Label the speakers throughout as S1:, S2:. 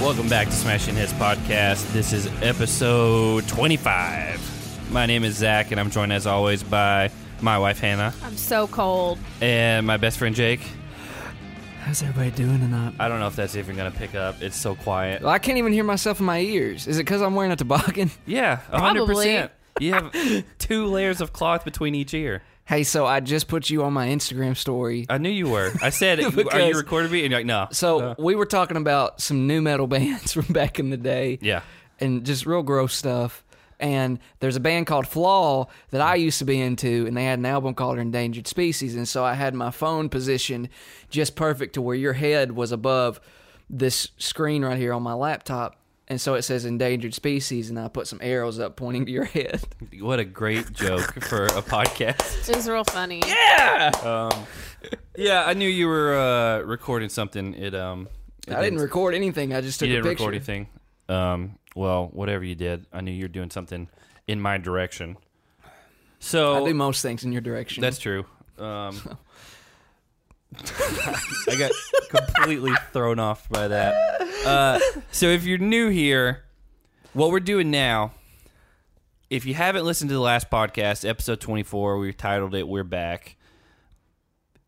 S1: Welcome back to Smashing Hits Podcast. This is episode 25. My name is Zach, and I'm joined as always by my wife Hannah
S2: I'm so cold.
S1: and my best friend Jake.
S3: How's everybody doing tonight?
S1: I don't know if that's even going to pick up. It's so quiet.
S3: I can't even hear myself in my ears. Is it because I'm wearing a toboggan?
S1: Yeah, a
S2: Probably.
S1: 100%. You have two layers of cloth between each ear.
S3: Hey, so I just put you on my Instagram story.
S1: I knew you were. I said, Are you
S3: Because-
S1: recording me? And you're like, No.
S3: So we were talking about some new metal bands from back in the day.
S1: Yeah.
S3: And just real gross stuff. And there's a band called Flaw that I used to be into, and they had an album called Endangered Species. And so I had my phone positioned just perfect to where your head was above this screen right here on my laptop. And so it says Endangered Species, and I put some arrows up pointing to your head.
S1: What a great joke for a podcast.
S2: It was real funny.
S1: Yeah, I knew you were uh, recording something. It um, it
S3: I didn't record anything. I just took
S1: You
S3: a
S1: didn't
S3: picture.
S1: record anything. Um, well, whatever you did, I knew you were doing something in my direction.
S3: I do
S1: So
S3: most things in your direction.
S1: that's true. Um, I got completely thrown off by that. Uh, so if you're new here, what we're doing now, if you haven't listened to the last podcast, episode 24, we titled it "We're Back."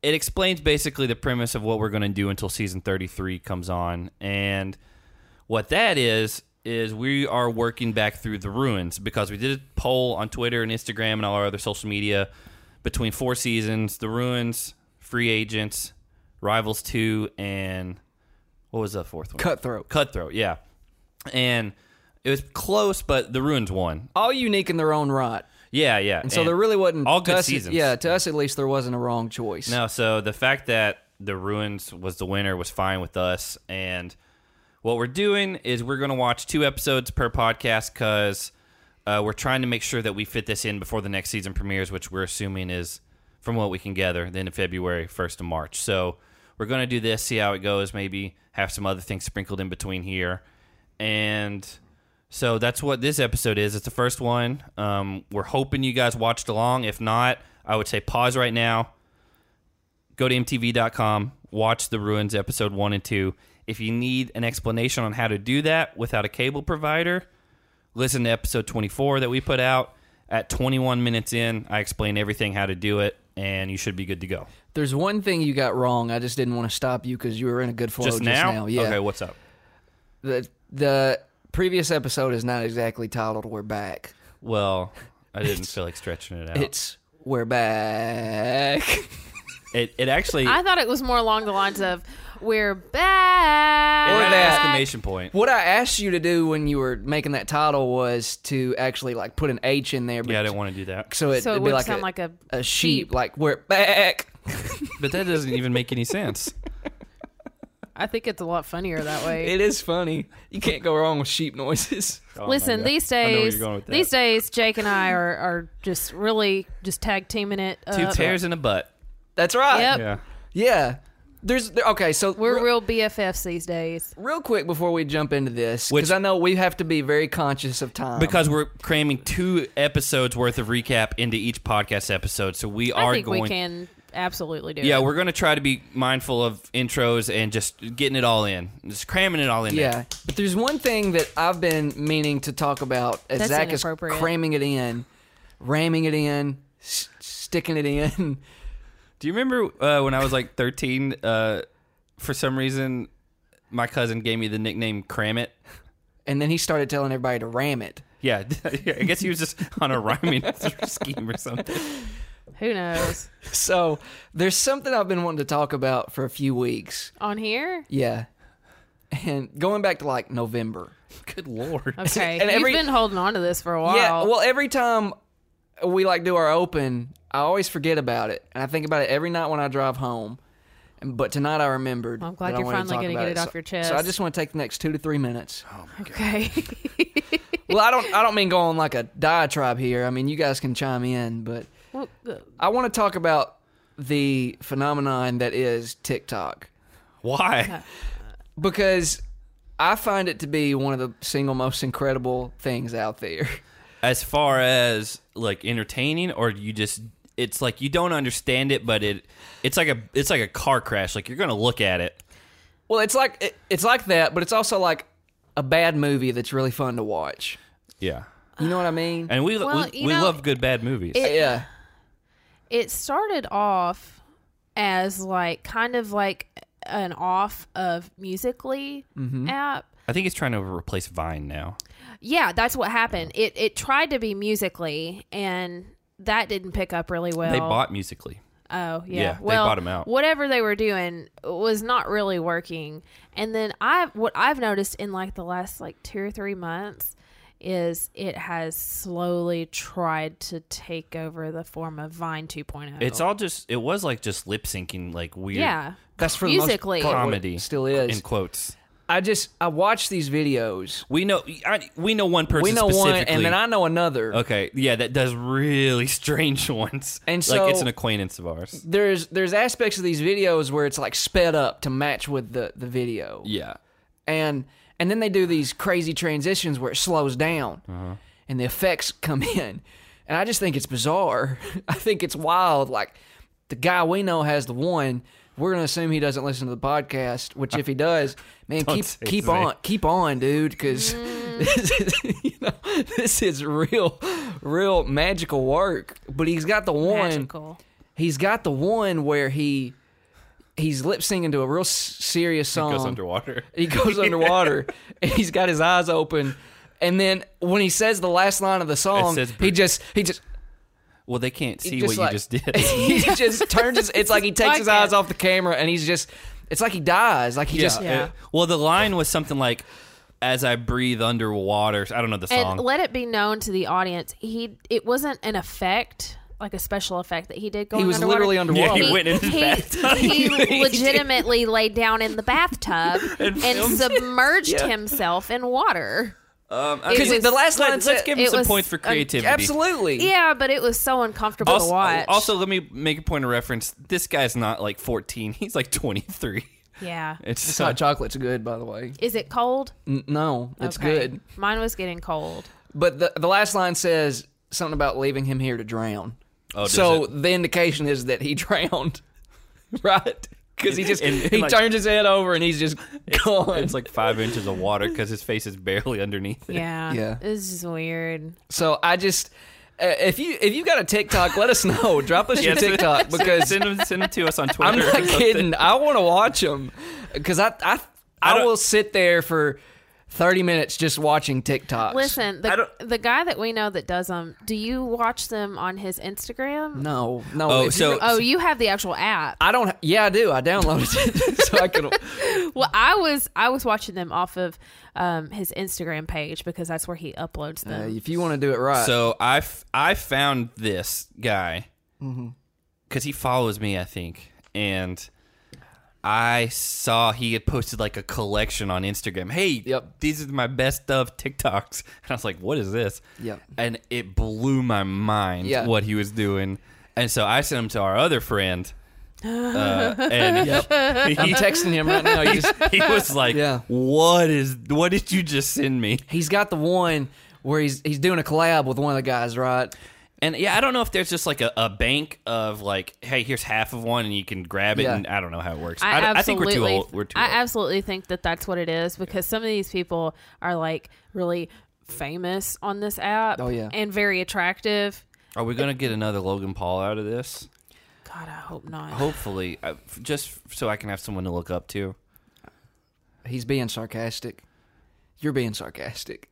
S1: It explains basically the premise of what we're going to do until season 33 comes on, and what that is is we are working back through the ruins because we did a poll on Twitter and Instagram and all our other social media between four seasons, the ruins, free agents, rivals 2 and what was the fourth one?
S3: Cutthroat.
S1: Cutthroat, yeah. And it was close but the ruins won.
S3: All unique in their own right.
S1: Yeah, yeah. And
S3: So there really wasn't
S1: all
S3: to
S1: good
S3: us-
S1: seasons.
S3: Yeah, to us at least, there wasn't a wrong choice.
S1: No, so the fact that the ruins was the winner was fine with us, and what we're doing is we're going to watch two episodes per podcast because uh, we're trying to make sure that we fit this in before the next season premieres, which we're assuming is from what we can gather the end of February, first of March. So we're going to do this, see how it goes, maybe have some other things sprinkled in between here, and. So that's what this episode is. It's the first one. Um, we're hoping you guys watched along. If not, I would say pause right now, go to mtv.com watch the ruins episode 1 and 2 if you need an explanation on how to do that without a cable provider listen to episode 24 that we put out at 21 minutes in i explain everything how to do it and you should be good to go
S3: There's one thing you got wrong. I just didn't want to stop you because you were in a good flow
S1: just,
S3: just
S1: now?
S3: Yeah.
S1: okay what's up
S3: The the previous episode is not exactly titled "We're Back."
S1: well i didn't feel like stretching it out
S3: It's "We're Back."
S1: it, it actually
S2: I thought it was more along the lines of "We're
S1: it had
S2: back."
S1: an
S3: that.
S1: exclamation point
S3: what I asked you to do when you were making that title was to actually like put an H in there. But
S1: yeah i didn't want to do that
S3: So it,
S2: So it
S3: would
S2: would
S3: be like
S2: sound
S3: a,
S2: like a
S3: a sheep,
S2: sheep.
S3: like "We're Back."
S1: but that doesn't even make any sense
S2: I think it's a lot funnier that way.
S3: It is funny. You can't go wrong with sheep noises.
S1: Oh
S2: Listen, these
S1: know where you're
S2: days,
S1: going with that.
S2: these days, Jake and I are, are just really just tag teaming it.
S1: two
S2: up.
S1: tears in a butt
S3: That's right.
S2: Yep,
S1: yeah
S3: Yeah. There's there, okay. So
S2: we're
S3: real,
S2: real BFFs these days.
S3: real quick before we jump into this,
S1: Which-
S3: because I know we have to be very conscious of time.
S1: because we're cramming two episodes worth of recap into each podcast episode so we
S2: I
S1: are
S2: think
S1: going
S2: we can absolutely do.
S1: Yeah,
S2: it.
S1: we're gonna try to be mindful of intros and just getting it all in, just cramming it all in.
S3: Yeah,
S1: there.
S3: but there's one thing that I've been meaning to talk about as
S2: That's
S3: Zach is
S2: inappropriate.
S3: cramming it in, ramming it in, s- sticking it in.
S1: Do you remember uh, when I was like 13? Uh, for some reason, my cousin gave me the nickname Cram It.
S3: And then he started telling everybody to ram it.
S1: Yeah, I guess he was just on a rhyming scheme or something.
S2: Who knows?
S3: So there's something I've been wanting to talk about for a few weeks.
S2: On here?
S3: Yeah. And going back to like November.
S1: Good lord.
S2: Okay.
S3: And every-
S2: You've been holding on to this for a while.
S3: Yeah. Well, every time we like do our open, I always forget about it, and I think about it every night when I drive home. And- But tonight I remembered.
S2: I'm glad
S3: that I
S2: you're
S3: wanted to
S2: finally
S3: talk
S2: gonna
S3: about
S2: get it
S3: So-
S2: off your chest.
S3: So I just want to take the next two to three minutes.
S2: okay.
S3: well, I don't. I don't mean go on like a diatribe here. I mean you guys can chime in, but
S2: well, the-
S3: I want to talk about the phenomenon that is TikTok
S1: Why?
S3: because I find it to be one of the single most incredible things out there.
S1: As far as like entertaining, or you just it's like you don't understand it, but it it's like a it's like a car crash. Like you're gonna look at it.
S3: Well, it's like it, it's like that, but it's also like a bad movie that's really fun to watch.
S1: Yeah.
S3: You know what I mean?
S1: And we
S2: Well,
S1: we,
S2: you
S1: we
S2: know,
S1: love good bad movies.
S3: yeah.
S2: it started off as like kind of like an off of musically
S1: Mm-hmm.
S2: app
S1: I think he's trying to replace Vine now.
S2: yeah that's what happened it it tried to be musically and that didn't pick up really well
S1: They bought Musically.
S2: oh yeah,
S1: yeah, they
S2: well
S1: bought 'em out.
S2: whatever they were doing was not really working and then i what i've noticed in like the last like two or three months is it has slowly tried to take over the form of vine oh. 2.0
S1: It's all just it was like just lip syncing like weird
S2: yeah
S3: That's for the most
S2: musically
S3: part.
S1: comedy.
S3: Still is.
S1: in quotes.
S3: I just I watch these videos.
S1: We know I, we know one person.
S3: we know one,
S1: specifically.
S3: and then I know another.
S1: Okay, yeah, that does really strange ones.
S3: And so-
S1: like it's an acquaintance of ours.
S3: There's there's aspects of these videos where it's like sped up to match with the the video.
S1: Yeah,
S3: and and then they do these crazy transitions where it slows down
S1: Uh-huh.
S3: and the effects come in and i just think it's bizarre i think it's wild like the guy we know has the one we're gonna assume he doesn't listen to the podcast which if he does man
S1: Don't
S3: keep
S1: say
S3: keep
S1: his
S3: on
S1: name.
S3: keep on dude because this is you know this is real real magical work but he's got the one
S2: magical
S3: he's got the one where he he's lip singing to a real s- serious song
S1: goes underwater.
S3: he goes underwater and he's got his eyes open. And then when he says the last line of the song,
S1: says
S3: he
S1: Bruce.
S3: just he just
S1: Well, they can't see
S3: just
S1: what
S3: like-
S1: you just did.
S3: he just turns his it's like he takes his
S2: Like
S3: eyes
S2: it.
S3: off the camera and he's just it's like he dies. Like he just
S2: Yeah.
S1: uh, well, the line was something like, "As I breathe underwater." I don't know the song.
S2: And let it be known to the audience, he it wasn't an effect, like a special effect that he did going
S3: he was
S2: underwater.
S3: literally
S1: Yeah,
S3: underwater.
S1: he went in his
S2: he,
S1: bathtub.
S2: he legitimately laid down in the bathtub and, submerged
S3: Yeah.
S2: himself in water.
S1: um, I
S2: 'Cause
S1: mean,
S2: it- the
S3: last line
S1: Let, us
S3: said-
S1: give him
S2: it
S1: some
S2: was
S1: points for
S2: a-
S1: creativity.
S3: Absolutely.
S2: Yeah, but it was so uncomfortable
S1: Also,
S2: to watch.
S1: also, let me make a point of reference. This guy's not like 14. He's like 23.
S2: yeah.
S1: It's,
S3: This
S1: so-
S3: hot chocolate's good, by the way.
S2: Is it cold?
S3: N- no, it's
S2: Okay.
S3: good.
S2: Mine was getting cold.
S3: But the the last line says something about leaving him here to drown.
S1: Oh, does
S3: so
S1: it?
S3: the indication is that he drowned, right? Because he just
S1: And- and
S3: he
S1: like-
S3: turns his head over and he's just gone.
S1: it's like five inches of water because his face is barely underneath it.
S2: Yeah.
S3: Yeah.
S2: This is weird.
S3: So I just uh, if you if you got a TikTok, let us know. Drop us your
S1: Yes.
S3: TikTok because
S1: Send him, send him to us on Twitter.
S3: I'm
S1: or
S3: not
S1: something.
S3: kidding. I want to watch them because I I
S1: I
S3: I,
S1: don't-
S3: will sit there for thirty minutes just watching TikToks.
S2: Listen,
S1: I
S2: the,
S1: don't-
S2: the guy that we know that does them, do you watch them on his Instagram?
S3: no, no.
S1: Oh,
S3: if
S1: so-
S3: you-
S2: Oh, you have the actual app.
S3: I don't. Yeah, I do. I downloaded it so I could.
S2: Well, I was I was watching them off of um, his Instagram page because that's where he uploads
S3: Uh,
S2: them.
S3: if you want to do it right,
S1: So I, f- I found this guy
S3: Mm-hmm.
S1: because he follows me, I think, and I saw he had posted like a collection on Instagram. Hey,
S3: Yep.
S1: these are my best of TikToks, and I was like, "What is this?"
S3: Yep.
S1: and it blew my mind
S3: Yeah.
S1: what he was doing, and so I sent him to our other friend, uh, and
S3: I'm texting him right now. You just-
S1: he was like,
S3: Yeah.
S1: "What is? What did you just send me?"
S3: he's got the one where he's he's doing a collab with one of the guys, right?
S1: And yeah, I don't know if there's just like a, a bank of like, hey, here's half of one, and you can grab it.
S3: Yeah.
S1: And I don't know how it works. I,
S2: I, absolutely,
S1: I think we're too old. We're too
S2: I
S1: old.
S2: absolutely think that that's what it is because some of these people are like really famous on this app.
S3: Oh, yeah.
S2: and very attractive.
S1: Are we gonna get another Logan Paul out of this?
S2: God, I hope not.
S1: Hopefully, I- f- just f- so I can have someone to look up to.
S3: He's being sarcastic. You're being sarcastic.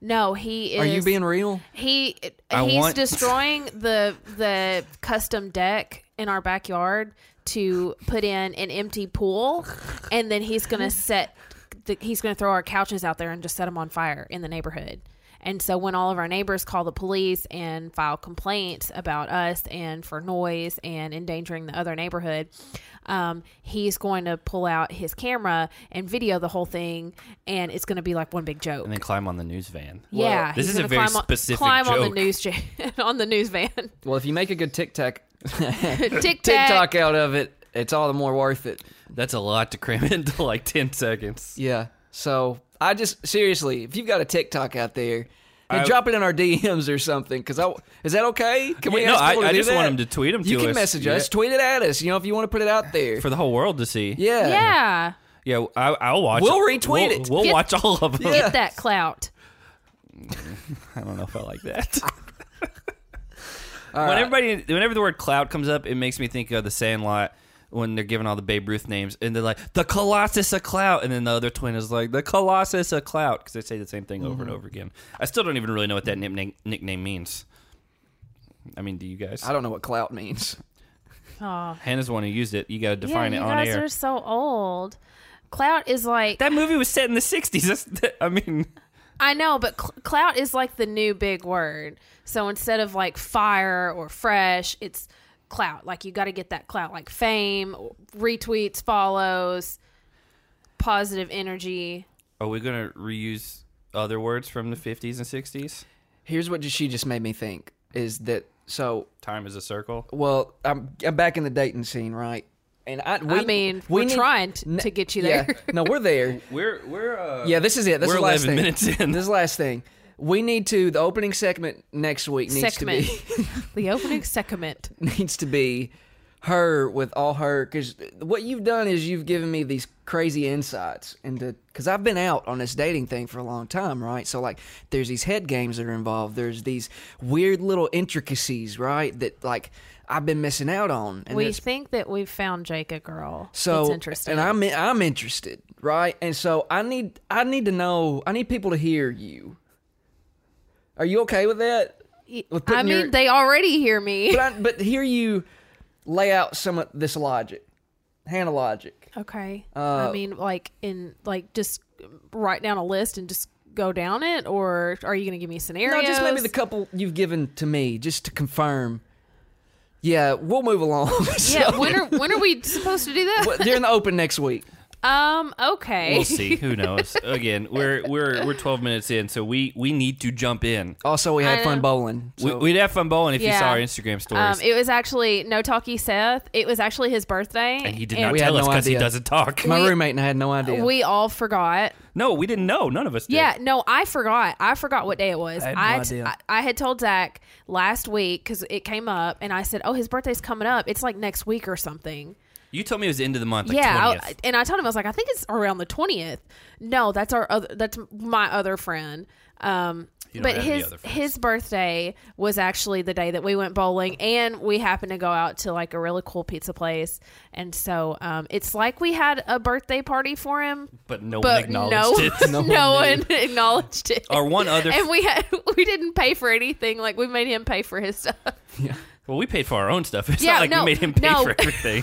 S2: no, he is.
S3: Are you being real?
S2: He
S1: I
S2: he's
S1: want-
S2: destroying the the custom deck in our backyard to put in an empty pool, and then he's gonna set. The, he's gonna throw our couches out there and just set them on fire in the neighborhood. And so when all of our neighbors call the police and file complaints about us and for noise and endangering the other neighborhood, um, he's going to pull out his camera and video the whole thing, and it's going to be like one big joke.
S1: and then climb on the news van.
S2: Yeah,
S1: this
S2: he's
S1: is a
S2: gonna
S1: very
S2: climb on,
S1: specific
S2: climb on
S1: joke.
S2: the news ja- on the news van.
S3: Well, if you make a good tic tac
S2: Tic
S3: TikTok
S2: tac.
S3: out of it, it's all the more worth it.
S1: That's a lot to cram into like ten seconds.
S3: Yeah. So I just seriously, if you've got a TikTok out there, then
S1: I-
S3: drop it in our DMs or something. Because I is that okay? Can
S1: Yeah, no,
S3: ask
S1: I-
S3: people to
S1: I
S3: do
S1: just want
S3: that?
S1: 'em to tweet 'em
S3: You
S1: to
S3: can
S1: us.
S3: message
S1: Yeah.
S3: us, tweet it at us. You know, if you want to put it out there.
S1: For the whole world to see.
S3: yeah.
S2: Yeah,
S1: Yeah, I, I'll watch.
S3: We'll
S1: it.
S3: retweet
S1: We'll-
S3: it.
S1: We'll
S2: Get-
S1: watch all of them.
S3: Yeah.
S2: get that clout.
S1: I don't know if I like that.
S3: All
S1: when
S3: right.
S1: everybody, whenever the word cloud comes up, it makes me think of the Sandlot when they're giving all the Babe Ruth names, and they're like the Colossus of Clout, and then the other twin is like the Colossus of Clout because they say the same thing over and over again. I still don't even really know what that nickname, nickname means. I mean, do you guys?
S3: I don't know what clout means.
S2: Oh,
S1: Hannah's the one who used it. You got to
S2: yeah,
S1: define
S2: you
S1: it on
S2: guys
S1: air.
S2: are so old. Clout is like
S1: That movie was set in the '60s. That's, that, I mean,
S2: I know, but cl- clout is like the new big word. So instead of like fire or fresh, it's clout. Like you got to get that clout, like fame, retweets, follows, positive energy.
S1: are we gonna reuse other words from the '50s and '60s?
S3: Here's what she just made me think is that so
S1: Time is a circle.
S3: well I'm, I'm back in the dating scene right and I we,
S2: I mean,
S3: we
S2: we're
S3: need-
S2: trying t- to get you there.
S3: yeah no we're there
S1: We're we're uh,
S3: yeah this is it this
S1: We're
S3: is the last
S1: 11
S3: thing.
S1: minutes in.
S3: this is the last thing we need to the opening segment next week needs
S2: Segment.
S3: to
S2: the opening segment.
S3: be needs to be her with all her because what you've done is you've given me these crazy insights into because I've been out on this dating thing for a long time right so like there's these head games that are involved there's these weird little intricacies right that like I've been missing out on and
S2: we
S3: it's
S2: think that we've found Jake a girl.
S3: So
S2: it's interesting.
S3: and I'm I'm interested, right? And so I need I need to know I need people to hear you. Are you okay with that? with
S2: I
S3: putting
S2: mean,
S3: your-
S2: they already hear me.
S3: But I, but hear you lay out some of this logic, Hannah logic.
S2: Okay.
S3: uh,
S2: I mean, like in like just write down a list and just go down it, or are you going to give me scenarios?
S3: No, just maybe the couple you've given to me just to confirm. Yeah, we'll move along. So,
S2: yeah. When are when are we supposed to do that?
S3: well, they're in the open next week.
S2: Um. Okay.
S1: We'll see. Who knows? Again, we're we're we're 12 minutes in, so we we need to jump in.
S3: Also, we had
S2: I
S3: fun
S2: know.
S3: bowling.
S1: We,
S3: so-
S1: we'd have fun bowling if you
S2: Yeah.
S1: saw our Instagram stories.
S2: Um, it was actually no talkie Seth. It was actually his birthday,
S1: and he did
S2: and
S1: not
S3: We had
S1: tell us
S3: no
S1: because he
S3: idea.
S1: doesn't talk.
S3: my
S2: we-
S3: roommate and I had no idea.
S2: We all forgot.
S1: No, we didn't know. None of us did.
S2: Yeah, no, I forgot. I forgot what day it was.
S3: I had no
S2: I,
S3: idea.
S2: I, I had told Zach last week because it came up, and I said, "Oh, his birthday's coming up. It's like next week or something."
S1: You told me it was the end of the month. Like
S2: yeah,
S1: 20th.
S2: I, and I told him I was like, "I think it's around the twentieth. No, that's our other. That's my other friend. Um,
S1: You don't
S2: but
S1: have any
S2: his
S1: other friends.
S2: his birthday was actually the day that we went bowling, and we happened to go out to like a really cool pizza place, and so um, it's like we had a birthday party for him,
S1: but no one
S2: but no,
S1: acknowledged it.
S2: no,
S3: one
S2: one acknowledged it.
S1: Our one other.
S2: and we had we didn't pay for anything. Like we made him pay for his stuff.
S1: well, we paid for our own stuff. It's
S2: Yeah,
S1: not like
S2: no,
S1: we made him pay
S2: no.
S1: for everything.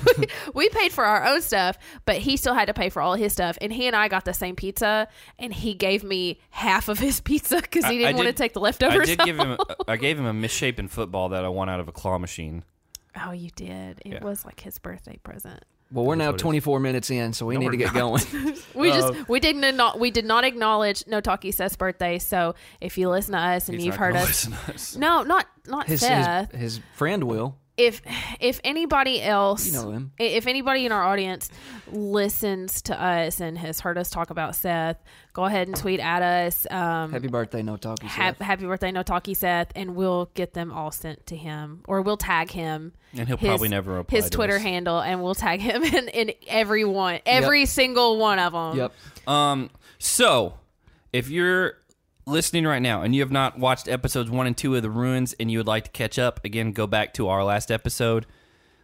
S2: we paid for our own stuff, but he still had to pay for all his stuff. And he and I got the same pizza, and he gave me half of his pizza because he
S1: I- I
S2: didn't want to
S1: did-
S2: take the
S1: I
S2: leftovers.
S1: did give him. I gave him a misshapen football that I won out of a claw machine.
S2: oh, you did. It
S1: Yeah.
S2: was like his birthday present.
S3: well, we're now
S1: what it is.
S3: 24 minutes in, so we need to
S1: we're
S3: get going.
S1: Oh.
S2: We just we didn't acknow- we did not acknowledge No Talkie Seth's birthday. So if you listen to us and
S1: He's
S2: you've
S1: not
S2: heard
S1: gonna
S2: us,
S1: listen to us.
S2: no, not not
S3: his,
S2: Seth.
S3: his his friend will.
S2: if if anybody else
S3: You know him.
S2: i- if anybody in our audience listens to us and has heard us talk about Seth, go ahead and tweet at us. Um,
S3: Happy birthday, no talkie.
S2: ha-
S3: Seth.
S2: happy birthday, no talkie Seth, and we'll get them all sent to him, or we'll tag him.
S1: And he'll probably never reply
S2: his
S1: to
S2: Twitter
S1: us.
S2: handle, and we'll tag him in, in every one, every single one of them.
S3: Yep.
S1: Um, so if you're listening right now and you have not watched episodes one and two of the ruins and you would like to catch up, again, go back to our last episode,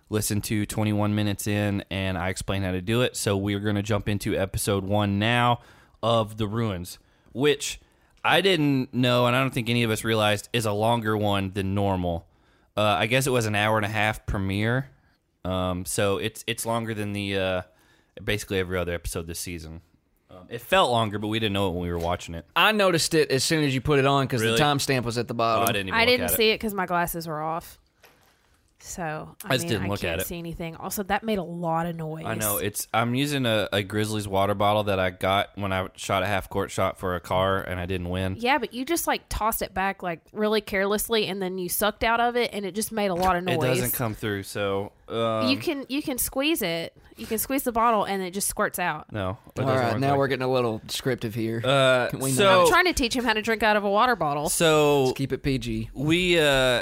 S1: listen to 21 minutes in, and I explain how to do it. So we're going to jump into episode one now of the ruins, which I didn't know, and I don't think any of us realized is a longer one than normal. Uh, I guess it was an hour and a half premiere, um, so it's it's longer than the uh, basically every other episode this season. Um, it felt longer, but we didn't know it when we were watching it.
S3: I noticed it as soon as you put it on because
S1: Really?
S3: the timestamp was at the
S1: Oh,
S3: bottom.
S1: I didn't. Even
S2: I
S1: look
S2: didn't
S1: at it.
S2: see it because my glasses were off. So I,
S1: I just
S2: mean,
S1: didn't
S2: I
S1: look at
S2: can't
S1: it.
S2: see anything. Also, that made a lot of noise.
S1: I know it's. I'm using a, a Grizzlies water bottle that I got when I shot a half court shot for a car, and I didn't win.
S2: Yeah, but you just like tossed it back like really carelessly, and then you sucked out of it, and it just made a lot of noise.
S1: It doesn't come through, so um,
S2: you can you can squeeze it. You can squeeze the bottle, and it just squirts out.
S1: no. it doesn't
S3: All right,
S1: work
S3: now
S1: like-
S3: we're getting a little descriptive here.
S1: Uh,
S3: Can we
S1: so
S3: not?
S2: I'm trying to teach him how to drink out of a water bottle.
S1: so
S3: Keep it PG.
S1: we uh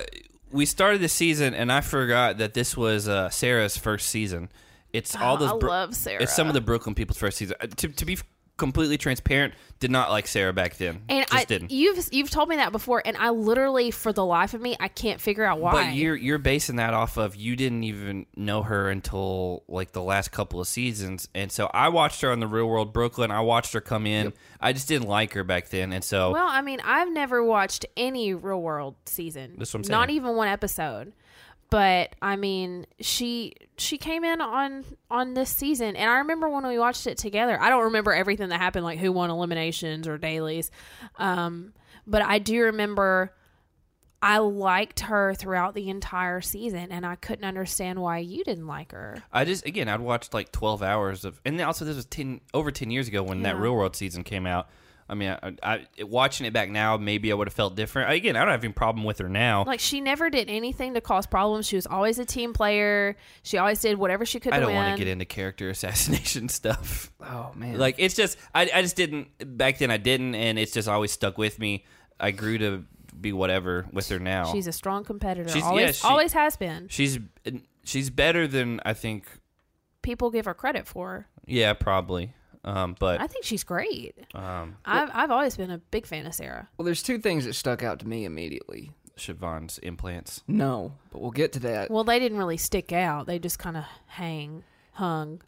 S1: we started the season and I forgot that this was uh Sarah's first season. It's all those
S2: Oh, I
S1: Bro-
S2: love Sarah.
S1: It's some of the Brooklyn people's first season. Uh, To to be f- completely transparent, did not like Sarah back then.
S2: And
S1: Just
S2: I,
S1: didn't.
S2: you've you've told me that before, and I literally, for the life of me, I can't figure out why.
S1: But you're you're basing that off of you didn't even know her until like the last couple of seasons, and so I watched her on the Real World Brooklyn. I watched her come in. I just didn't like her back then, and so
S2: Well, I mean, I've never watched any Real World season.
S1: That's what I'm
S2: Not
S1: saying.
S2: even one episode. But I mean, she she came in on on this season, and I remember when we watched it together. I don't remember everything that happened, like who won eliminations or dailies, um, but I do remember I liked her throughout the entire season, and I couldn't understand why you didn't like her.
S1: I just again I'd watched like twelve hours of, and also this was ten over ten years ago when that Real World season came out. I mean, I, I, watching it back now, maybe I would have felt different. Again, I don't have any problem with her now.
S2: Like she never did anything to cause problems. She was always a team player. She always did whatever she could.
S1: I
S2: to
S1: don't want
S2: win.
S1: to get into character assassination stuff.
S3: Oh man.
S1: Like it's just I, I just didn't back then I didn't and it's just always stuck with me. I grew to be whatever with her now.
S2: She's a strong competitor.
S1: Oh. She's-
S2: always,
S1: yeah, she-
S2: always has been.
S1: she's she's better than I think.
S2: People give her credit for. her.
S1: Yeah, probably. Um,
S2: I
S1: but
S2: think she's great.
S1: um,
S2: I've I've always been a big fan of Sarah.
S3: well, there's two things that stuck out to me immediately.
S1: Siobhan's implants.
S3: No, but we'll get to that.
S2: Well, they didn't really stick out. They just kind of hang, hung.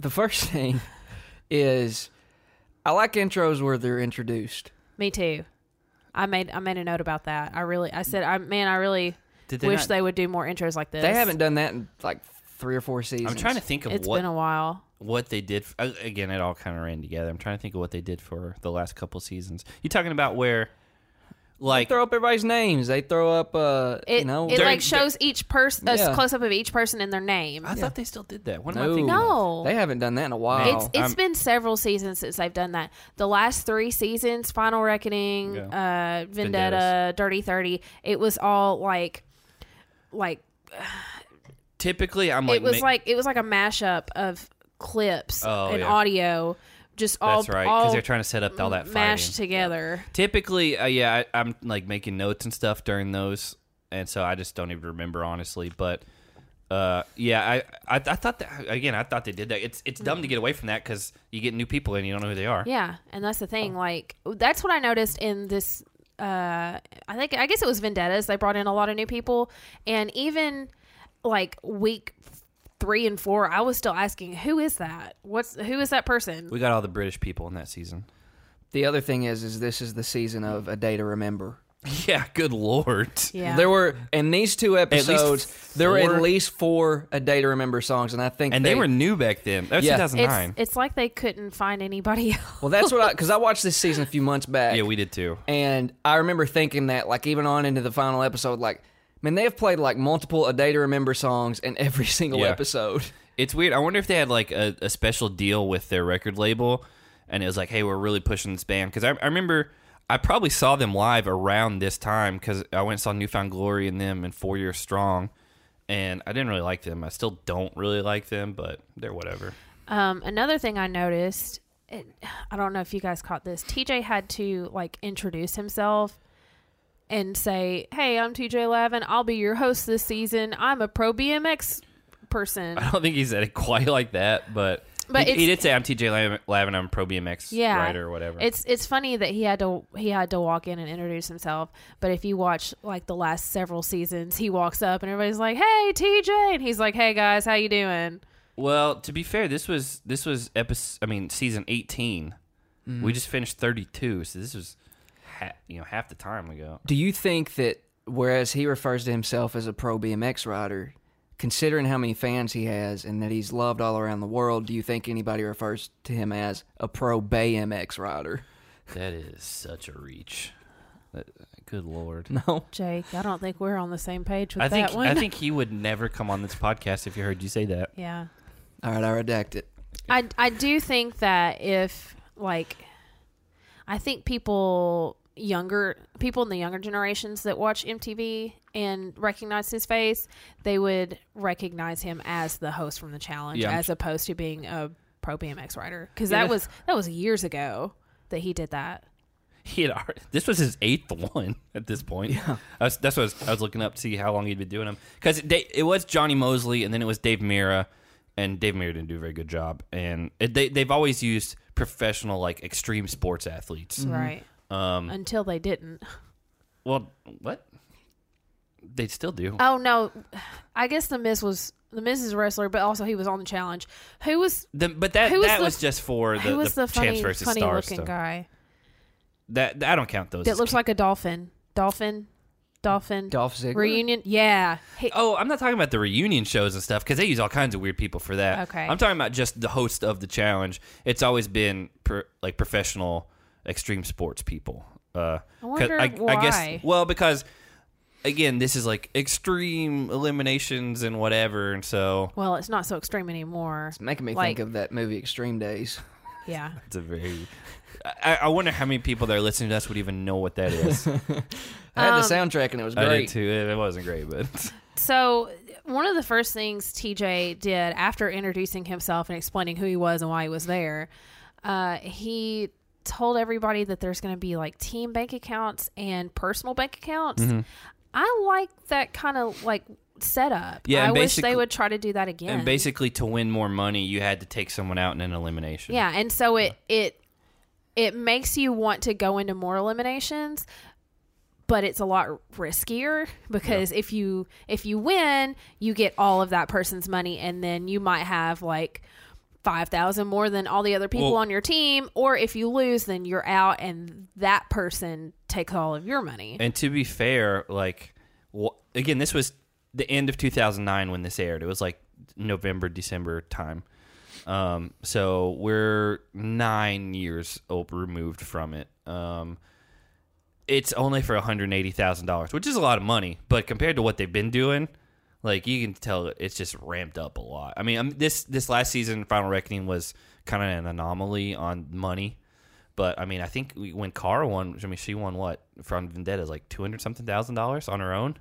S3: the first thing is I like intros where they're introduced.
S2: Me too. I made I made a note about that. I really I said I man I really
S1: Did they
S2: wish
S1: not-
S2: they would do more intros like this.
S3: They haven't done that in like three or four seasons.
S1: I'm trying to think of
S2: It's
S1: what
S2: been a while.
S1: what they did. f- uh, Again, it all kind of ran together. I'm trying to think of what they did for the last couple seasons. You talking about where, like,
S3: throw up everybody's names. They throw up uh
S2: It
S3: you know
S2: it
S1: They're-
S2: like shows each person a
S3: Yeah.
S2: close up of each person and their name.
S1: I thought they still did that. What am I
S3: no,
S1: thinking?
S2: No.
S3: They haven't done that in a while.
S2: It's it's
S1: Oh, I'm-
S2: been several seasons since I've done that. The last three seasons, Final Reckoning, uh, Vendetta,
S1: Vendettas.
S2: Dirty Thirty, it was all like, like
S1: Typically, I'm like,
S2: it was
S1: ma-
S2: like it was like a mashup of clips
S1: Oh,
S2: and
S1: yeah.
S2: audio, just all
S1: that's right
S2: all
S1: because they're trying to set up all that fighting.
S2: mashed together.
S1: Typically, uh, yeah, I, I'm like making notes and stuff during those, and so I just don't even remember honestly. But uh, yeah, I, I I thought that again. I thought they did that. It's it's dumb to get away from that because you get new people and you don't know who they are.
S2: Yeah, and that's the thing. Like that's what I noticed in this. Uh, I think I guess it was Vendettas. They brought in a lot of new people, and even like week three and four, I was still asking, "Who is that? What's who is that person?"
S1: We got all the British people in that season.
S3: the other thing is is this is the season of a day to remember.
S1: Yeah, good lord.
S2: Yeah,
S3: There were in these two
S1: least
S3: episodes there were
S1: four-
S3: at least four a day to remember songs and I think
S1: And they, were new back then. That's
S3: Yeah.
S2: it's
S1: 2009.
S2: it's like they couldn't find anybody else.
S3: Well, that's what I cuz I watched this season a few months back.
S1: yeah, we did too.
S3: And I remember thinking that, like, even on into the final episode, like, man, they have played like multiple A Day to Remember songs in every single
S1: Yeah.
S3: episode.
S1: It's weird. I wonder if they had like a, a special deal with their record label, and it was like, hey, we're really pushing this band. Because I, I remember I probably saw them live around this time because I went and saw Newfound Glory and them and Four Years Strong, and I didn't really like them. I still don't really like them, but they're whatever.
S2: Um, another thing I noticed, it, I don't know if you guys caught this. TJ had to like introduce himself and say, "Hey, I'm TJ Lavin. I'll be your host this season. I'm a pro BMX person."
S1: I don't think he said it quite like that, but,
S2: But
S1: he, he
S2: it's-
S1: did say I'm TJ Lavin, Lavin I'm a pro BMX
S2: yeah,
S1: rider or whatever.
S2: It's it's funny that he had to he had to walk in and introduce himself. But if you watch like the last several seasons, he walks up and everybody's like, "Hey, TJ," and he's like, "Hey guys, how you doing?"
S1: well, to be fair, this was this was episode. I mean, season 18. We just finished 32, so this was ha- you know half the time ago.
S3: Do you think that whereas he refers to himself as a pro BMX rider, considering how many fans he has and that he's loved all around the world, do you think anybody refers to him as a pro BMX rider?
S1: That is such a reach. That, good lord.
S3: No.
S2: Jake, I don't think we're on the same page with
S1: I think
S2: that one.
S1: I think he would never come on this podcast if he heard you say that.
S2: yeah.
S3: All right, I redact it.
S2: I, I do think that if like I think people younger people in the younger generations that watch MTV and recognize his face, they would recognize him as the host from the challenge
S1: Yeah, I'm
S2: as
S1: su-
S2: opposed to being a pro BMX rider cuz that was that was years ago that he did that.
S1: He had already, this was his eighth one at this point. Yeah, I was, that's what I was, I was looking up to see how long he'd been doing them because it, da- it was Johnny Mosley and then it was Dave Mira, and Dave Mira didn't do a very good job. And it, they they've always used professional like extreme sports athletes.
S2: Right.
S1: Mm-hmm. Um,
S2: Until they didn't.
S1: well, what they still do.
S2: Oh no. I guess the Miz was the Miz is a wrestler, but also he was on the challenge. Who was
S1: The- but that
S2: who was
S1: that
S2: the-
S1: was just for the,
S2: who was the,
S1: champs
S2: funny,
S1: versus
S2: funny
S1: stars
S2: looking
S1: stuff.
S2: guy?
S1: That, that- I don't count those.
S2: that
S1: as
S2: looks like a dolphin. Dolphin. Dolphin.
S3: Dolph Ziggler?
S2: Reunion. Yeah. He-
S1: Oh, I'm not talking about the reunion shows and stuff because they use all kinds of weird people for that.
S2: Okay.
S1: I'm talking about just the host of the challenge. It's always been pro- like professional extreme sports people. Uh, 'cause
S2: wonder
S1: I
S2: why.
S1: guess well because again this is like extreme eliminations and whatever, and so
S2: Well, it's not so extreme anymore. It's
S3: Making me think of that movie Extreme Days.
S2: Yeah.
S1: it's a very. I, I wonder how many people that are listening to us would even know what that is.
S3: I had the
S2: Um,
S3: soundtrack and it was
S1: I
S3: great.
S1: did too. It wasn't great, but
S2: So one of the first things TJ did after introducing himself and explaining who he was and why he was there, uh, he told everybody that there's going to be like team bank accounts and personal bank accounts. I like that kind of like setup.
S1: Yeah,
S2: I
S1: and
S2: wish
S1: basic-
S2: they would try to do that again.
S1: and basically to win more money, you had to take someone out in an elimination.
S2: Yeah, and so it it it makes you want to go into more eliminations, but it's a lot riskier because if you if you win, you get all of that person's money and then you might have like 5000 more than all the other people
S1: Well-
S2: on your team or if you lose then you're out and that person takes all of your money.
S1: And to be fair, like wh- again, this was the end of 2009 when this aired. It was like November, December time. Um, so we're nine years o- removed from it. Um, it's only for $180,000, which is a lot of money, but compared to what they've been doing, like you can tell it's just ramped up a lot. I mean, um this this last season Final Reckoning was kind of an anomaly on money. But I mean, I think we, when Cara won, I mean, she won what from Vendetta, like two hundred something thousand dollars on her own.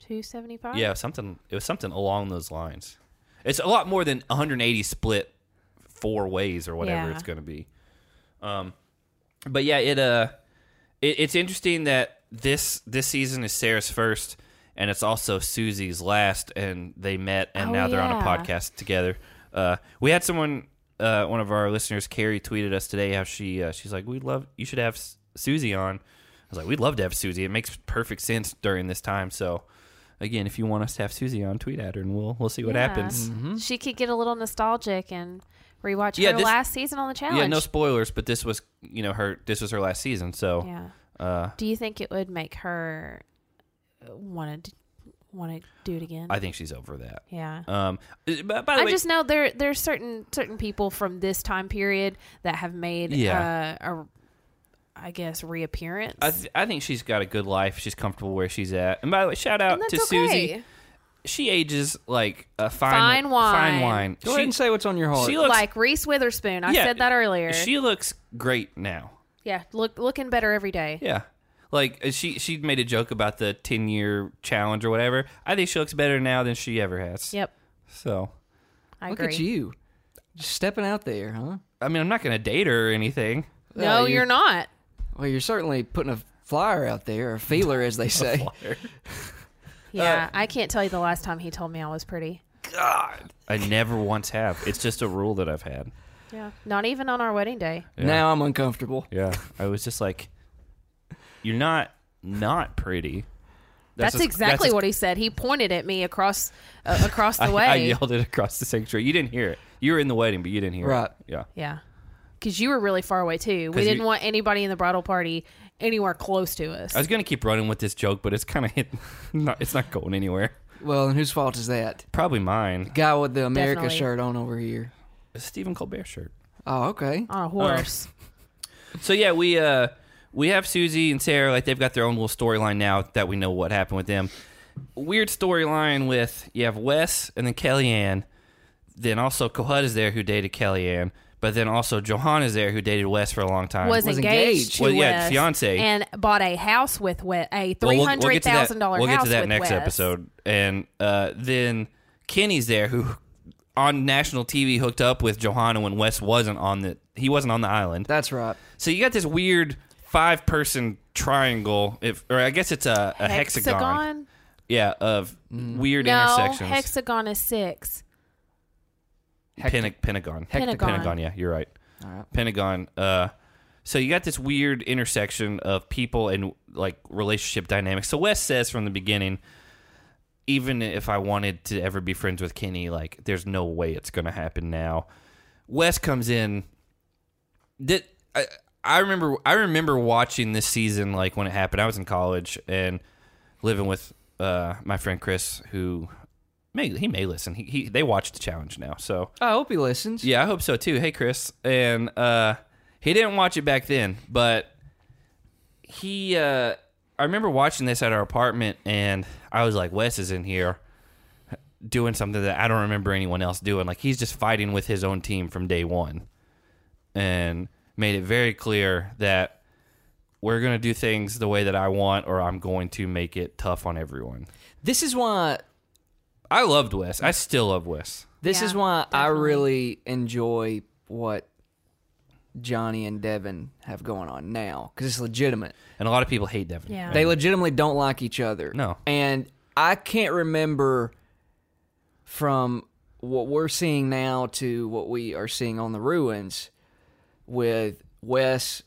S2: 275?
S1: Yeah, something. It was something along those lines. It's a lot more than one hundred eighty split four ways or whatever
S2: Yeah.
S1: it's going to be. Um, but yeah, it uh, it, it's interesting that this this season is Sarah's first, and it's also Susie's last, and they met, and
S2: Oh,
S1: now they're on a
S2: yeah.
S1: podcast together. Uh, we had someone, uh, one of our listeners, Carrie, tweeted us today how she uh, she's like, we love you should have S- Susie on. I was like, we'd love to have Susie. It makes perfect sense during this time. So, again, if you want us to have Susie on, tweet at her, and we'll we'll see what
S2: Yeah.
S3: Mm-hmm.
S1: happens.
S2: She could get a little nostalgic and rewatch
S1: Yeah,
S2: her
S1: this-
S2: last season on the challenge.
S1: Yeah, no spoilers, but this was you know her this was her last season, so
S2: Yeah.
S1: uh,
S2: Do you think it would make her want to want to do it again?
S1: I think she's over that.
S2: yeah.
S1: Um, but by the
S2: I
S1: way,
S2: just know there there's certain certain people from this time period that have made
S1: Yeah.
S2: uh, a I guess reappearance.
S1: I, th- I think she's got a good life. She's comfortable where she's at. And by the way, shout out
S2: And that's
S1: to Susie.
S2: okay.
S1: She ages like a fine,
S2: Fine wine.
S1: Fine wine.
S3: Go ahead and say what's on your heart.
S1: she looks
S2: like Reese Witherspoon. I
S1: yeah,
S2: said that earlier.
S1: She looks great now.
S2: yeah, look looking better every day.
S1: Yeah, Like uh, she she made a joke about the ten year challenge or whatever. I think she looks better now than she ever has.
S2: Yep.
S1: So
S2: I
S3: Look
S2: agree.
S3: at you, just stepping out there, huh?
S1: I mean, I'm not gonna date her or anything.
S2: No,
S3: you're-
S2: you're not.
S1: Uh,
S3: Well, you're certainly putting a flyer out there, a feeler, as they say.
S2: Yeah, I can't tell you the last time he told me I was pretty.
S1: God, I never once have. It's just a rule that I've had.
S2: Yeah. Not even on our wedding day.
S3: Now I'm uncomfortable.
S1: Yeah, I was just like, you're not not pretty.
S2: That's,
S1: as-
S2: exactly
S1: as-
S2: what he said. He pointed at me across uh, across the way.
S1: I, I yelled it across the sanctuary. You didn't hear it. You were in the wedding, but you didn't hear
S3: Right.
S1: it. Yeah.
S2: Yeah. Because you were really far away, too. We
S1: 'Cause
S2: didn't
S1: you-
S2: want anybody in the bridal party anywhere close to us.
S1: I was gonna keep running with this joke, but it's kind of not. It's not going anywhere.
S3: Well, and whose fault is that?
S1: Probably mine.
S3: Guy with the America
S2: Definitely.
S3: shirt on over here.
S1: A Stephen Colbert shirt.
S3: Oh, okay.
S2: on a horse.
S1: So yeah, we uh we have Susie and Sarah. Like they've got their own little storyline now that we know what happened with them. Weird storyline with you have Wes and then Kellyanne. Then also Kohut is there who dated Kellyanne, but then also Johan is there who dated Wes for a long time.
S2: was,
S3: Was
S2: engaged,
S3: engaged.
S2: to
S1: Well, yeah,
S2: Wes
S1: fiance.
S2: and bought a house with Wes, a
S1: Well,
S2: three
S1: we'll-
S2: hundred thousand dollar
S1: We'll
S2: house
S1: get to that,
S2: with
S1: we'll get to that next
S2: Wes.
S1: episode. And uh, then Kenny's there, who on national TV hooked up with Johanna when Wes wasn't on the he wasn't on the island.
S3: That's right.
S1: So you got this weird five person triangle, if or I guess it's a, a hexagon.
S2: Hexagon?
S1: Yeah, of weird
S2: No,
S1: intersections.
S2: hexagon is six.
S1: Penta- Pentagon.
S2: Pentagon.
S1: Pentagon, yeah, you're right. Pentagon. Uh, so you got this weird intersection of people and like relationship dynamics. So Wes says from the beginning, even if I wanted to ever be friends with Kenny, like there's no way it's gonna happen now. Wes comes in. That I, I remember. I remember watching this season like when it happened. I was in college and living with uh, my friend Chris, who may he may listen. He, he they watched the challenge now, so
S3: I hope he listens.
S1: yeah, I hope so too. Hey, Chris, and uh, he didn't watch it back then, but he. Uh, I remember watching this at our apartment, and I was like, Wes is in here doing something that I don't remember anyone else doing. Like he's just fighting with his own team from day one, and made it very clear that we're gonna do things the way that I want, or I'm going to make it tough on everyone.
S3: This is why
S1: I loved Wes. I still love Wes.
S3: This
S2: Yeah,
S3: is why I really enjoy what Johnny and Devin have going on now because it's legitimate.
S1: And a lot of people hate Devin.
S2: Yeah.
S3: They legitimately don't like each other.
S1: No.
S3: And I can't remember from what we're seeing now to what we are seeing on the ruins with Wes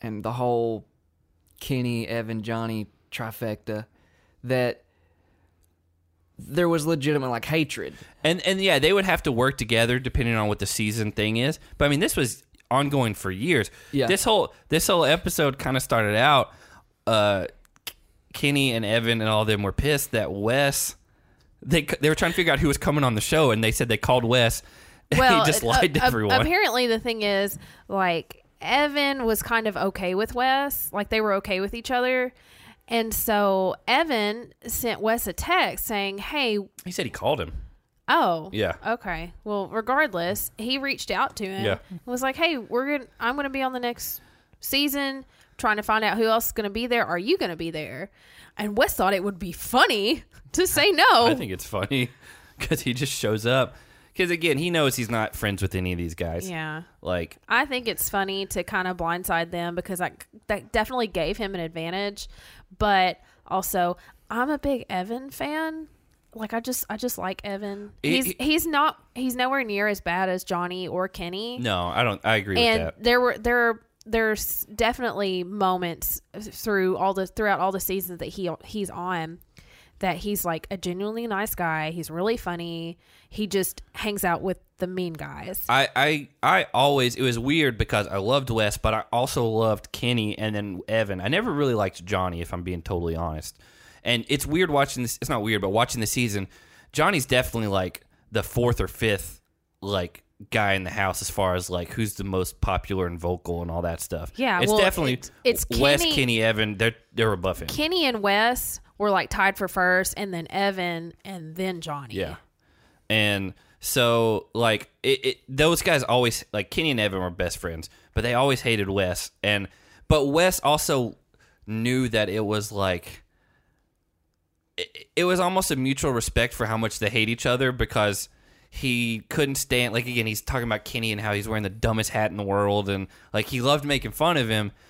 S3: and the whole Kenny, Evan, Johnny trifecta that there was legitimate like hatred.
S1: And and yeah, they would have to work together depending on what the season thing is. But I mean, this was ongoing for years.
S3: Yeah.
S1: This whole this whole episode kind of started out. Uh, Kenny and Evan and all them were pissed that Wes. They they were trying to figure out who was coming on the show, and they said they called Wes. And
S2: Well,
S1: he just
S2: uh,
S1: lied to
S2: uh,
S1: everyone.
S2: Apparently, the thing is, like Evan was kind of okay with Wes, like they were okay with each other, and so Evan sent Wes a text saying, "Hey,
S1: he said he called him.
S2: Oh.
S1: Yeah.
S2: Okay. Well, regardless, he reached out to him
S1: Yeah.
S2: and was like, Hey, we're gonna I'm gonna be on the next season trying to find out who else is gonna be there. Are you gonna be there? And Wes thought it would be funny to say
S1: I
S2: no.
S1: think it's funny because he just shows up. Because again, he knows he's not friends with any of these guys.
S2: Yeah.
S1: Like
S2: I think it's funny to kind of blindside them because I, that definitely gave him an advantage. But also, I'm a big Evan fan. Like I just, I just like Evan.
S1: He-
S2: He's
S1: he-
S2: he's not he's nowhere near as bad as Johnny or Kenny.
S1: no, I don't. I agree
S2: and
S1: with that.
S2: there were there there's definitely moments through all the throughout all the seasons that he he's on that he's like a genuinely nice guy. He's really funny. He just hangs out with the mean guys.
S1: I, I I always it was weird because I loved Wes, but I also loved Kenny and then Evan. I never really liked Johnny, if I'm being totally honest. And it's weird watching this. It's not weird, but watching the season, Johnny's definitely like the fourth or fifth like guy in the house as far as like who's the most popular and vocal and all that stuff.
S2: Yeah,
S1: it's
S2: well,
S1: definitely
S2: it- it's
S1: Wes,
S2: Kenny-
S1: Kenny, Evan. They're they're above him.
S2: Kenny and Wes were like tied for first, and then Evan, and then Johnny.
S1: Yeah. And so like it, it those guys always like Kenny and Evan were best friends, but they always hated Wes and but Wes also knew that it was like it, it was almost a mutual respect for how much they hate each other because he couldn't stand like again he's talking about Kenny and how he's wearing the dumbest hat in the world and like he loved making fun of him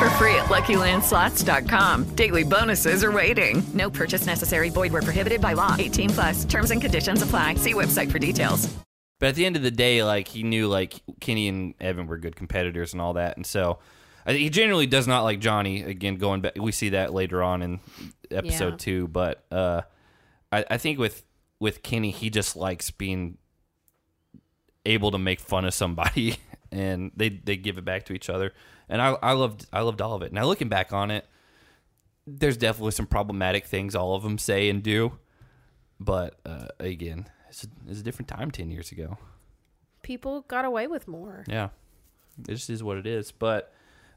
S4: for free at LuckyLandSlots.com. Daily bonuses are waiting. No purchase necessary. Void where prohibited by law. 18 plus terms and conditions apply. See website for details.
S1: But at the end of the day, like he knew, like Kenny and Evan were good competitors and all that, and so I, he generally does not like Johnny. Again, going back, we see that later on in episode
S2: Yeah.
S1: two. But uh, I, I think with with Kenny, he just likes being able to make fun of somebody, and they they give it back to each other. And I I loved I loved all of it. Now looking back on it, there's definitely some problematic things all of them say and do, but uh, again. It's a, it's a different time 10 years ago.
S2: People got away with more.
S1: Yeah, it just is what it is. But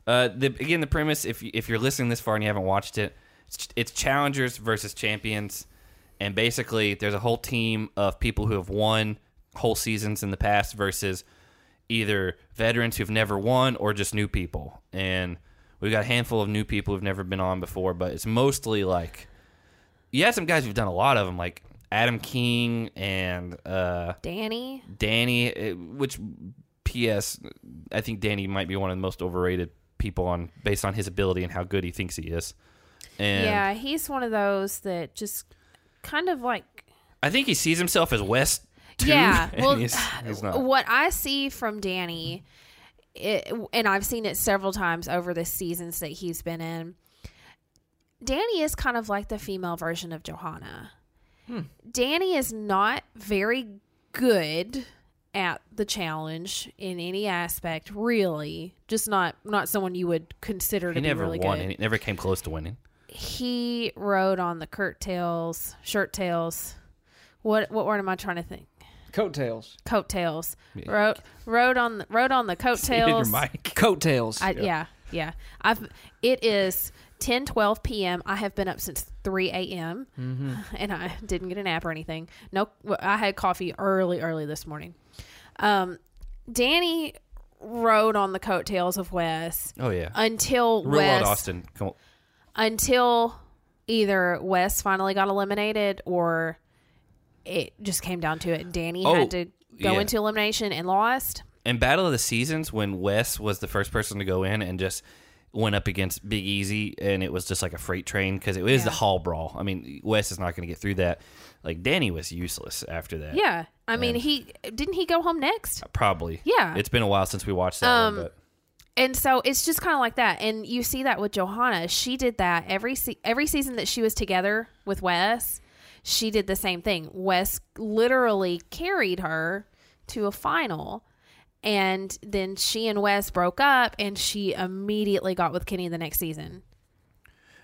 S1: uh, the, again, the premise if you, if you're listening this far and you haven't watched it, it's, it's challengers versus champions, and basically there's a whole team of people who have won whole seasons in the past versus either veterans who've never won or just new people. And we've got a handful of new people who've never been on before, but it's mostly like you had some guys who've done a lot of them, like Adam King and uh,
S2: Danny,
S1: Danny, uh, which P.S. I think Danny might be one of the most overrated people on based on his ability and how good he thinks he is. And
S2: yeah, he's one of those that just kind of like
S1: I think he sees himself as West. Too,
S2: Yeah,
S1: and
S2: well,
S1: he's, he's not.
S2: what I see from Danny, it, and I've seen it several times over the seasons that he's been in. Danny is kind of like the female version of Johanna.
S1: Hmm.
S2: Danny is not very good at the challenge in any aspect, really. Just not not someone you would consider
S1: He
S2: to
S1: never
S2: be really
S1: won.
S2: good
S1: Any, never came close to winning.
S2: he rode on the curtails, shirt tails. What what word am I trying to think?
S3: Coattails.
S2: Coattails. Rode rode on the, rode on the
S1: Hit your
S2: coattails.
S1: mic.
S3: Coattails.
S2: I, yeah, yeah. I've it is 10, 12 p.m. I have been up since three a.m.
S1: Mm-hmm.
S2: and I didn't get a nap or anything. No, well, I had coffee early, early this morning. Um, Danny rode on the coattails of Wes
S1: Oh yeah,
S2: until
S1: real
S2: Uh, Wes
S1: world Austin. Come on.
S2: until either Wes finally got eliminated or it just came down to it. Danny
S1: Oh,
S2: had to go
S1: yeah.
S2: into elimination and lost.
S1: in Battle of the Seasons when Wes was the first person to go in and just went up against Big Easy and it was just like a freight train because it was the hall brawl. I mean, Wes is not going to get through that. Like Danny was useless after that.
S2: Yeah. I mean, he didn't he go home next?
S1: probably.
S2: Yeah. Um,
S1: it's been a while since we watched that one, but
S2: And so it's just kind of like that. And you see that with Johanna. She did that every se- every season that she was together with Wes. She did the same thing. Wes literally carried her to a final. And then she and Wes broke up and she immediately got with Kenny the next season.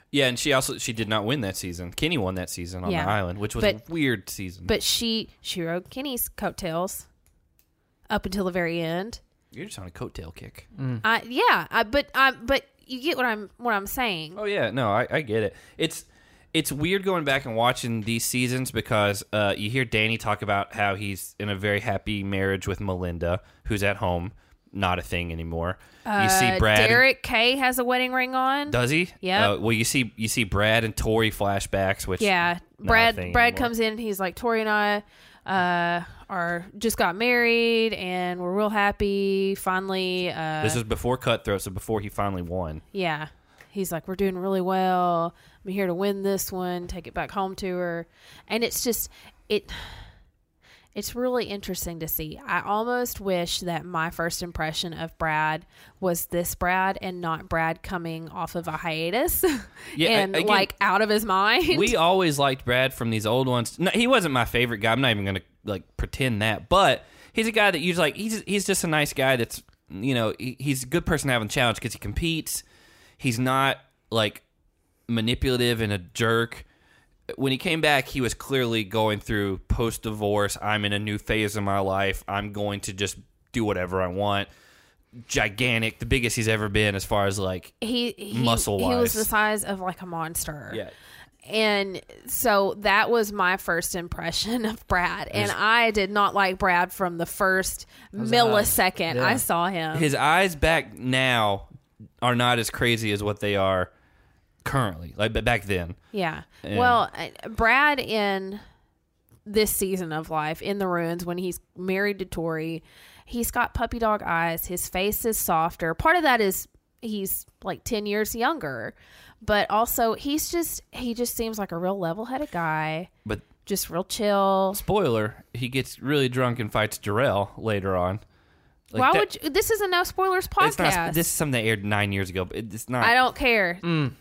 S1: yeah, and she also she did not win that season. Kenny won that season on
S2: Yeah.
S1: the island, which was
S2: But-
S1: a weird season.
S2: But she she rode Kenny's coattails up until the very end.
S1: You're just on a coattail kick.
S2: I yeah, I but I but you get what I'm what I'm saying.
S1: Oh yeah, no, I, I get it. It's it's weird going back and watching these seasons because uh, you hear Danny talk about how he's in a very happy marriage with Melinda, who's at home, not a thing anymore. you see
S2: Uh,
S1: Brad. and-
S2: Derek K has a wedding ring on.
S1: does he?
S2: Yeah.
S1: Uh, well, you see, you see Brad and Tori flashbacks, which
S2: yeah,
S1: not a
S2: Brad
S1: thing
S2: Brad
S1: anymore.
S2: comes in. He's like Tori and I uh, are just got married and we're real happy. Finally, uh,
S1: This was before Cutthroat, so before he finally won.
S2: Yeah. He's like, we're doing really well. I'm here to win this one, take it back home to her. And it's just, it, It's really interesting to see. I almost wish that my first impression of Brad was this Brad and not Brad coming off of a hiatus
S1: Yeah, a-
S2: and
S1: again-
S2: like out of his mind.
S1: we always liked Brad from these old ones. No, he wasn't my favorite guy. I'm not even gonna like pretend that, but he's a guy that usually like he's he's just a nice guy. That's you know he, he's a good person to have in challenge because he competes. He's not like manipulative and a jerk. When he came back, he was clearly going through post divorce. I'm in a new phase of my life. I'm going to just do whatever I want. Gigantic, the biggest he's ever been as far as like
S2: he, he he
S1: Muscle-wise.
S2: was the size of like a monster.
S1: yeah.
S2: And so that was my first impression of Brad. And I did not like Brad from the first millisecond I saw him.
S1: his eyes back now are not as crazy as what they are currently like but back then
S2: Yeah. Well, I- Brad in this season of life in the ruins when he's married to Tori, he's got puppy dog eyes. His face is softer. Part of that is he's like 10 years younger, but also he's just he just seems like a real level-headed guy,
S1: but
S2: just real chill.
S1: spoiler he gets really drunk and fights Jarrell later on Like,
S2: Why
S1: that-
S2: would you, this is a no spoilers
S1: it's not-
S2: podcast.
S1: this is something that aired nine years ago but it's not
S2: I don't care.
S3: Mm.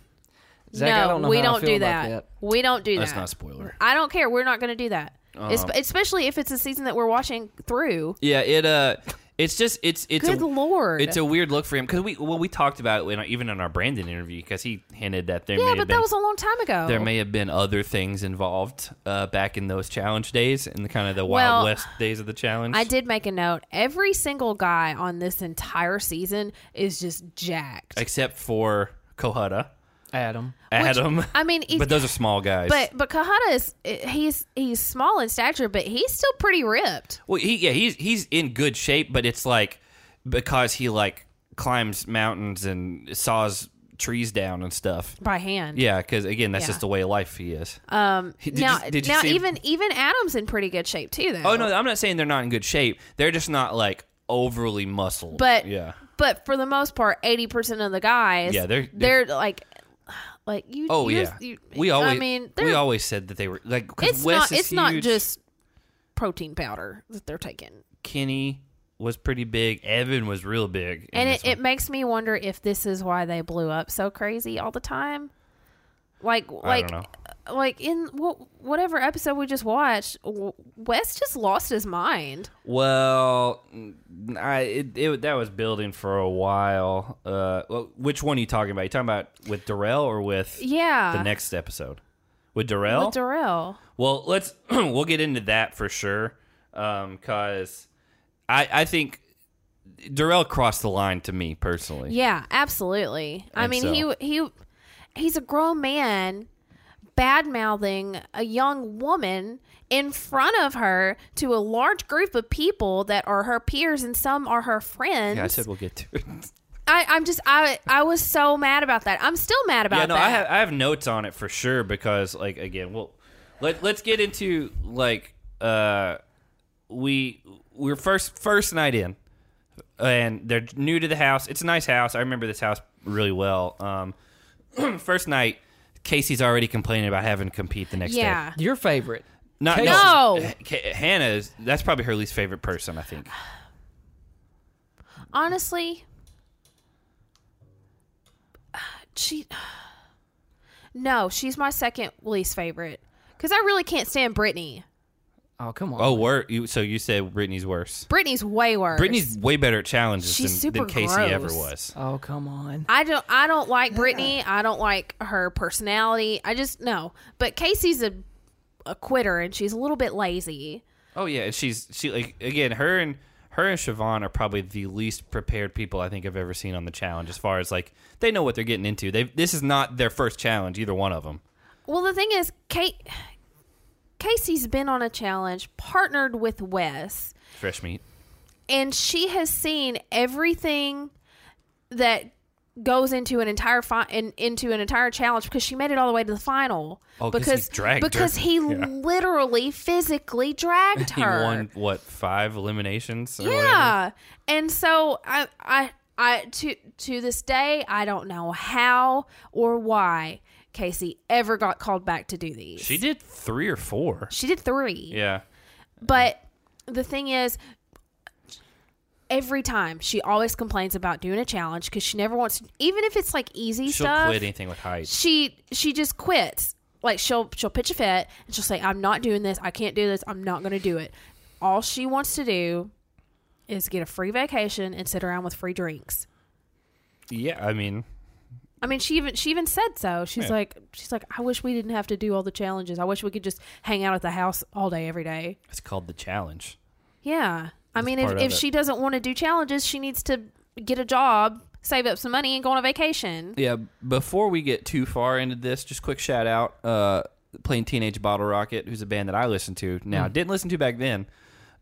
S3: Zach,
S2: no,
S3: I don't know
S2: we
S3: how I
S2: don't
S3: feel
S2: do
S3: about
S2: that.
S3: that.
S2: We don't do
S1: that's
S2: that.
S1: not a spoiler
S2: I don't care. We're not going to do that. Espe- especially if it's a season that we're watching through.
S1: yeah it uh it's just it's it's
S2: Good
S1: a,
S2: lord.
S1: it's a weird look for him because we well we talked about it when, even in our Brandon interview because he hinted that there may
S2: Yeah,
S1: have
S2: but
S1: been
S2: that was a long time ago.
S1: there may have been other things involved uh, back in those challenge days in the kind of the
S2: Well,
S1: wild west days of the challenge
S2: I did make a note. Every single guy on this entire season is just jacked.
S1: except for Kohada,
S3: Adam.
S1: Adam.
S2: I mean, he's-
S1: but those are small guys.
S2: but but Kahana is eh, he's he's small in stature, but he's still pretty ripped.
S1: well, he yeah, he's he's in good shape, but it's like because he like climbs mountains and saws trees down and stuff.
S2: By hand,
S1: Yeah, because again, that's
S2: Yeah.
S1: just the way of life he is. Um, did
S2: now,
S1: you, did you
S2: now
S1: see-
S2: even even Adam's in pretty good shape too, though.
S1: Oh no, I'm not saying they're not in good shape. They're just not like overly muscled.
S2: but
S1: yeah,
S2: but for the most part, eighty percent of the guys,
S1: Yeah, they're-
S2: they're, like like you.
S1: oh
S2: you-
S1: yeah,
S2: you-
S1: we always
S2: I mean,
S1: we
S2: they're-
S1: always said that they were like 'cause
S2: It's
S1: Wes
S2: not.
S1: is
S2: It's not
S1: huge.
S2: just protein powder that they're taking.
S1: Kenny was pretty big. Evan was real big, in
S2: and
S1: this
S2: it, it makes me wonder if this is why they blew up so crazy all the time like like
S1: know.
S2: like in wh- whatever episode we just watched W- wes just lost his mind
S1: Well, n- I it, it that was building for a while. Uh, well, which one are you talking about? You talking about with Darrell or with
S2: yeah
S1: the next episode with Darrell?
S2: with Darrell.
S1: well, let's we'll get into that for sure. Um, cause I I think Darrell crossed the line to me personally.
S2: yeah absolutely i
S1: And
S2: mean
S1: so-
S2: he he he's a grown man bad mouthing a young woman in front of her to a large group of people that are her peers and some are her friends
S1: Yeah, I said we'll get to it.
S2: I, I'm just I I was so mad about that. I'm still mad about
S1: yeah, no,
S2: that.
S1: I have I have notes on it for sure because like again, well, let let's get into like uh, we we're first first night in, and they're new to the house. It's a nice house. I remember this house really well. Um, first night, Casey's already complaining about having to compete the next
S2: yeah.
S1: day.
S3: Your favorite.
S1: Not,
S3: Casey.
S2: No.
S1: H- H- Hannah is that's probably her least favorite person. I think.
S2: Honestly, she no, she's my second least favorite because I really can't stand Brittany.
S3: Oh, come on.
S1: Oh, wor- you so you said Brittany's worse.
S2: Brittany's way worse.
S1: Brittany's way better at challenges
S2: She's
S1: than, than
S2: super
S1: Casey ever
S2: gross.
S1: was.
S3: Oh, come on.
S2: I don't I don't like Brittany. I don't like her personality. I just no. But Casey's a a quitter and she's a little bit lazy.
S1: Oh yeah, and she's she like again her and her and Siobhan are probably the least prepared people I think I've ever seen on the challenge as far as like they know what they're getting into. They this is not their first challenge either one of them.
S2: Well, the thing is, Kate, Casey's been on a challenge, partnered with Wes,
S1: Fresh meat.
S2: and she has seen everything that goes into an entire fi- in, into an entire challenge because she made it all the way to the final.
S1: Oh, 'cause he
S2: because
S1: dragged her.
S2: because he literally physically dragged
S1: He
S2: her.
S1: won what five eliminations? Or whatever?
S2: Yeah. And so I I I to to this day I don't know how or why Casey ever got called back to do these.
S1: she did three or four.
S2: She did 3.
S1: Yeah,
S2: But the thing is every time she always complains about doing a challenge because she never wants to even if it's like easy
S1: She'll
S2: stuff
S1: quit anything with heights.
S2: she she just quits like she'll she'll pitch a fit and she'll say i'm not doing this i can't do this i'm not going to do it all she wants to do is get a free vacation and sit around with free drinks
S1: Yeah, I mean,
S2: I mean, she even she even said so. She's
S1: Yeah.
S2: like, she's like, I wish we didn't have to do all the challenges. I wish we could just hang out at the house all day every day.
S1: it's called the challenge.
S2: Yeah, I mean, if
S1: part of
S2: if
S1: it.
S2: she doesn't want to do challenges, she needs to get a job, save up some money, and go on a vacation.
S1: Yeah, before we get too far into this, just quick shout out uh playing Teenage Bottle Rocket, who's a band that I listen to
S2: Mm.
S1: now. Didn't listen to back then.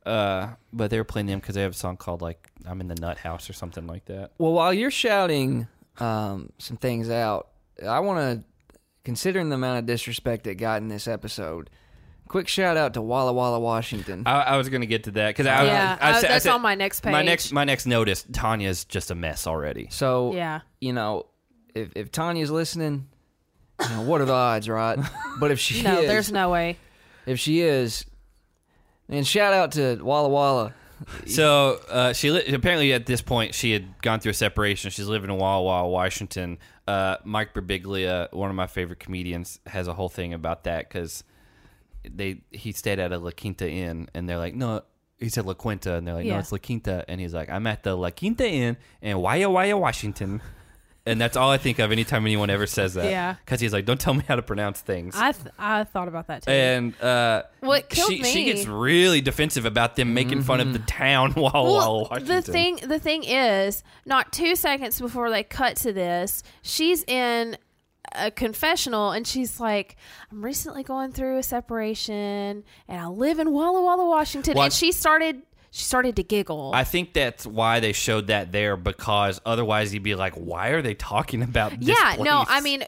S1: Uh, but they were playing them because they have a song called like "I'm in the Nut House" or something like that.
S3: Well, while you're shouting um, some things out, I want to, considering the amount of disrespect it got in this episode, quick shout out to Walla Walla, Washington.
S1: I, I was gonna get to that because I,
S2: Yeah,
S1: I, I,
S2: uh,
S1: said- I
S2: that's
S1: said-
S2: on my next
S1: My
S2: page.
S1: next, my next notice. Tanya's just a mess already.
S3: so,
S2: Yeah.
S3: you know, if, if Tanya's listening, you know, what are the odds, right? But if she
S2: No,
S3: is,
S2: there's no way.
S3: if she is, and shout out to Walla Walla.
S1: So uh, she li- apparently at this point she had gone through a separation. She's living in Walla Walla, Washington. Uh, Mike Birbiglia, one of my favorite comedians, has a whole thing about that because they he stayed at a La Quinta Inn and they're like, no, he said La Quinta and they're like, no,
S2: Yeah.
S1: it's La Quinta, and he's like, I'm at the La Quinta Inn in Walla Walla, Washington. And that's all I think of anytime anyone ever says that.
S2: Yeah.
S1: Because he's like, don't tell me how to pronounce things.
S2: I th- I thought about that too.
S1: and uh,
S2: What killed
S1: she,
S2: me?
S1: she gets really defensive about them making fun of the town while while
S2: well,
S1: Washington.
S2: the thing the thing is, not two seconds before they cut to this, she's in a confessional and she's like, "I'm recently going through a separation, and I live in Walla Walla, Washington."
S1: Well, I-
S2: and she started she started to giggle.
S1: I think that's why they showed that there because otherwise you'd be like, why are they talking about this?
S2: yeah, no,
S1: place?
S2: I mean.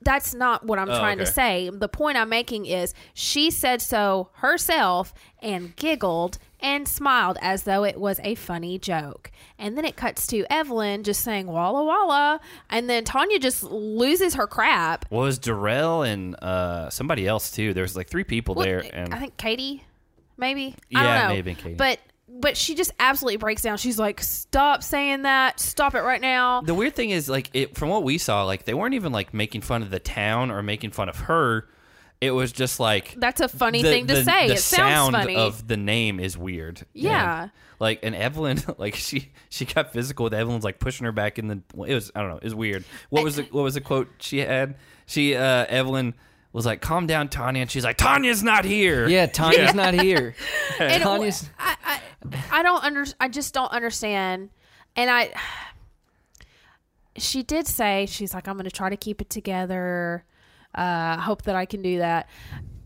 S2: That's not what I'm
S1: Oh,
S2: trying to
S1: okay.
S2: say. The point I'm making is she said so herself and giggled and smiled as though it was a funny joke. And then it cuts to Evelyn just saying walla walla. And then Tanya just loses her crap.
S1: Well, it was Darrell and uh, somebody else too. There was like three people
S2: Well,
S1: there, and
S2: I think Katie, maybe.
S1: Yeah,
S2: I don't know.
S1: maybe Katie.
S2: But but she just absolutely breaks down. She's like, "Stop saying that! Stop it right now!"
S1: the weird thing is like it from what we saw, like they weren't even like making fun of the town or making fun of her. It was just like
S2: That's a funny
S1: the-
S2: thing to
S1: the-
S2: say.
S1: The
S2: it sounds
S1: sound
S2: funny.
S1: of the name is weird.
S2: Yeah.
S1: And, like and Evelyn, like she she got physical with Evelyn's like pushing her back in the. It was I don't know. It was weird. What was the what was the quote she had? She uh Evelyn was like, "Calm down, Tanya," and she's like, "Tanya's not here."
S3: Yeah, Tanya's not here.
S2: And w-
S3: Tanya's-
S2: I, I, I don't under I just don't understand. And I she did say she's like I'm going to try to keep it together. Uh hope that I can do that.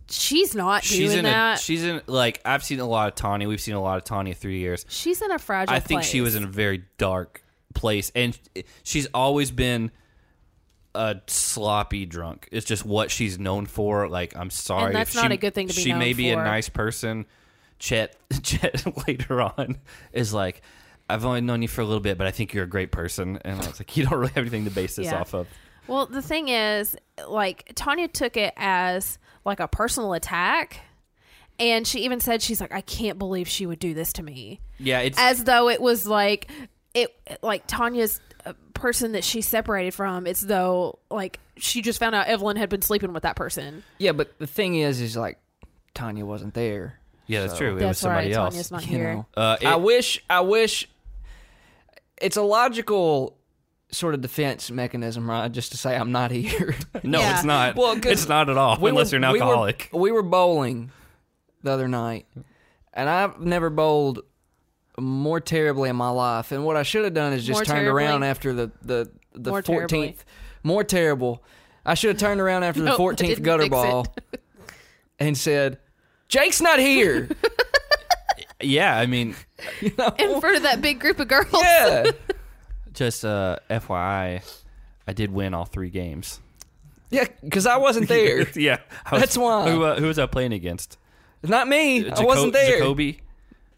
S2: She's not
S1: She's
S2: doing
S1: in
S2: that.
S1: a she's in like I've seen a lot of Tanya. We've seen a lot of Tanya through the years.
S2: she's in a fragile
S1: I think she
S2: place.
S1: was in a very dark place, and she's always been a sloppy drunk. It's just what she's known for. Like, I'm sorry,
S2: And that's
S1: if
S2: not
S1: she-
S2: a good thing to be
S1: She
S2: known
S1: may be a
S2: for.
S1: nice person. Chet, Chet later on is like, I've only known you for a little bit, but I think you're a great person, and I was like, you don't really have anything to base this
S2: Yeah.
S1: off of.
S2: Well, the thing is, like Tanya took it as like a personal attack, and she even said she's like, "I can't believe she would do this to me,"
S1: Yeah, it's
S2: as though it was like it like Tanya's uh, person that she separated from. It's though like she just found out Evelyn had been sleeping with that person.
S3: Yeah, but the thing is, is like Tanya wasn't there.
S1: yeah, that's true. It was
S2: That's
S1: somebody
S2: right.
S1: else.
S2: Tanya's not
S3: You
S2: here.
S3: know,
S1: Uh, it-
S3: I wish. I wish. It's a logical sort of defense mechanism, right? Just to say I'm not here.
S1: no,
S2: Yeah.
S1: it's not.
S3: Well,
S1: Well,
S3: 'cause
S1: it's not at all,
S3: We
S1: unless
S3: were-
S1: you're an
S3: we were-
S1: alcoholic.
S3: We were, bowling the other night, and I've never bowled more terribly in my life. And what I should have done is just
S2: More
S3: turned
S2: terribly?
S3: around after the the the
S2: More terribly.
S3: fourteenth. More terrible. I should have turned around after the
S2: Nope, I
S3: fourteenth
S2: didn't
S3: gutter
S2: fix
S3: ball and said, "Jake's not here."
S1: yeah, I mean,
S2: in front of that big group of girls.
S3: yeah.
S1: just uh, FYI, I did win all three games.
S3: Yeah, because I wasn't there.
S1: yeah, I was-
S3: That's why.
S1: Who, uh, who was I playing against?
S3: Not me. I
S1: Uh, Jaco-
S3: wasn't there.
S1: Jacoby.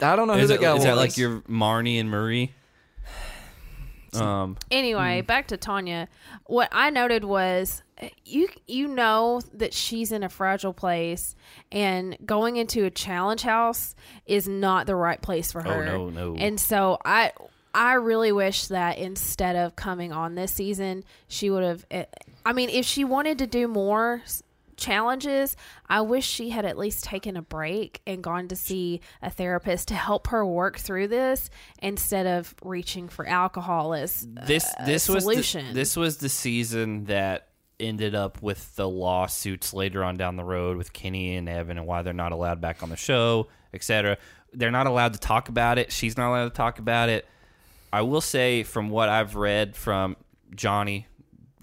S3: I don't know who
S1: Is,
S3: that
S1: it-
S3: guy
S1: is
S3: was.
S1: that like your Marnie and Marie? Um,
S2: Anyway, back to Tanya. What I noted was eh, you you know that she's in a fragile place and going into a challenge house is not the right place for her.
S1: Oh, no, no.
S2: And so I I really wish that instead of coming on this season, she would have eh, I mean, if she wanted to do more s- challenges, I wish she had at least taken a break and gone to see a therapist to help her work through this instead of reaching for alcohol as
S1: this
S3: uh,
S1: this was the,
S2: solution.
S1: this was the season that ended up with the lawsuits later on down the road with Kenny and Evan and why they're not allowed back on the show, etc. They're not allowed to talk about it. She's not allowed to talk about it. I will say from what I've read from Johnny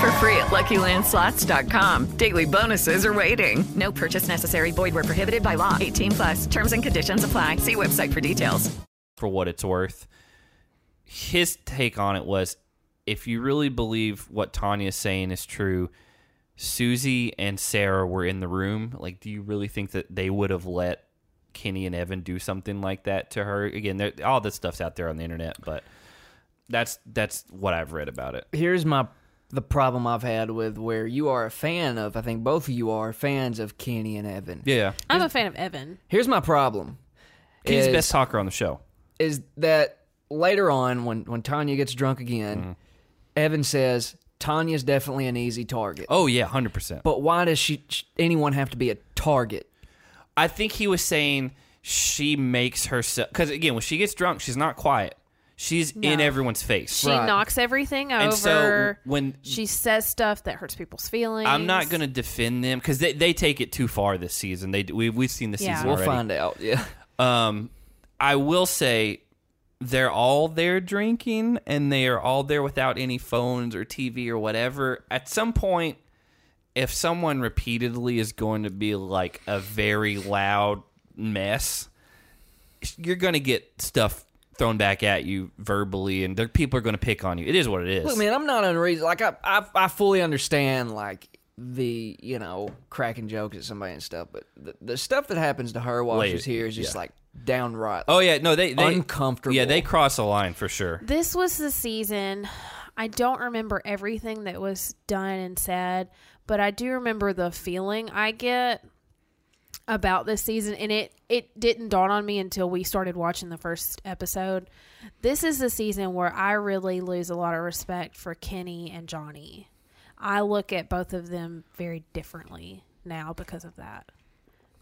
S4: for free at LuckyLandSlots.com. Daily bonuses are waiting. No purchase necessary. Void were prohibited by law. 18 plus. Terms and conditions apply. See website for details.
S1: for what it's worth. His take on it was if you really believe what Tanya's saying is true, Susie and Sarah were in the room. Like, do you really think that they would have let Kenny and Evan do something like that to her? Again, there- all this stuff's out there on the internet, but that's that's what I've read about it.
S3: here's my the problem I've had with where you are a fan of. I think both of you are fans of Kenny and Evan.
S1: Yeah.
S2: I'm a fan of Evan.
S3: Here's my problem.
S1: Kenny's
S3: is-
S1: best talker on the show.
S3: is that later on when when Tanya gets drunk again,
S1: Mm-hmm.
S3: Evan says Tanya's definitely an easy target.
S1: Oh, yeah, 100%.
S3: But why does she, sh anyone have to be a target?
S1: I think he was saying she makes herself because again, when she gets drunk, she's not quiet. She's in everyone's face.
S2: She knocks everything over.
S1: And so when
S2: she says stuff that hurts people's feelings.
S1: I'm not going to defend them because they, they take it too far this season. They we we've seen the
S2: Yeah.
S1: season
S3: We'll
S1: already.
S3: find out. Yeah.
S1: Um, I will say they're all there drinking and they are all there without any phones or TV or whatever. At some point, if someone repeatedly is going to be like a very loud mess, you're going to get stuff thrown back at you verbally and there, people are going to pick on you. It is what it is.
S3: Look, man, I'm not unreasonable. Like I, I, I fully understand like the you know cracking jokes at somebody and stuff, but the, the stuff that happens to her while
S1: Later,
S3: she's here is just
S1: yeah.
S3: like downright.
S1: oh, yeah. No, they, they
S3: Uncomfortable.
S1: Yeah, they cross a line for sure.
S2: This was the season. I don't remember everything that was done and said, but I do remember the feeling I get about this season and it it didn't dawn on me until we started watching the first episode. This is the season where I really lose a lot of respect for Kenny and Johnny. I look at both of them very differently now because of that.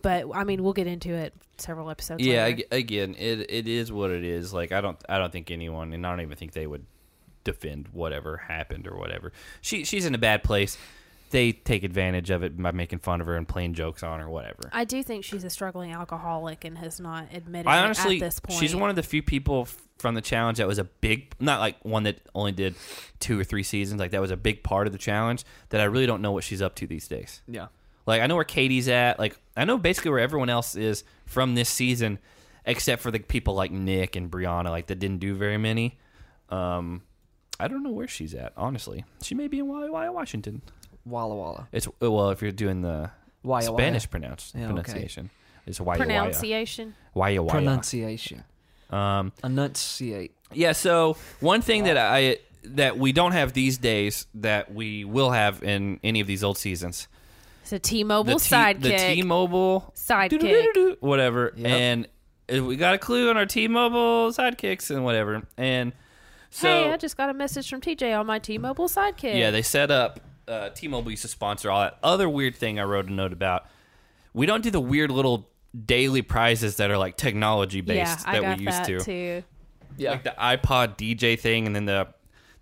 S2: But I mean, we'll get into it several episodes.
S1: Yeah,
S2: later.
S1: ag- again, it it is what it is. Like I don't I don't think anyone, and I don't even think they would defend whatever happened or whatever. She she's in a bad place. They take advantage of it by making fun of her and playing jokes on her, whatever.
S2: I do think she's a struggling alcoholic and has not admitted
S1: I
S2: it
S1: honestly,
S2: at this point.
S1: she's one of the few people f- from the challenge that was a big, not like one that only did two or three seasons. Like that was a big part of the challenge that I really don't know what she's up to these days.
S3: yeah.
S1: Like I know where Katie's at. Like I know basically where everyone else is from this season, except for the people like Nick and Brianna, like that didn't do very many. Um, I don't know where she's at. Honestly, she may be in Walla Walla, Washington.
S3: Walla walla.
S1: It's well if you're doing the
S3: Walla Walla.
S1: Spanish pronounce,
S3: Yeah, okay.
S1: pronunciation. It's Walla Walla.
S2: pronunciation.
S1: Walla Walla.
S3: Pronunciation. Um. Enunciate.
S1: Yeah. So one thing that I that we don't have these days that we will have in any of these old seasons
S2: It's a T-Mobile
S1: T-
S2: sidekick.
S1: The T-Mobile
S2: Sidekick.
S1: doo-doo-doo-doo-doo, whatever. And uh, we got a clue on our T-Mobile sidekicks and whatever. And so
S2: hey, I just got a message from TJ on my T-Mobile sidekick.
S1: yeah, they set up. Uh, T-Mobile used to sponsor all that other weird thing I wrote a note about. We don't do the weird little daily prizes that are like technology
S2: yeah,
S1: based
S2: I
S1: that
S2: got
S1: we used
S2: that
S1: to.
S2: too.
S3: Yeah.
S1: Like the iPod DJ thing, and then the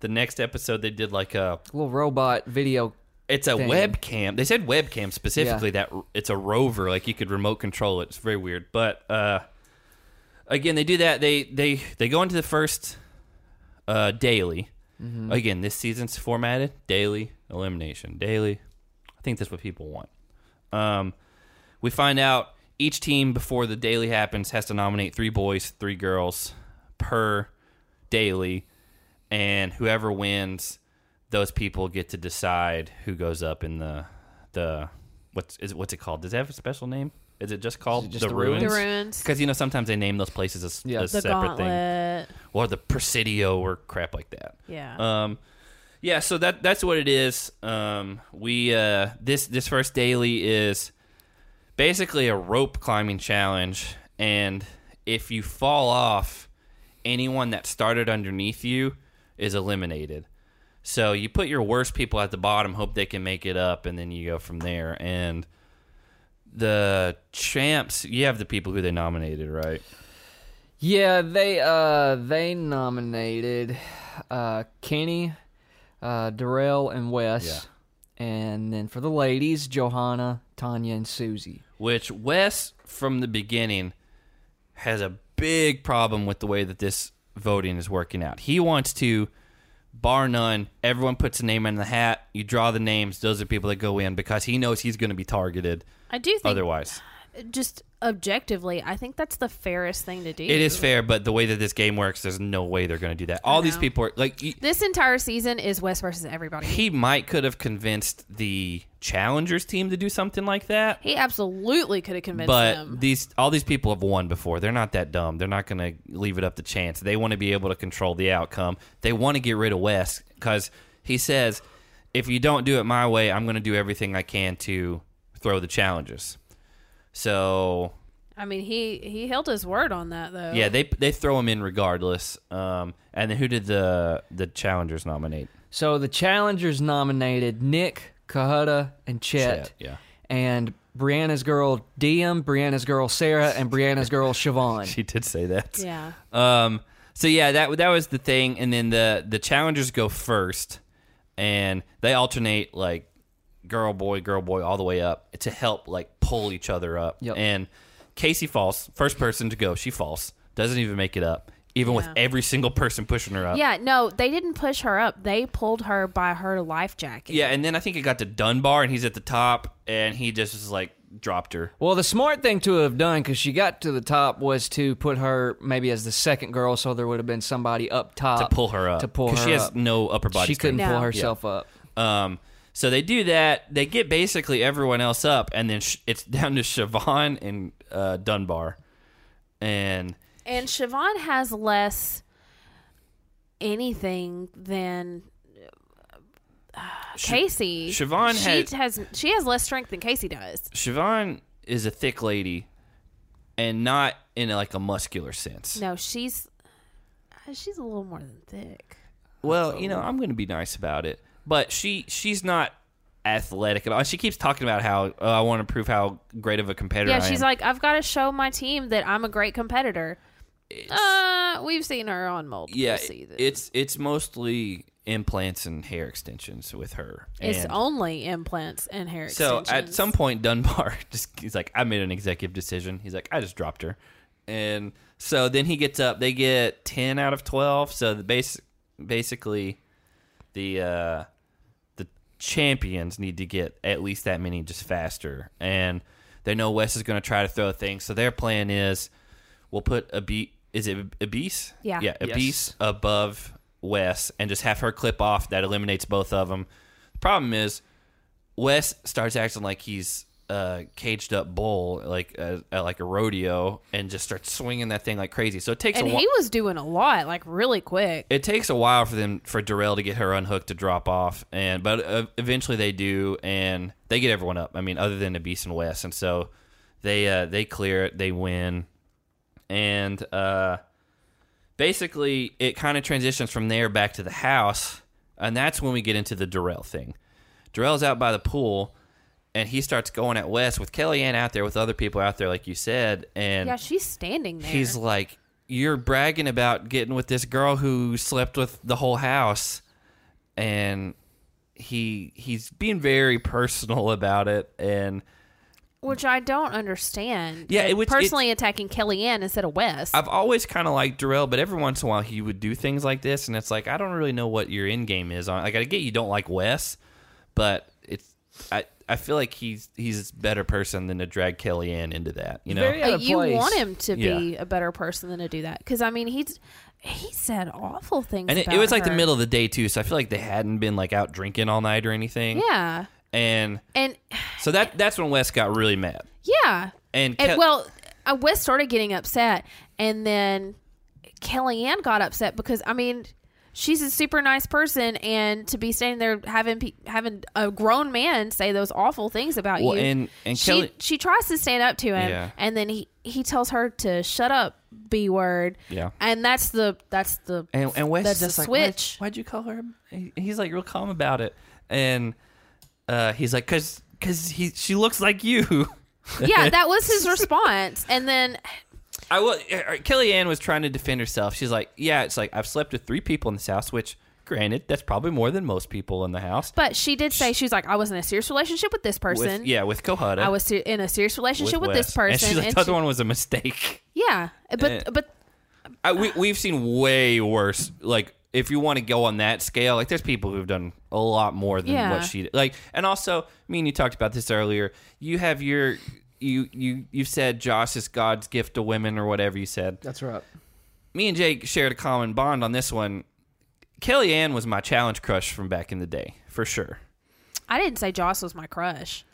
S1: the next episode they did like a
S3: little robot video.
S1: it's a
S3: Thing.
S1: webcam. They said webcam specifically that r- it's a rover, like you could remote control it. It's very weird, but uh, again, they do that. They they they go into the first uh, daily. Again, this season's formatted daily elimination. Daily, I think that's what people want. Um, we find out each team before the daily happens has to nominate three boys, three girls per daily, and whoever wins, those people get to decide who goes up in the the what's is it, what's it called? Does it have a special name? Is it just called
S3: just
S1: the,
S3: the
S1: ruins?
S3: ruins?
S2: The ruins.
S1: Because you know sometimes they name those places as
S3: Yeah.
S1: a
S2: The
S1: separate thing,
S2: gauntlet.
S1: or the Presidio or crap like that.
S2: Yeah.
S1: Um, yeah, so that that's what it is. Um, we uh, this this first daily is basically a rope climbing challenge, and if you fall off, anyone that started underneath you is eliminated. So you put your worst people at the bottom, hope they can make it up, and then you go from there. And the champs, you have the people who they nominated, right?
S3: Yeah, they uh they nominated uh Kenny, uh Darrell and Wes. And then for the ladies, Johanna, Tanya and Susie.
S1: which Wes from the beginning has a big problem with the way that this voting is working out. He wants to bar none, everyone puts a name in the hat, you draw the names, those are people that go in because he knows he's going to be targeted
S2: I do think
S1: otherwise.
S2: just objectively, I think that's the fairest thing to do.
S1: It is fair, but the way that this game works, there's no way they're going to do that. All these
S2: know.
S1: people are like y-
S2: This entire season is West versus everybody.
S1: he might could have convinced the challengers team to do something like that.
S2: He absolutely could have convinced
S1: but
S2: them.
S1: these all these people have won before. They're not that dumb. They're not going to leave it up to chance. They want to be able to control the outcome. They want to get rid of Wes because he says, "If you don't do it my way, I'm going to do everything I can to throw the challenges." So
S2: I mean, he he held his word on that though.
S1: yeah, they they throw him in regardless. Um, and then who did the the challengers nominate?
S3: So the challengers nominated Nick, Cahuta, and Chet.
S1: Chet, yeah.
S3: And Brianna's girl Diem, Brianna's girl Sarah, and Brianna's girl Siobhan.
S1: She did say that.
S2: yeah.
S1: Um. So yeah, that that was the thing, and then the the challengers go first, and they alternate like girl boy girl boy all the way up to help like pull each other up.
S3: Yep.
S1: And Casey falls, first person to go. She falls, doesn't even make it up, even with every single person pushing her up.
S2: Yeah, no, they didn't push her up. They pulled her by her life jacket.
S1: Yeah, and then I think it got to Dunbar, and he's at the top, and he just was like dropped her.
S3: Well, the smart thing to have done, because she got to the top, was to put her maybe as the second girl, so there would have been somebody up
S1: To
S3: top
S1: pull her up
S3: Uh, To pull her
S1: because she has
S3: up.
S1: no upper body.
S3: she
S1: strength.
S3: couldn't
S2: No.
S3: pull herself up.
S1: Um, so they do that. They get basically everyone else up, and then sh- it's down to Siobhan and uh, Dunbar. And
S2: And Siobhan has less anything than uh, Casey.
S1: Siobhan
S2: she
S1: had-
S2: has she has less strength than Casey does.
S1: Siobhan is a thick lady, and not in like a muscular sense.
S2: No, she's uh, she's a little more than thick.
S1: Well, you know, I'm going to be nice about it, but she she's not athletic at all. She keeps talking about how oh, I want to prove how great of a competitor.
S2: Yeah,
S1: I
S2: she's
S1: am."
S2: like, I've got to show my team that I'm a great competitor. Uh, we've seen her on multiple
S1: yeah.
S2: seasons.
S1: It's it's mostly implants and hair extensions with her.
S2: It's
S1: and-
S2: only implants and hair
S1: So
S2: extensions.
S1: at some point, Dunbar just he's like, I made an executive decision. He's like, I just dropped her, and so then he gets up. They get ten out of twelve. So the base, basically, the uh, the champions need to get at least that many just faster, and they know Wes is going to try to throw things. So their plan is, we'll put a beat. Is it obese?
S2: Yeah.
S1: Yeah,
S3: Yes.
S1: obese above Wes, and just have her clip off. That eliminates both of them. Problem is, Wes starts acting like he's a caged up bull, like a, a- like a rodeo, and just starts swinging that thing like crazy. So it takes
S2: and
S1: a while.
S2: he was doing a lot, like really quick.
S1: it takes a while for them for Darrell to get her unhooked to drop off, and but uh, eventually they do, and they get everyone up. I mean, other than Abyss and Wes, and so they uh, they clear it, they win, and uh, basically it kind of transitions from there back to the house, and that's when we get into the Darrell thing. Darrell's out by the pool, and he starts going at Wes with Kellyanne out there with other people out there, like you said, and
S2: Yeah, she's standing there.
S1: he's like, "You're bragging about getting with this girl who slept with the whole house," and he he's being very personal about it, and
S2: which I don't understand.
S1: Yeah, it would- it-
S2: personally attacking Kellyanne instead of Wes.
S1: I've always kind of liked Darrell, but every once in a while he would do things like this, and it's like I don't really know what your end game is on. Like I get you don't like Wes, but it's I I feel like he's he's a better person than to drag Kellyanne into that. You know,
S3: Very out
S2: But
S3: of
S2: you
S3: place.
S2: want him to be
S1: Yeah.
S2: a better person than to do that because I mean he's he said awful things.
S1: and it, it
S2: about
S1: was like the
S2: her.
S1: middle of the day too, so I feel like they hadn't been like out drinking all night or anything.
S2: Yeah,
S1: and
S2: and
S1: so that that's when Wes got really mad.
S2: yeah,
S1: And Ke-
S2: well, uh, Wes started getting upset, and then Kellyanne got upset because I mean. She's a super nice person, and to be standing there having pe- having a grown man say those awful things about
S1: Well,
S2: you,
S1: and- and
S2: she
S1: Kelly-
S2: she tries to stand up to him,
S1: Yeah.
S2: and then he he tells her to shut up, b word,
S1: Yeah.
S2: and that's the that's the
S1: And, and Wes
S2: that's
S1: is just
S2: the
S1: like,
S2: switch.
S1: Why'd, why'd you call her? And He's like real calm about it, and uh, he's like, cause, cause he she looks like you.
S2: yeah, that was his response. And then,
S1: I will. uh, Kellyanne was trying to defend herself. She's like, yeah, it's like I've slept with three people in this house, which, granted, that's probably more than most people in the house.
S2: but she did say she was like, I was in a serious relationship with this
S1: With-
S2: person.
S1: yeah, with Kohada.
S2: I was ser- in a serious relationship with, this
S1: Wes.
S2: person.
S1: And she's like,
S2: and
S1: the
S2: she-
S1: other one was a mistake.
S2: yeah, but
S1: Eh.
S2: but
S1: I, we, we've seen way worse. Like, if you want to go on that scale, like, there's people who've done a lot more than
S2: Yeah.
S1: what she did. Like, and also, me and you talked about this earlier. You have your, you, you, you said Josh is God's gift to women or whatever you said.
S3: That's right.
S1: Me and Jake shared a common bond on this one. Kellyanne was my challenge crush from back in the day, for sure.
S2: I didn't say Joss was my crush.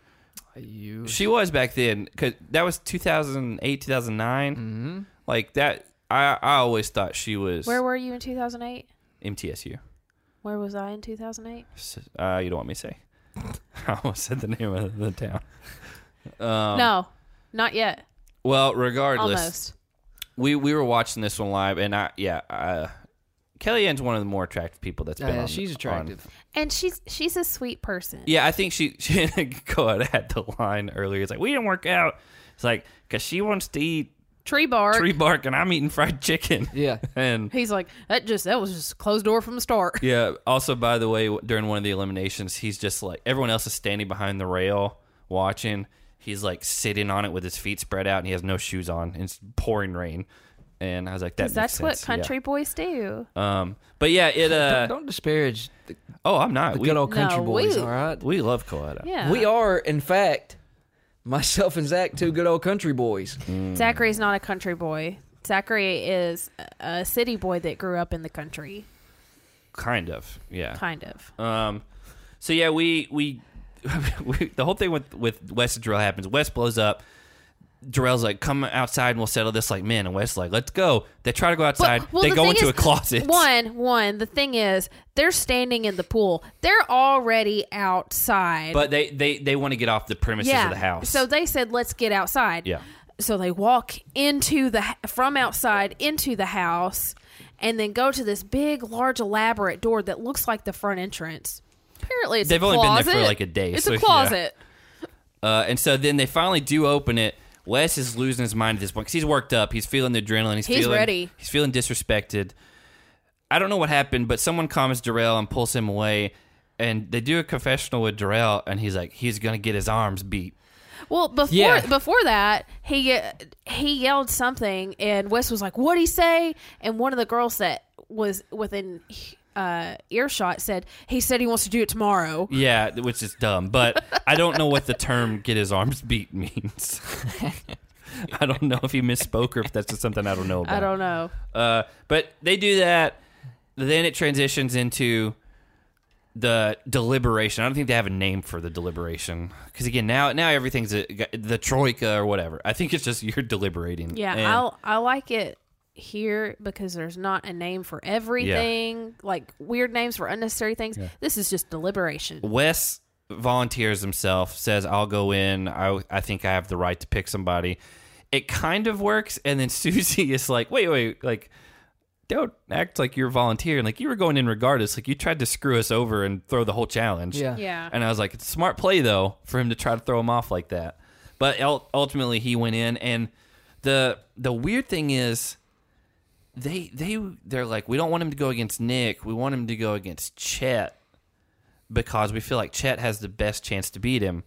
S3: You
S1: She was back then because that was 2008, 2009. Mm-hmm. Like that, I I always thought she was
S2: Where were you in 2008?
S1: MTSU.
S2: Where was I in 2008?
S1: Uh, you don't want me to say. I almost said the name of the town. Um,
S2: no, not yet.
S1: Well, regardless,
S2: Almost.
S1: we we were watching this one live, and I yeah, uh, Kellyanne's one of the more attractive people that's been.
S3: yeah,
S1: on-
S3: Uh, she's
S1: on-
S3: attractive.
S2: And she's she's a sweet person.
S1: Yeah, I think she she Coda had the line earlier. It's like we didn't work out. It's like because she wants to eat
S2: Tree bark.
S1: tree bark, and I'm eating fried chicken.
S3: Yeah.
S1: and
S2: He's like that. Just that was just closed door from the start.
S1: Yeah. Also, by the way, during one of the eliminations, he's just like everyone else is standing behind the rail watching. He's like sitting on it with his feet spread out, and he has no shoes on, and it's pouring rain. And I was like, that makes
S2: That's what
S1: sense,
S2: country
S1: yeah.
S2: boys do.
S1: Um, but yeah, it. Uh,
S3: Don't disparage the
S1: oh, I'm not. We,
S3: good old country
S2: No,
S3: boys,
S2: we-
S3: all right?
S1: we love Coletta.
S2: yeah,
S3: We are, in fact, myself and Zach, two good old country boys.
S2: Zachary's not a country boy. Zachary is a- a city boy that grew up in the country,
S1: kind of. Yeah.
S2: kind of.
S1: Um, so yeah, we we, we the whole thing with with Wes and Darrell happens. Wes blows up. Darrell's like, "Come outside and we'll settle this." Like, man, and Wes like, "Let's go." They try to go outside.
S2: well,
S1: they
S2: the
S1: go
S2: thing
S1: into
S2: is,
S1: a closet.
S2: One, one. The thing is, they're standing in the pool. They're already outside.
S1: But they they they want to get off the premises of the house.
S2: So they said, "Let's get outside."
S1: Yeah.
S2: So they walk into the from outside into the house, and then go to this big, large, elaborate door that looks like the front entrance. Apparently, it's
S1: They've
S2: a
S1: only been there
S2: closet.
S1: for, like, a day,
S2: It's
S1: so,
S2: a
S1: yeah.
S2: closet.
S1: uh, and so then they finally do open it. Wes is losing his mind at this point because he's worked up. He's feeling the adrenaline. He's,
S2: He's
S1: feeling,
S2: ready.
S1: He's feeling disrespected. I don't know what happened, but someone comments Darrell and pulls him away. And they do a confessional with Darrell, and he's like, he's gonna get his arms beat.
S2: Well, before
S3: Yeah.
S2: before that, he uh, he yelled something, and Wes was like, "What would he say?" And one of the girls that was within uh, earshot said, "He said he wants to do it tomorrow."
S1: Yeah, which is dumb, but I don't know what the term "get his arms beat" means. I don't know if he misspoke or if that's just something I don't know about.
S2: I don't know.
S1: Uh, but they do that. Then it transitions into the deliberation. I don't think they have a name for the deliberation because again, now now everything's a, the troika or whatever. I think it's just you're deliberating.
S2: Yeah,
S1: And-
S2: I'll, I like it here because there's not a name for everything, like weird names for unnecessary things. This is just deliberation.
S1: Wes volunteers himself, says, "I'll go in. I I think I have the right to pick somebody." It kind of works, and then Susie is like, "Wait, wait, like." don't act like you're volunteering. Like you were going in regardless. Like you tried to screw us over and throw the whole challenge.
S3: Yeah.
S2: Yeah.
S1: And I was like, it's a smart play though for him to try to throw him off like that. But ul- ultimately, he went in, and the the weird thing is, they they they're like, we don't want him to go against Nick. We want him to go against Chet because we feel like Chet has the best chance to beat him.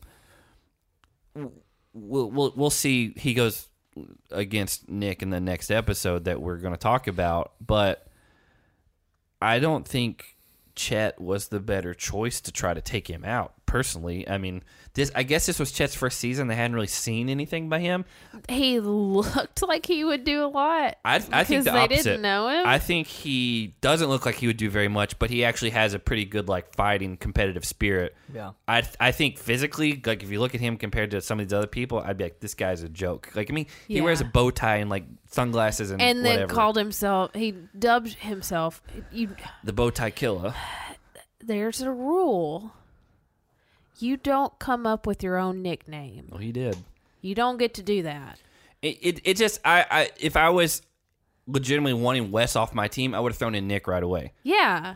S1: We'll we'll, we'll see. He goes against Nick in the next episode that we're going to talk about, but I don't think Chet was the better choice to try to take him out. Personally, I mean, this I guess this was Chet's first season. They hadn't really seen anything by him.
S2: He looked like he would do a lot.
S1: I, I think
S2: Because
S1: the
S2: they
S1: opposite.
S2: didn't know him?
S1: I think he doesn't look like he would do very much, but he actually has a pretty good like fighting competitive spirit.
S3: Yeah.
S1: I th- I think physically, like if you look at him compared to some of these other people, I'd be like, this guy's a joke. Like I mean, he
S2: Yeah.
S1: wears a bow tie and like sunglasses and
S2: and then
S1: whatever.
S2: called himself. He dubbed himself. You,
S1: the bow tie killer.
S2: there's a rule. You don't come up with your own nickname.
S1: Well, he did.
S2: You don't get to do that.
S1: It, it, it just I, I if I was legitimately wanting Wes off my team, I would have thrown in Nick right away.
S2: Yeah.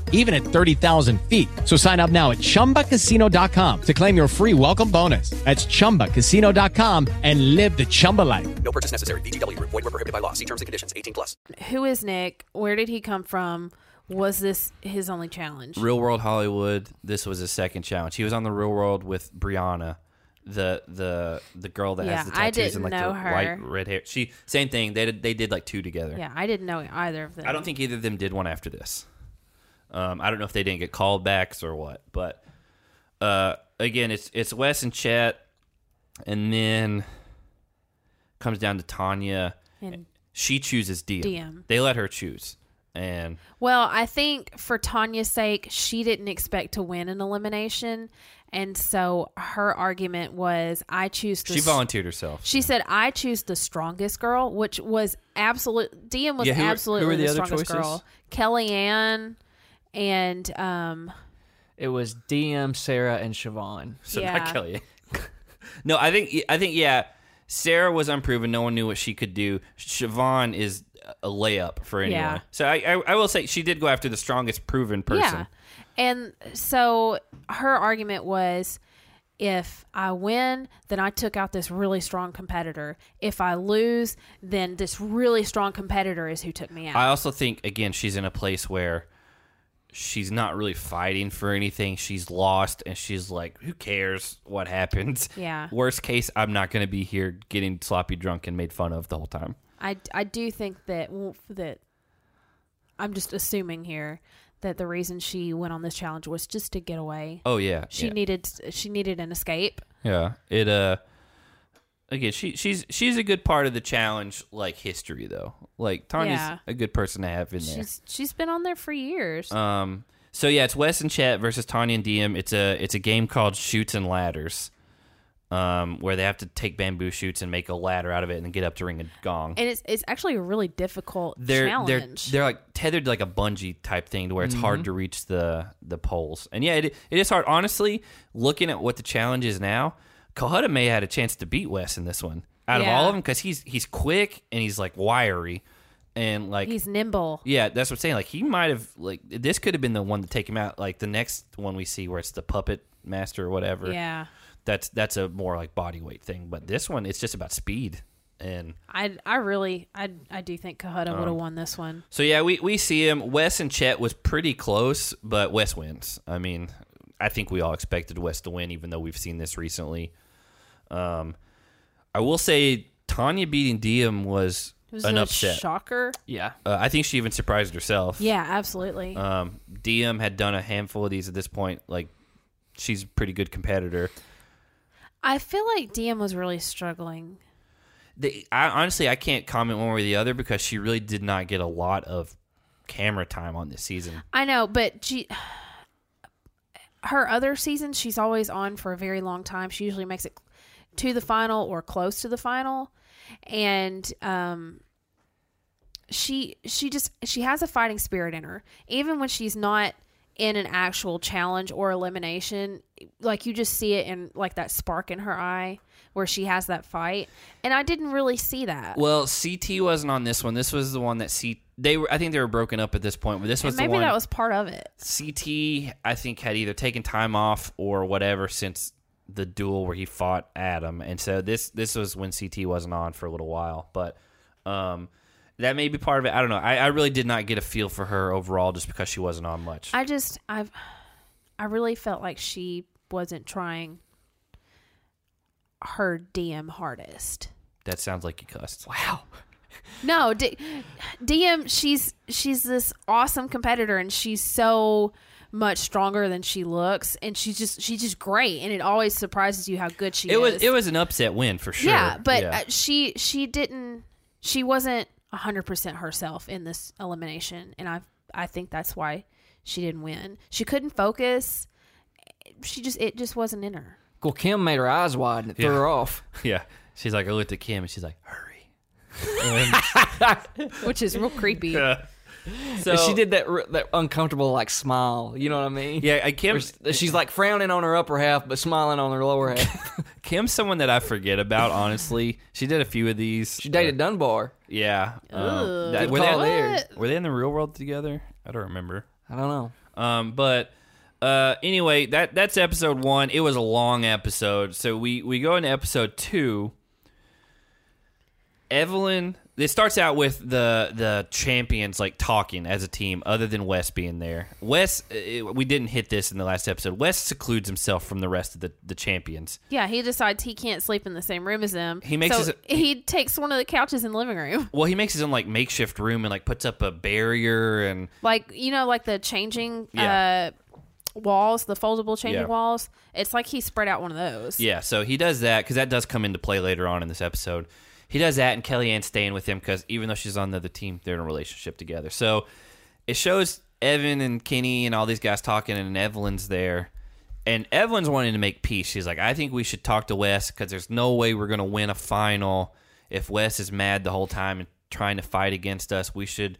S5: even at 30,000 feet. So sign up now at ChumbaCasino.com to claim your free welcome bonus. That's ChumbaCasino.com and live the Chumba life.
S6: No purchase necessary. VGW Group. Void were prohibited by law. See terms and conditions. 18 plus.
S2: Who is Nick? Where did he come from? Was this his only challenge?
S1: Real World Hollywood, this was his second challenge. He was on the Real World with Brianna, the the the girl that
S2: Yeah,
S1: has the tattoos
S2: I
S1: and
S2: didn't
S1: like
S2: know
S1: the
S2: her.
S1: white red hair. She same thing. They did, they did like two together.
S2: Yeah, I didn't know either of them.
S1: I don't think either of them did one after this. Um, I don't know if they didn't get called backs or what, but uh, again, it's it's Wes and Chet, and then comes down to Tanya.
S2: And-
S1: she chooses DM.
S2: DM.
S1: They let her choose, and
S2: Well, I think for Tanya's sake, she didn't expect to win an elimination, and so her argument was, "I choose." The
S1: she
S2: s-
S1: volunteered herself.
S2: She said, "I choose the strongest girl," which was absolute. DM was
S1: Yeah, who were- who were
S2: absolutely
S1: the
S2: the,
S1: other
S2: strongest
S1: choices?
S2: girl. Kellyanne and um,
S3: It was DM, Sarah, and Siobhan.
S1: So
S2: Yeah.
S1: not Kelly. no, I think I think yeah. Sarah was unproven. No one knew what she could do. Siobhan is a layup for anyone.
S2: Yeah.
S1: So I, I I will say she did go after the strongest proven person.
S2: Yeah. And so her argument was if I win, then I took out this really strong competitor. If I lose, then this really strong competitor is who took me out.
S1: I also think again she's in a place where she's not really fighting for anything. She's lost and she's like, who cares what happens?
S2: Yeah.
S1: Worst case, I'm not going to be here getting sloppy drunk and made fun of the whole time.
S2: I, I do think that that I'm just assuming here that the reason she went on this challenge was just to get away.
S1: Oh yeah.
S2: She
S1: yeah.
S2: needed she needed an escape.
S1: Yeah. It uh again, she she's she's a good part of the challenge like history though. Like Tanya's
S2: Yeah.
S1: a good person to have in there.
S2: She's she's been on there for years.
S1: Um so yeah, it's Wes and Chet versus Tanya and DM. It's a it's a game called Shoots and Ladders. Um, where they have to take bamboo shoots and make a ladder out of it and then get up to ring a gong.
S2: and it's it's actually a really difficult
S1: they're
S2: challenge.
S1: they're they're like tethered to like a bungee type thing to where it's hard to reach the the poles. And yeah, it, it is hard. Honestly, looking at what the challenge is now, Kohada may had a chance to beat Wes in this one out of
S2: Yeah.
S1: all of them because he's he's quick and he's like wiry and like
S2: He's nimble.
S1: yeah, that's what I'm saying. Like he might have like this could have been the one to take him out. Like the next one we see where it's the puppet master or whatever.
S2: Yeah.
S1: that's that's a more like body weight thing. But this one, it's just about speed and.
S2: I, I really I, I do think Cahuta would
S1: Um,
S2: have won this one.
S1: So yeah, we, we see him. Wes and Chet was pretty close, but Wes wins. I mean, I think we all expected Wes to win, even though we've seen this recently. Um, I will say Tanya beating Diem was,
S2: It was
S1: an
S2: a
S1: upset.
S2: shocker.
S3: Yeah.
S1: Uh, I think she even surprised herself.
S2: Yeah, absolutely.
S1: Um, Diem had done a handful of these at this point. Like, she's a pretty good competitor.
S2: I feel like DM was really struggling.
S1: They, I, honestly, I can't comment one way or the other because she really did not get a lot of camera time on this season.
S2: I know, but she, her other seasons, she's always on for a very long time. She usually makes it to the final or close to the final, and um, she she just she has a fighting spirit in her, even when she's not in an actual challenge or elimination. Like you just see it in like that spark in her eye where she has that fight, and I didn't really see that.
S1: Well, CT wasn't on this one. This was the one that C they were. I think they were broken up at this point. But this was
S2: maybe
S1: the one.
S2: that was part of it.
S1: CT. I think had either taken time off or whatever since the duel where he fought Adam, and so this this was when CT wasn't on for a little while. But um, that may be part of it. I don't know. I, I really did not get a feel for her overall just because she wasn't on much.
S2: I just I've I really felt like she wasn't trying her DM hardest.
S1: that sounds like you cussed.
S3: Wow.
S2: No, D- DM she's she's this awesome competitor and she's so much stronger than she looks and she's just she's just great and it always surprises you how good she
S1: It
S2: is.
S1: was it was an upset win for sure.
S2: Yeah, but Uh, she she didn't she wasn't 100% herself in this elimination and I I think that's why she didn't win. She couldn't focus. She just it just wasn't in her.
S3: Well, Kim made her eyes wide and it threw
S1: Yeah.
S3: her off.
S1: yeah. She's like, I looked at Kim and she's like, hurry.
S2: which is real creepy.
S1: So
S3: she did that r- that uncomfortable like smile. You know what I mean?
S1: Yeah, I Kim.
S3: Where s- She's like frowning on her upper half, but smiling on her lower half.
S1: Kim's someone that I forget about. Honestly, she did a few of these.
S3: She dated Dunbar.
S1: Yeah. Um, that-
S3: Good
S1: were,
S3: call
S1: they,
S3: there.
S1: were they in the real world together? I don't remember.
S3: I don't know.
S1: Um, but uh, anyway, that that's episode one. It was a long episode, so we we go into episode two. Evelyn, it starts out with the the champions like talking as a team, other than Wes being there. Wes, eh, we didn't hit this in the last episode. Wes secludes himself from the rest of the the champions.
S2: Yeah, he decides he can't sleep in the same room as them.
S1: He makes
S2: so
S1: his-
S2: he takes one of the couches in the living room,
S1: Well, he makes his own like makeshift room and like puts up a barrier and
S2: like you know, like the changing
S1: Yeah.
S2: uh, walls, the foldable changing
S1: Yeah.
S2: walls. It's like he spread out one of those.
S1: Yeah, so he does that because that does come into play later on in this episode. He does that, and Kellyanne's staying with him because even though she's on the other team, they're in a relationship together. So it shows Evan and Kenny and all these guys talking, and Evelyn's there. And Evelyn's wanting to make peace. She's like, I think we should talk to Wes because there's no way we're going to win a final if Wes is mad the whole time and trying to fight against us. We should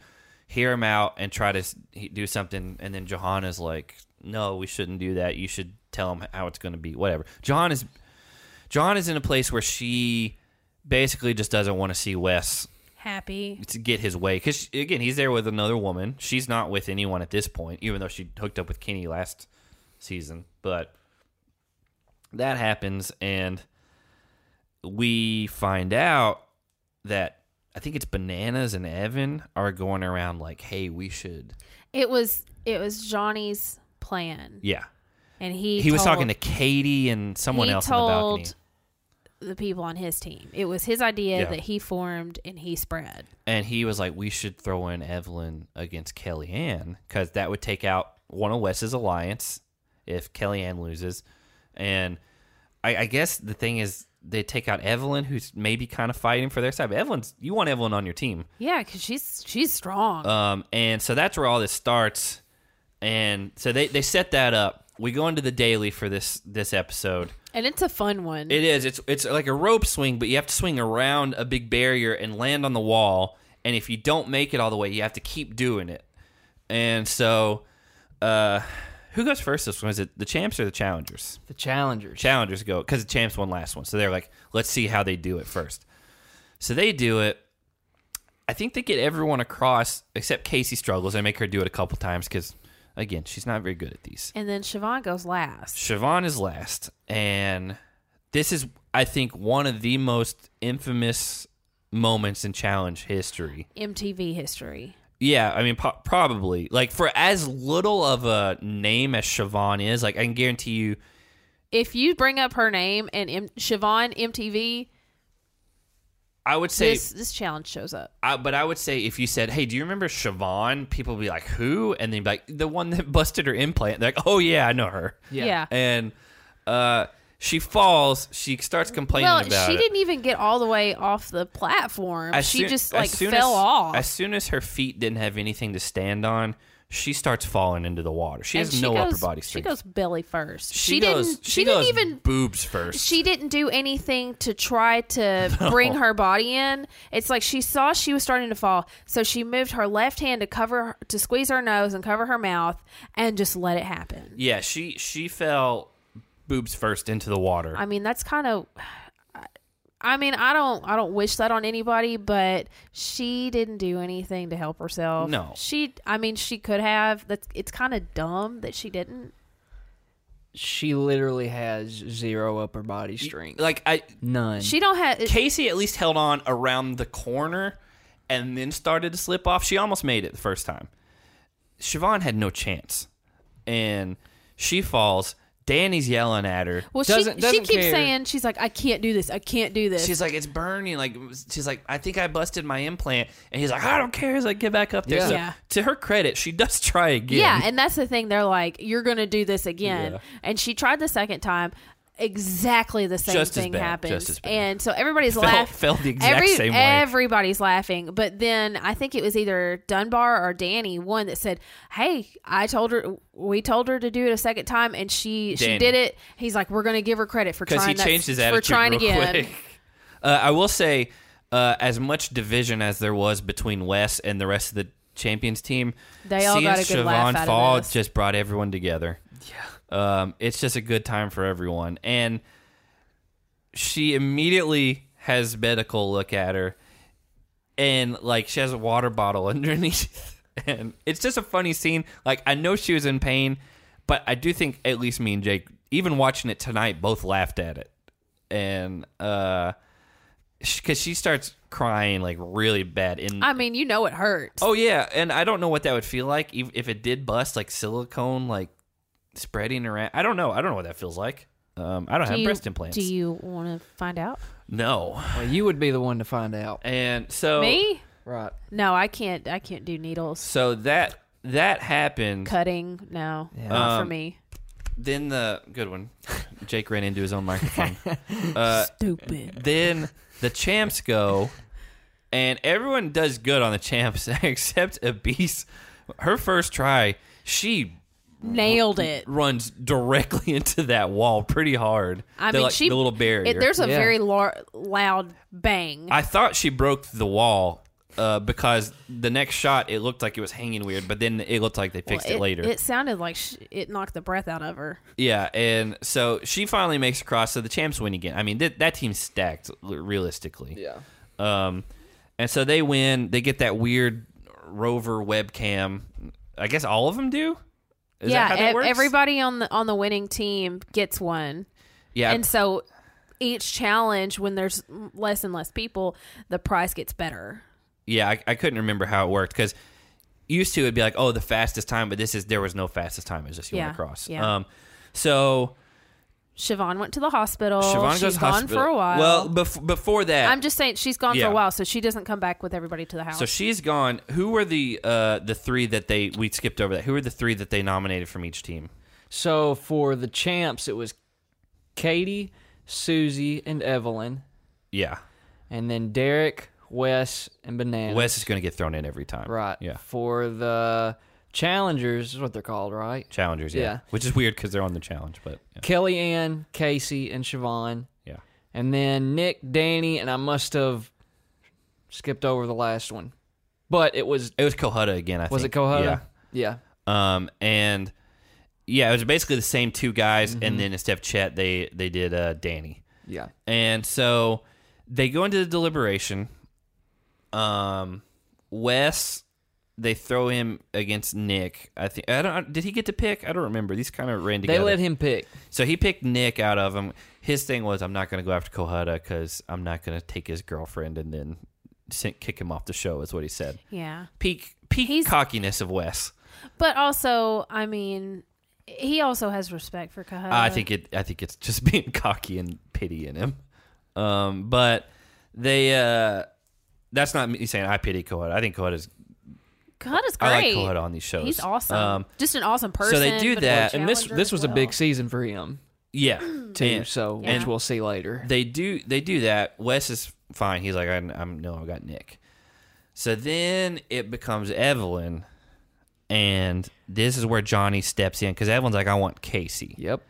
S1: hear him out and try to s- he- do something. And then Johanna's like, no, we shouldn't do that. You should tell him how it's going to be. Whatever. John is John is in a place where she basically just doesn't want to see Wes
S2: happy.
S1: to get his way because again he's there with another woman she's not with anyone at this point even though she hooked up with kenny last season but that happens and we find out that i think it's bananas and evan are going around like hey we should
S2: It was it was Johnny's plan,
S1: yeah
S2: and he
S1: he, was
S2: told-
S1: talking to katie and someone
S2: he
S1: else on the
S2: told
S1: balcony
S2: the people on his team. It was his idea
S1: Yeah.
S2: that he formed and he spread.
S1: and he was like, "We should throw in Evelyn against Kellyanne because that would take out one of Wes's alliance if Kellyanne loses." And I, I guess the thing is, they take out Evelyn, who's maybe kind of fighting for their side. But Evelyn's you want Evelyn on your team,
S2: Yeah, because she's she's strong.
S1: um, and so that's where all this starts. And so they they set that up. We go into the daily for this this episode.
S2: and it's a fun one.
S1: It is. It's it's like a rope swing, but you have to swing around a big barrier and land on the wall. And if you don't make it all the way, you have to keep doing it. And so, uh, who goes first? This one is it the champs or the challengers?
S3: The challengers.
S1: Challengers go because the champs won last one, so they're like, let's see how they do it first. So they do it. I think they get everyone across except Casey struggles. They make her do it a couple times because, again, she's not very good at these.
S2: and then Siobhan goes last.
S1: Siobhan is last, and this is, I think, one of the most infamous moments in challenge history.
S2: MTV history.
S1: Yeah, I mean, po- probably like for as little of a name as Siobhan is, like I can guarantee you,
S2: If you bring up her name and M- Siobhan MTV,
S1: I would say,
S2: this this challenge shows up.
S1: I, but I would say if you said, "Hey, do you remember Siobhan?" People would be like, "Who?" And then be like, "The one that busted her implant." They're like, "Oh yeah, I know her."
S2: Yeah.
S1: and uh, she falls. She starts complaining
S2: Well,
S1: about
S2: she
S1: it.
S2: didn't even get all the way off the platform.
S1: As
S2: she
S1: soon-
S2: just
S1: as
S2: like
S1: soon
S2: fell
S1: as-
S2: off.
S1: As soon as her feet didn't have anything to stand on, she starts falling into the water. She
S2: And
S1: has no
S2: goes,
S1: upper body
S2: She
S1: strength.
S2: goes belly first. She,
S1: goes-
S2: didn't. She,
S1: she
S2: didn't
S1: goes
S2: even.
S1: boobs first.
S2: she didn't do anything to try to bring her body in. It's like she saw she was starting to fall, so she moved her left hand to cover to squeeze her nose and cover her mouth, and just let it happen.
S1: yeah, she she fell boobs first into the water.
S2: I mean, that's kind of. I mean, I don't, I don't wish that on anybody, but she didn't do anything to help herself.
S1: No.
S2: she. I mean, she could have. That's. It's kind of dumb that she didn't.
S3: She literally has zero upper body strength.
S1: like I
S3: None.
S2: She don't have.
S1: Casey at least held on around the corner and then started to slip off. She almost made it the first time. Siobhan had no chance. And she falls. Danny's yelling at her.
S2: Well,
S3: Doesn't-
S2: she,
S3: doesn't
S2: she keeps
S3: care.
S2: saying she's like, I can't do this. I can't do this.
S1: She's like, it's burning. Like she's like, I think I busted my implant. And he's like, I don't care. He's like, get back up there.
S3: Yeah.
S1: So,
S2: Yeah.
S1: To her credit, she does try again.
S2: yeah, and that's the thing. They're like, you're gonna do this again.
S1: Yeah.
S2: And she tried the second time. Exactly the same
S1: Just as
S2: thing
S1: bad,
S2: happens,
S1: just as bad.
S2: and so everybody's
S1: Fell-
S2: laughing.
S1: fell the exact same way.
S2: Everybody's laughing, but then I think it was either Dunbar or Danny, one that said, "Hey, I told her, we told her to do it a second time, and she she
S1: Danny.
S2: did it." He's like, "We're gonna give her credit for
S1: because he
S2: trying that-
S1: changed his
S2: for
S1: attitude
S2: trying
S1: real
S2: again."
S1: quick. Uh, I will say, uh, as much division as there was between Wes and the rest of the champions team,
S2: They all
S1: seeing
S2: got a good
S1: Siobhan
S2: laugh out of
S1: fall
S2: this.
S1: just brought everyone together. Yeah, um, it's just a good time for everyone, and she immediately has medical look at her, and like she has a water bottle underneath, and it's just a funny scene. Like I know she was in pain, but I do think at least me and Jake, even watching it tonight, both laughed at it and uh because she starts crying like really bad in
S2: I mean, you know it hurts.
S1: oh yeah and i don't know what that would feel like if if it did bust like silicone like spreading around i don't know i don't know what that feels like um i don't have
S2: do you,
S1: breast implants
S2: Do you want to find out?
S1: no
S3: Well, you would be the one to find out.
S1: and so
S2: Me?
S3: Right.
S2: No, I can't. I can't do needles.
S1: so that that happened
S2: Cutting? No, not for
S1: Um,
S2: me.
S1: then the good one jake ran into his own microphone uh,
S2: Stupid.
S1: then the champs go, and everyone does good on the champs except Abyss. Her first try, she
S2: Nailed it.
S1: runs directly into that wall pretty hard.
S2: I
S1: The,
S2: mean,
S1: like,
S2: she
S1: the little barrier.
S2: It, there's a
S3: Yeah.
S2: very lar- loud bang.
S1: I thought she broke the wall. Uh, because the next shot, it looked like it was hanging weird, but then it looked like they fixed
S2: Well,
S1: it, later.
S2: It sounded like sh- it knocked the breath out of her.
S1: Yeah, and so she finally makes it across, so the champs win again. I mean, th- that team's stacked, l- realistically. Yeah. Um, and so they win. They get that weird rover webcam. I guess all of them do. Is that
S2: yeah,
S1: how that
S2: ev-
S1: works?
S2: everybody on the on the winning team gets one,
S1: Yeah,
S2: and so each challenge, when there's less and less people, the prize gets better.
S1: yeah. I, I couldn't remember how it worked because used to it'd be like, oh, the fastest time, but this is there was no fastest time. It was just you
S2: Yeah,
S1: went across.
S2: yeah.
S1: Um, so
S2: Siobhan went to the hospital.
S1: Siobhan
S2: Oh, She's
S1: goes to
S2: gone
S1: hospital.
S2: for a while.
S1: Well, bef- before that,
S2: I'm just saying she's gone
S1: Yeah.
S2: for a while, so she doesn't come back with everybody to the house.
S1: So she's gone. Who were the uh, the three that they we skipped over that? Who were the three that they nominated from each team?
S3: So for the champs, it was Katie, Susie, and Evelyn,
S1: Yeah,
S3: and then Derek, Wes, and Banana.
S1: Wes is going to get thrown in every time.
S3: Right.
S1: Yeah.
S3: For the challengers is what they're called, right?
S1: Challengers. Yeah.
S3: Yeah.
S1: Which is weird because they're on the challenge, but yeah.
S3: Kellyanne, Casey, and Siobhan.
S1: yeah.
S3: And then Nick, Danny, and I must have skipped over the last one. But it was
S1: It was Kohutta again. I
S3: was it
S1: think.
S3: Kohada? Yeah.
S1: Yeah. Um and yeah, it was basically the same two guys,
S3: Mm-hmm.
S1: and then instead of Chet, they they did uh, Danny.
S3: Yeah.
S1: And so they go into the deliberation. Um, Wes, they throw him against Nick. I think I don't. Did he get to pick? I don't remember. These kind of ran
S3: They
S1: together.
S3: let him pick.
S1: So he picked Nick out of him. His thing was, I'm not going to go after Kohada because I'm not going to take his girlfriend and then sent, kick him off the show. Is what he said.
S2: yeah.
S1: Peak peak
S2: He's-
S1: cockiness of Wes.
S2: But also, I mean, he also has respect for Kahana.
S3: Uh,
S1: I think it. I think it's just being cocky and pity in him. Um, but they. Uh, that's not me saying I pity Kohada. I think Kohada's.
S2: Kahana's great.
S1: I like Kohada on these shows.
S2: He's awesome.
S1: Um,
S2: Just an awesome person.
S1: so they do
S2: but a
S1: that,
S2: good
S3: Uh, And this
S2: challenger
S3: this
S2: as
S3: was a
S2: well.
S3: big season for him
S1: yeah.
S3: too,
S1: And
S3: so
S2: Yeah.
S3: which we'll see later.
S1: they do. They do that. Wes is fine. He's like, I, I'm no. I got Nick. So then it becomes Evelyn, and this is where Johnny steps in because Evelyn's like, I want Casey.
S3: Yep.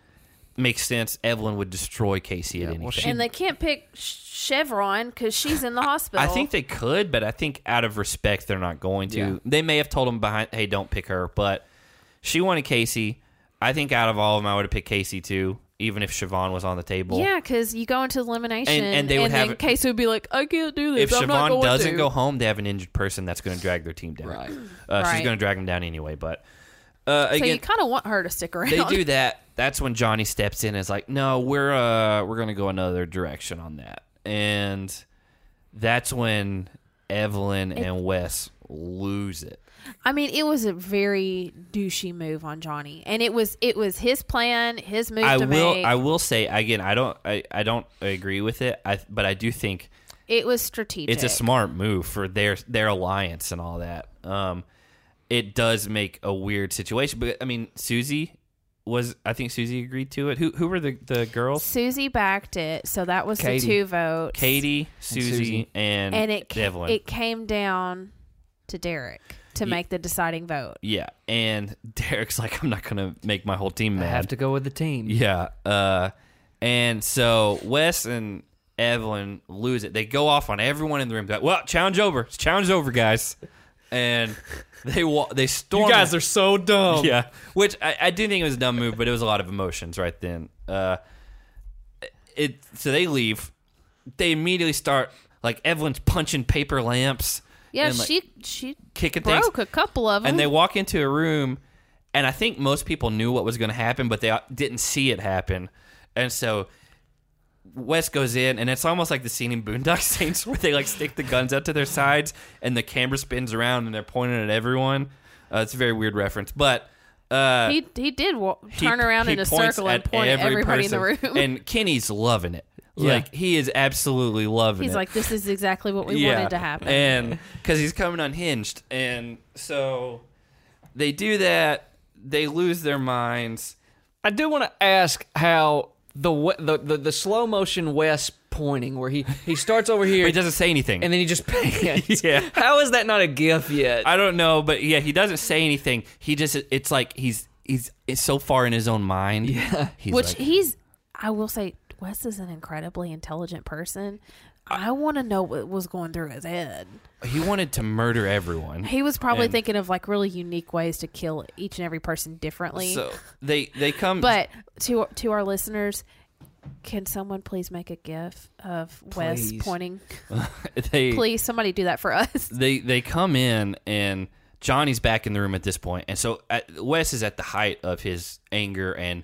S1: Makes sense. Evelyn would destroy Casey at anything.
S3: Well, she
S2: and they can't pick Sh- Chevron because she's in the hospital.
S1: I think they could, but I think out of respect, they're not going to.
S3: Yeah.
S1: They may have told him behind, hey, don't pick her, but she wanted Casey. I think out of all of them, I would have picked Casey too, even if Siobhan was on the table.
S2: Yeah, because you go into elimination,
S1: And-
S2: and,
S1: and they would
S2: then
S1: have-
S2: Casey would be like, "I can't do this.
S1: If
S2: I'm not
S1: Siobhan
S2: going
S1: doesn't
S2: to."
S1: go home, they have an injured person that's going to drag their team down.
S3: Right.
S1: Uh, She's
S2: Right.
S1: going to drag them down anyway, but uh,
S2: so you
S1: again,
S2: kind of want her to stick around.
S1: they do that. That's when Johnny steps in and is like, "No, we're uh we're going to go another direction on that." And that's when Evelyn and Wes lose it.
S2: I mean, it was a very douchey move on Johnny, and it was it was his plan, his move
S1: I
S2: to
S1: will.
S2: make.
S1: I will say again. I don't. I, I don't agree with it. I but I do think
S2: it was strategic.
S1: it's a smart move for their their alliance and all that. Um, it does make a weird situation. But I mean, Susie was. I think Susie agreed to it. Who who were the the girls?
S2: Susie backed it, so that was
S3: Katie.
S2: the two votes.
S1: Katie, Susie,
S3: Susie.
S1: and
S2: and it ca-
S1: Evelyn.
S2: it came down to Derek to make the deciding vote.
S1: yeah, and Derek's like, I'm not gonna make my whole team
S3: I
S1: mad.
S3: have to go with the team.
S1: Yeah. Uh, and so Wes and Evelyn lose it. They go off on everyone in the room. They're like, well, challenge over. It's challenge over, guys. And they wa- they storm.
S7: You guys are so dumb.
S1: yeah. Which I, I do think it was a dumb move, but it was a lot of emotions right then. Uh, it so they leave. They immediately start like Evelyn's punching paper lamps.
S2: Yeah,
S1: and, like,
S2: she she
S1: kicking things.
S2: broke a couple of them.
S1: and they walk into a room and i think most people knew what was going to happen but they uh, didn't see it happen and so Wes goes in, and it's almost like the scene in Boondock Saints where they like stick the guns out to their sides, and the camera spins around, and they're pointing at everyone. Uh, it's a very weird reference, but uh,
S2: he he did wa-
S1: he-
S2: turn around
S1: he
S2: in a
S1: points
S2: circle and point at everybody in the
S1: person,
S2: room.
S1: And Kenny's loving it. Like he is absolutely loving
S2: He's
S1: it.
S2: like, "This is exactly what we wanted to happen."
S1: And because he's coming unhinged. And so they do that. They lose their minds.
S3: I do want to ask how the we- the the, the slow motion West pointing where he he starts over here
S1: But he doesn't say anything.
S3: and then he just pants.
S1: Yeah.
S3: How is that not a gif yet?
S1: I don't know, but yeah, he doesn't say anything. He just, it's like he's, he's it's so far in his own mind. Yeah. He's
S2: Which
S1: like,
S2: he's, I will say, Wes is an incredibly intelligent person. I, want to know what was going through his head.
S1: he wanted to murder everyone.
S2: He was probably
S1: And-
S2: thinking of like really unique ways to kill each and every person differently.
S1: So they, they come.
S2: but to to our listeners, can someone please make a gif of Wes
S3: Please.
S2: pointing?
S1: they,
S2: Please, somebody do that for us.
S1: they they come in and Johnny's back in the room at this point, and so at, Wes is at the height of his anger, and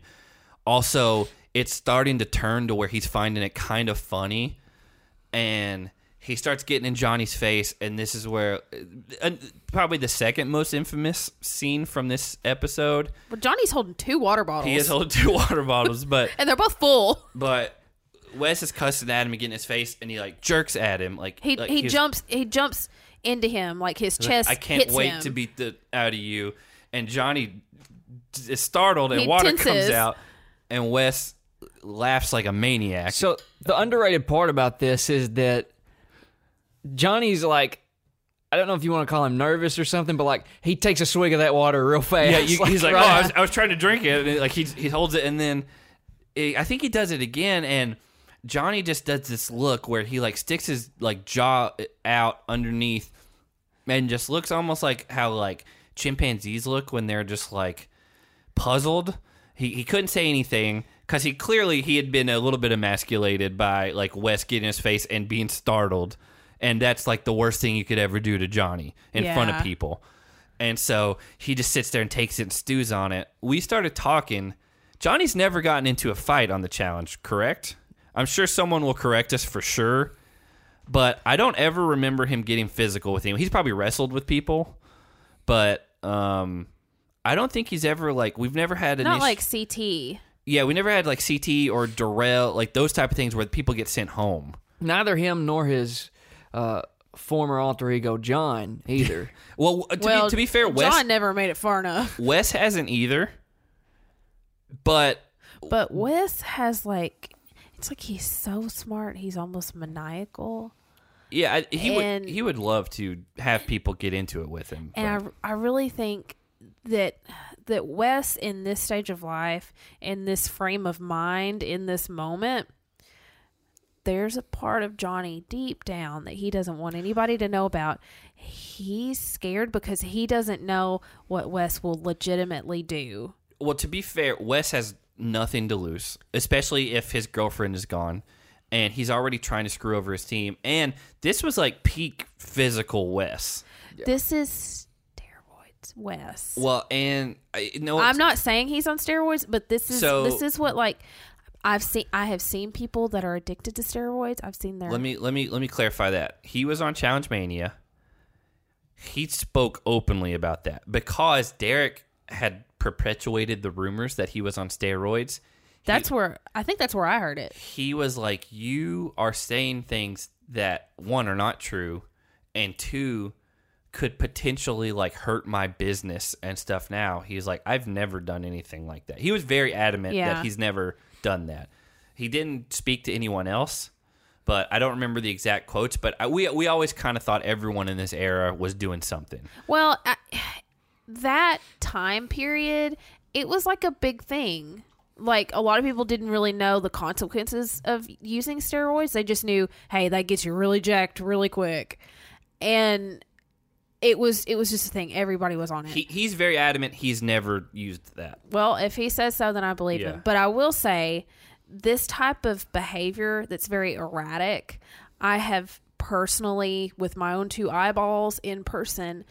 S1: also it's starting to turn to where he's finding it kind of funny, and he starts getting in Johnny's face, and this is where uh, probably the second most infamous scene from this episode.
S2: But Johnny's holding two water bottles,
S1: He is holding two water bottles, but
S2: and they're both full.
S1: but Wes is cussing at him and getting in his face, and he like jerks at him, like
S2: He
S1: like
S2: he
S1: he's-
S2: jumps he jumps into him like his chest.
S1: I can't
S2: hits
S1: wait
S2: him.
S1: to beat the out of you. And Johnny d- is startled, and
S2: He
S1: water comes
S2: tenses.
S1: out, and Wes laughs like a maniac.
S3: So the underrated part about this is that Johnny's like I don't know if you want to call him nervous or something, but like he takes a swig of that water real fast.
S1: yeah, you, he's like,
S3: right-
S1: "Oh, I was, I was trying to drink it." And it- like he he holds it, and then eh, I think he does it again, and Johnny just does this look where he like sticks his like jaw out underneath, and just looks almost like how like chimpanzees look when they're just like puzzled. He he couldn't say anything because he clearly he had been a little bit emasculated by like Wes getting in his face and being startled, and that's like the worst thing you could ever do to Johnny in front of
S2: Yeah.
S1: people. And so he just sits there and takes it and stews on it. We started talking. Johnny's never gotten into a fight on the challenge, correct? I'm sure someone will correct us for sure, but I don't ever remember him getting physical with anyone. He's probably wrestled with people, but um, I don't think he's ever like we've never had an
S2: not
S1: issue-
S2: like CT.
S1: yeah we never had like CT or Darrell like those type of things where people get sent home.
S3: neither him nor his uh, former alter ego John either.
S1: Well, to,
S2: well,
S1: be, to be fair,
S2: John
S1: Wes
S2: never made it far enough.
S1: Wes hasn't either, but
S2: But Wes has like, it's like he's so smart. He's almost maniacal,
S1: Yeah, I, he
S2: And-
S1: would. He would love to have people get into it with him.
S2: and I, I really think that that Wes in this stage of life, in this frame of mind, in this moment, there's a part of Johnny deep down that he doesn't want anybody to know about. He's scared because he doesn't know what Wes will legitimately do.
S1: Well, to be fair, Wes has nothing to lose, especially if his girlfriend is gone and he's already trying to screw over his team. And this was like peak physical Wes.
S2: This is steroids, Wes.
S1: Well, and uh, I no,
S2: I'm not saying he's on steroids, but this is
S1: So-
S2: this is what like I've seen. I have seen people that are addicted to steroids. I've seen their
S1: Let me let me let me clarify that. He was on Challenge Mania. He spoke openly about that because Derek had perpetuated the rumors that he was on steroids.
S2: That's where I think that's where I heard it.
S1: He was like, "You are saying things that one are not true, and two could potentially like hurt my business and stuff." Now he's like, "I've never done anything like that." He was very adamant
S2: Yeah.
S1: that he's never done that. He didn't speak to anyone else but I don't remember the exact quotes. But I, we we always kind of thought everyone in this era was doing something.
S2: Well, I, that time period, it was like a big thing. Like a lot of people didn't really know the consequences of using steroids. They just knew, hey, that gets you really jacked really quick, and it was it was just a thing. Everybody was on it.
S1: He, he's very adamant. He's never used that.
S2: Well, if he says so, then I believe
S1: Yeah.
S2: him. But I will say this type of behavior that's very erratic, I have personally, with my own two eyeballs in person,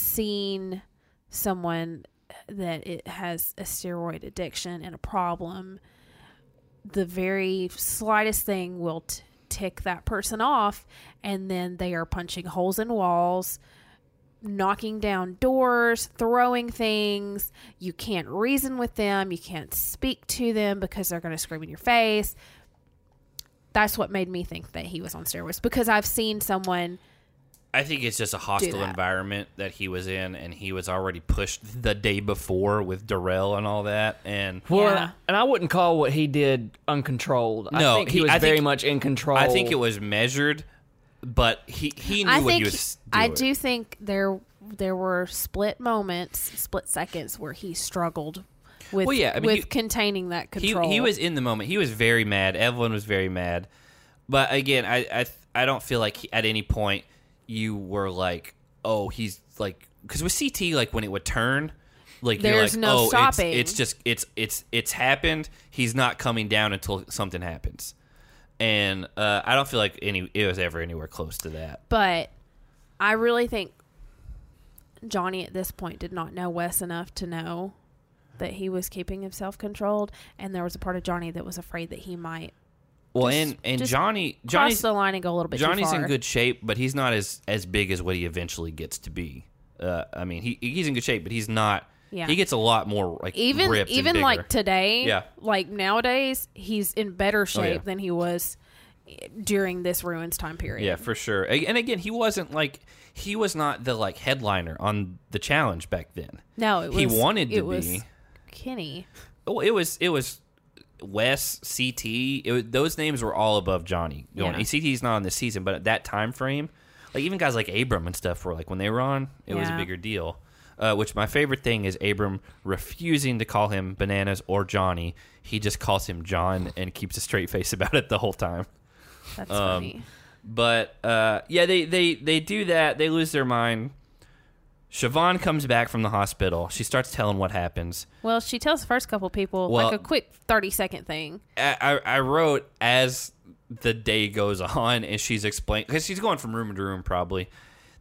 S2: seen someone that it has a steroid addiction and a problem. The very slightest thing will t- tick that person off, and then they are punching holes in walls, knocking down doors, throwing things. You can't reason with them. You can't speak to them because they're going to scream in your face. That's what made me think that he was on steroids because I've seen someone.
S1: I think it's just a hostile
S2: that.
S1: environment that he was in, and he was already pushed the day before with Darrell and all that. And
S3: Well, uh,
S2: Yeah.
S3: and- and I wouldn't call what he did uncontrolled.
S1: No,
S3: I think he,
S1: he-
S3: was
S1: I
S3: very
S1: think-
S3: much in control.
S1: I think it was measured, but he he knew
S2: I
S1: what he
S2: think
S1: was. Doing.
S2: I do think there there were split moments, split seconds where he struggled with
S1: Well, yeah, I mean,
S2: with
S1: he-
S2: containing that
S1: he,
S2: control.
S1: he was in the moment. He was very mad. Evelyn was very mad. But again, I I, I don't feel like he, at any point you were like, oh, he's like, because with CT, like when it would turn, like
S2: There's
S1: you're like,
S2: no
S1: oh, it's-
S2: stopping.
S1: It's, just it's it's it's happened. He's not coming down until something happens. And uh, I don't feel like any it was ever anywhere close to that.
S2: but I really think Johnny at this point did not know Wes enough to know that he was keeping himself controlled, and there was a part of Johnny that was afraid that he might
S1: Well,
S2: Just-
S1: and and
S2: just
S1: Johnny
S2: cross
S1: Johnny's
S2: the line and go a little bit
S1: Johnny's
S2: too far.
S1: in good shape, but he's not as as big as what he eventually gets to be. Uh, I mean, he he's in good shape, but he's not.
S2: Yeah.
S1: He gets a lot more like
S2: even
S1: ripped and
S2: even
S1: bigger.
S2: like today,
S1: Yeah. Oh,
S2: like nowadays, he's in better shape
S1: yeah.
S2: than he was eh, during this ruins time period.
S1: yeah, for sure. A- And again, he wasn't like he was not the like headliner on the challenge back then.
S2: No, it was
S1: he wanted to
S2: it
S1: be.
S2: was Kenny.
S1: Oh, it was it was Wes CT. It was, those names were all above Johnny. Going
S2: Yeah.
S1: CT's not on this season, but at that time frame, like even guys like Abram and stuff were like when they were on, it was a
S2: Yeah.
S1: bigger deal. Uh, which my favorite thing is Abram refusing to call him bananas or Johnny. He just calls him John and keeps a straight face about it the whole time.
S2: That's
S1: Um,
S2: funny.
S1: But uh, yeah, they, they they do that. They lose their mind. Siobhan comes back from the hospital. She starts telling what happens.
S2: Well, she tells the first couple people
S1: Well-
S2: like a quick thirty second thing.
S1: I, I I wrote as the day goes on and she's explaining because she's going from room to room probably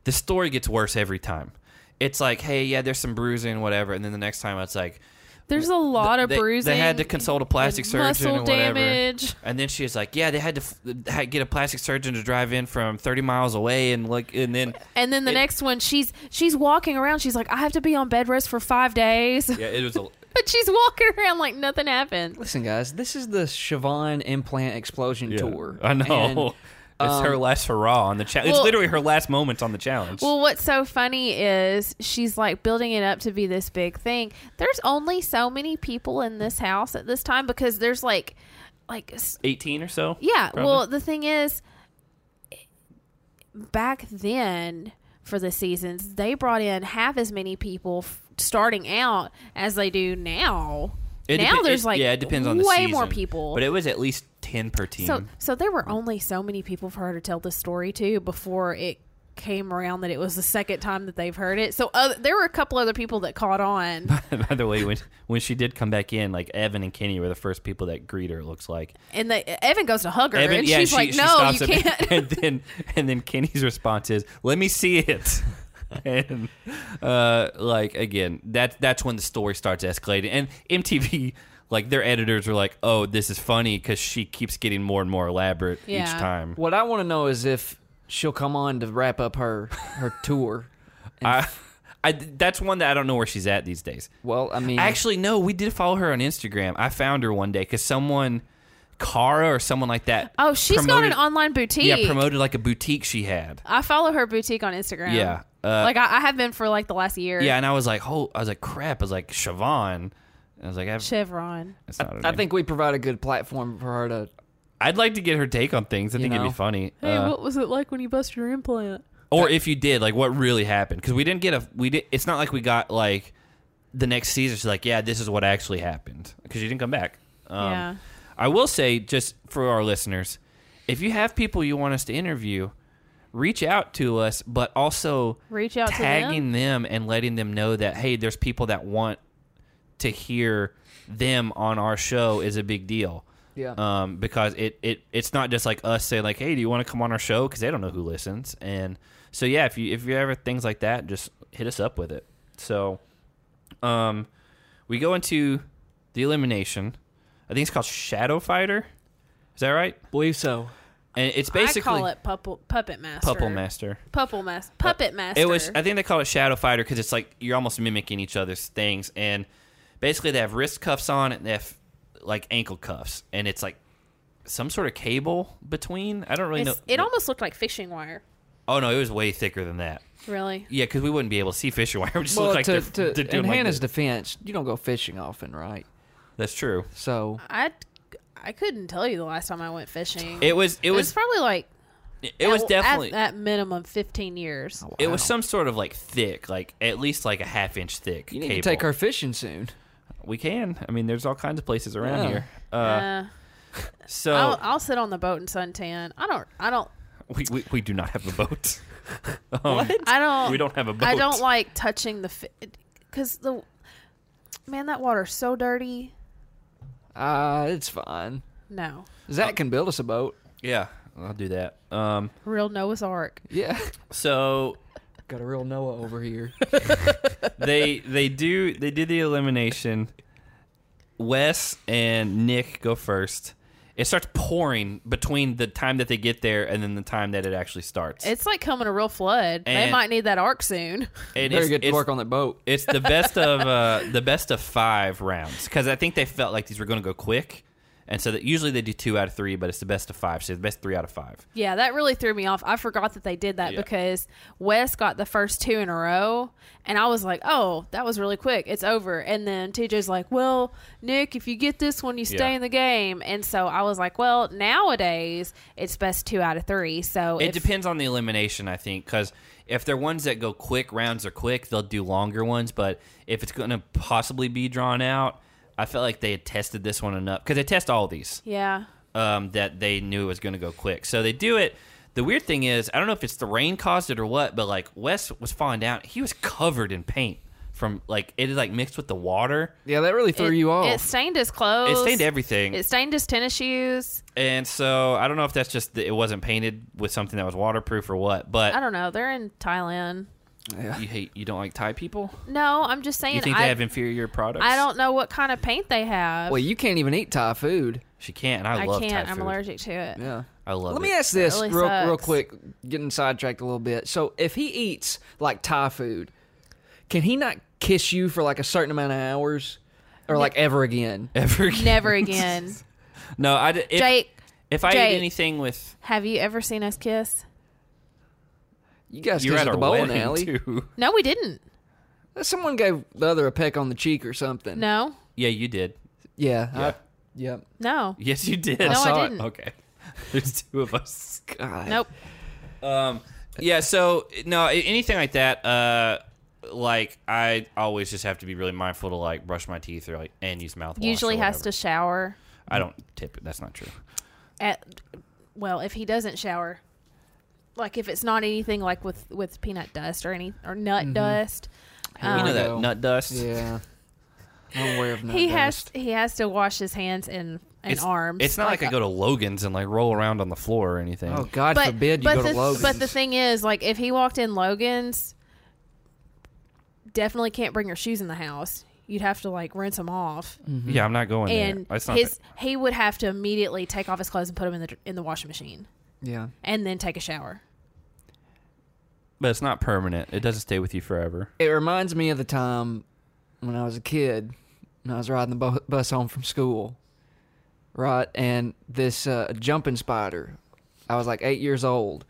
S1: the story gets worse every time it's like hey yeah there's some bruising whatever and then the next time it's like
S2: There's a lot of
S1: they,
S2: bruising.
S1: they had to consult a plastic
S2: and
S1: surgeon
S2: muscle
S1: or whatever
S2: damage.
S1: and then she's like yeah they had to f- ha- get a plastic surgeon to drive in from 30 miles away and look and then
S2: And then the
S1: It-
S2: next one, she's she's walking around. She's like, I have to be on bed rest for five days.
S1: yeah it was a
S2: but she's walking around like nothing happened.
S3: Listen, guys, this is the Siobhan implant explosion tour.
S1: i know
S3: And
S1: it's her last hurrah on the challenge it's
S2: Well-
S1: literally her last moments on the challenge
S2: Well, what's so funny is she's like building it up to be this big thing. There's only so many people in this house at this time because there's like, like, s-
S1: 18 or so
S2: yeah.
S1: probably.
S2: Well, the thing is, back then for the seasons, they brought in half as many people f- starting out as they do now.
S1: It
S2: now
S1: depe-
S2: there's
S1: it-
S2: like
S1: yeah, it depends on the
S2: way
S1: season.
S2: more people.
S1: but it was at least ten per team.
S2: So, so there were only so many people for her to tell this story to before it came around that it was the second time that they've heard it. So uh, there were a couple other people that caught on,
S1: By the way, when when she did come back in, like Evan and Kenny were the first people that greet her. It looks like
S2: and they, Evan goes to hug her,
S1: Evan,
S2: and
S1: yeah,
S2: she's
S1: she,
S2: like,
S1: she
S2: "No,
S1: stops
S2: you
S1: him,
S2: can't."
S1: And then and then Kenny's response is, "Let me see it." and uh, like again, that that's when the story starts escalating. And MTV, like their editors are like, "Oh, this is funny because she keeps getting more and more elaborate each
S2: Yeah.
S1: time."
S3: What I want to know is if she'll come on to wrap up her her tour.
S1: I, I that's one that I don't know where she's at these days.
S3: Well, I mean,
S1: Actually, no, we did follow her on Instagram. I found her one day because someone, Cara or someone like that.
S2: Oh, she's got
S1: promoted-
S2: an online boutique.
S1: Yeah, promoted like a boutique she had.
S2: I follow her boutique on Instagram.
S1: Yeah, uh,
S2: like I, I have been for like the last year.
S1: Yeah, and I was like, oh, I was like, crap. I was like, Siobhan. I was like, I've,
S2: Chevron.
S1: that's not her
S3: I
S1: name.
S3: think we provide a good platform for her to.
S1: I'd like to get her take on things. I think it'd
S3: know.
S1: be funny.
S2: Hey,
S1: Uh,
S2: what was it like when you busted your implant?
S1: or if you did, like, what really happened? Because we didn't get a. We did. It's not like we got like the next season. She's like, yeah, this is what actually happened because she didn't come back. Um,
S2: yeah.
S1: I will say, just for our listeners, if you have people you want us to interview, reach out to us, but also
S2: Reach out to
S1: tagging them? and letting them know that hey, there's people that want to hear them on our show is a big deal.
S3: Yeah.
S1: Um, because it, it it's not just like us saying like, hey, do you want to come on our show? Because they don't know who listens, and so yeah, if you if you ever things like that, just hit us up with it. So, um, we go into the elimination. I think it's called Shadow Fighter. Is that right?
S3: Believe so.
S1: And it's
S2: I
S1: basically
S2: call it puppet puppet master.
S1: Puppet Master.
S2: Puppet master. Puppet master.
S1: It was. I think they call it Shadow Fighter because it's like you're almost mimicking each other's things. And basically, they have wrist cuffs on and they have like ankle cuffs, and it's like some sort of cable between. I don't really
S2: It's-
S1: know.
S2: it almost looked like fishing wire.
S1: oh no, it was way thicker than that.
S2: Really?
S1: Yeah, because we wouldn't be able to see fishing wire. It would just
S3: Well,
S1: look like
S3: to,
S1: they're,
S3: to,
S1: they're
S3: in
S1: doing like
S3: Hannah's
S1: this.
S3: defense, you don't go fishing often, right?
S1: That's true.
S3: So
S2: I I couldn't tell you the last time I went fishing.
S1: It was. It
S2: It was
S1: was.
S2: probably like
S1: It was
S2: at-
S1: definitely. Oh,
S2: at, at minimum fifteen years.
S1: It was some sort of like thick, like at least like a half inch thick.
S3: you need
S1: cable.
S3: to take her fishing soon.
S1: We can. I mean, there's all kinds of places around
S3: Yeah.
S1: here. Uh,
S2: Uh,
S1: so
S2: I'll, I'll sit on the boat and suntan. I don't. I don't.
S1: we, we we do not have a boat. um,
S2: I don't.
S1: We don't have a boat.
S2: I don't like touching the because the man that water's so dirty.
S3: Uh, it's fine.
S2: No,
S3: Zach can build us a boat.
S1: Yeah, I'll do that. Um,
S2: real Noah's Ark.
S3: Yeah.
S1: so
S3: Got a real Noah over here.
S1: they they do they did the elimination. Wes and Nick go first. It starts pouring between the time that they get there and then the time that it actually starts.
S2: It's like coming a real flood.
S1: And-
S2: they might need that ark soon.
S1: And
S3: Very
S1: it's-
S3: good
S1: it's-
S3: work on that boat.
S1: It's the best of uh, the best of five rounds because I think they felt like these were going to go quick, and so that usually they do two out of three, but it's the best of five, so the best three out of five.
S2: Yeah, that really threw me off. I forgot that they did that
S1: Yeah.
S2: because Wes got the first two in a row, and I was like, "Oh, that was really quick. It's over." And then TJ's like, "Well, Nick, if you get this one, you stay
S1: Yeah.
S2: in the game." And so I was like, "Well, nowadays it's best two out of three. So
S1: It
S2: if-
S1: depends on the elimination, I think, because if they're ones that go quick, rounds are quick, they'll do longer ones. But if it's going to possibly be drawn out, I felt like they had tested this one enough because they test all these
S2: Yeah,
S1: um, that they knew it was going to go quick. So they do it. The weird thing is, I don't know if it's the rain caused it or what, but like Wes was falling down, he was covered in paint from like it is like mixed with the water.
S3: Yeah, that really threw
S2: it,
S3: you
S2: It
S3: off.
S2: stained his clothes.
S1: It stained everything.
S2: It stained his tennis shoes.
S1: and so I don't know if that's just that it wasn't painted with something that was waterproof or what, but
S2: I don't know. They're in Thailand.
S1: you hate you don't like Thai people?
S2: No, I'm just saying.
S1: You think
S2: I,
S1: they have inferior products?
S2: I don't know what kind of paint they have.
S3: Well, you can't even eat Thai food.
S1: She can't. And I,
S2: I
S1: love
S2: can't.
S1: Thai
S2: I'm
S1: food.
S2: allergic to it.
S3: Yeah.
S1: I love
S3: Let
S1: it.
S3: me ask this
S2: really
S3: real, real
S2: sucks.
S3: quick, getting sidetracked a little bit. So, if he eats like Thai food, can he not kiss you for like a certain amount of hours or like ever again?
S1: Ever again.
S2: Never again.
S1: No, I. d- If,
S2: Jake,
S1: if I
S2: Jake.
S1: eat anything with
S2: have you ever seen us kiss?
S3: You guys
S1: you're
S3: kiss
S1: at our
S3: at the bowling
S1: wedding
S3: alley. Uh,
S1: too.
S2: No, we didn't.
S3: Someone gave the other a peck on the cheek or something.
S2: No,
S1: Yeah, you did.
S3: Yeah. I-
S1: Yeah.
S3: yep.
S2: no.
S1: Yes, you did.
S2: No,
S3: saw
S2: I
S3: it.
S2: didn't.
S1: Okay. There's two of us.
S3: God.
S2: Nope.
S1: Um. Yeah. So no, a- anything like that. Uh, like I always just have to be really mindful to like brush my teeth or like and use mouthwash. or
S2: Usually has to
S1: whatever.
S2: shower.
S1: I don't tip. That's not true.
S2: At, well, if he doesn't shower, like if it's not anything like with with peanut dust or any or nut
S1: Mm-hmm.
S2: dust, Oh.
S1: you know
S3: we
S1: that
S3: go.
S1: nut dust.
S3: Yeah. I'm aware of
S2: he
S3: nut
S2: has
S3: dust.
S2: he has to wash his hands and and
S1: It's,
S2: arms.
S1: It's not like, I go to Logan's and like roll around on the floor or anything.
S3: Oh God
S2: but,
S3: forbid you
S2: but
S3: go
S2: the,
S3: to Logan's.
S2: But the thing is, like, if he walked in Logan's, definitely can't bring your shoes in the house. You'd have to like rinse them off,
S1: Yeah, I'm not going
S2: and
S1: there. That's not
S2: his he would have to immediately take off his clothes and put them in the in the washing machine,
S3: yeah.
S2: and then take a shower.
S1: but it's not permanent. It doesn't stay with you forever.
S3: It reminds me of the time when I was a kid and I was riding the bu- bus home from school, right? And this uh, jumping spider, I was like eight years old,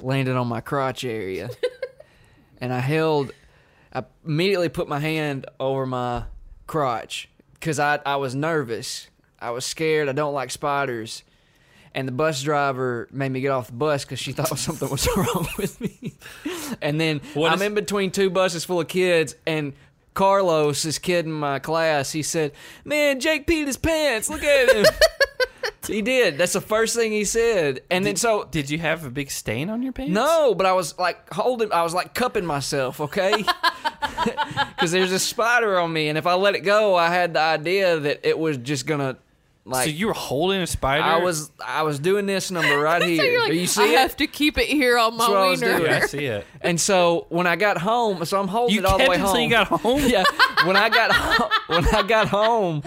S3: landed on my crotch area. and I held, I immediately put my hand over my crotch because I, I was nervous. I was scared. I don't like spiders. And the bus driver made me get off the bus because she thought something was wrong with me. And then
S1: What
S3: I'm
S1: is-
S3: in between two buses full of kids, and Carlos, this kid in my class, he said, "Man, Jake peed his pants. Look at him." he did. That's the first thing he said. And then so
S1: Did you have a big stain on your pants?
S3: no, but I was like holding, I was like cupping myself, okay? Because there's a spider on me, and if I let it go, I had the idea that it was just gonna like.
S1: so you were holding a spider.
S3: I was, I was doing this number right here. Do you see it?
S2: to keep it here on
S3: That's what I was doing.
S1: Yeah, I see it.
S3: And so when I got home, so I'm holding
S1: You
S3: it all the
S1: kept
S3: way
S1: it
S3: home.
S1: till you got home?
S3: yeah. When I got ho- when I got home,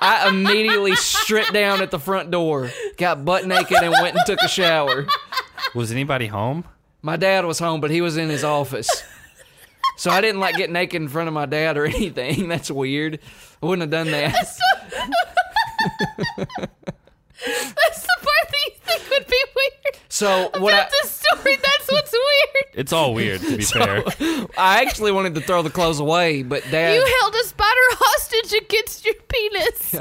S3: I immediately stripped down at the front door, got butt naked, and went and took a shower.
S1: Was anybody home?
S3: My dad was home, but he was in his office. So I didn't like get naked in front of my dad or anything. That's weird. I wouldn't have done that.
S2: That's the part that you think would be weird.
S3: So what I,
S2: That's a story. That's what's weird.
S1: It's all weird to be fair.
S3: I actually wanted to throw the clothes away, but dad
S2: You held a spider hostage against your penis.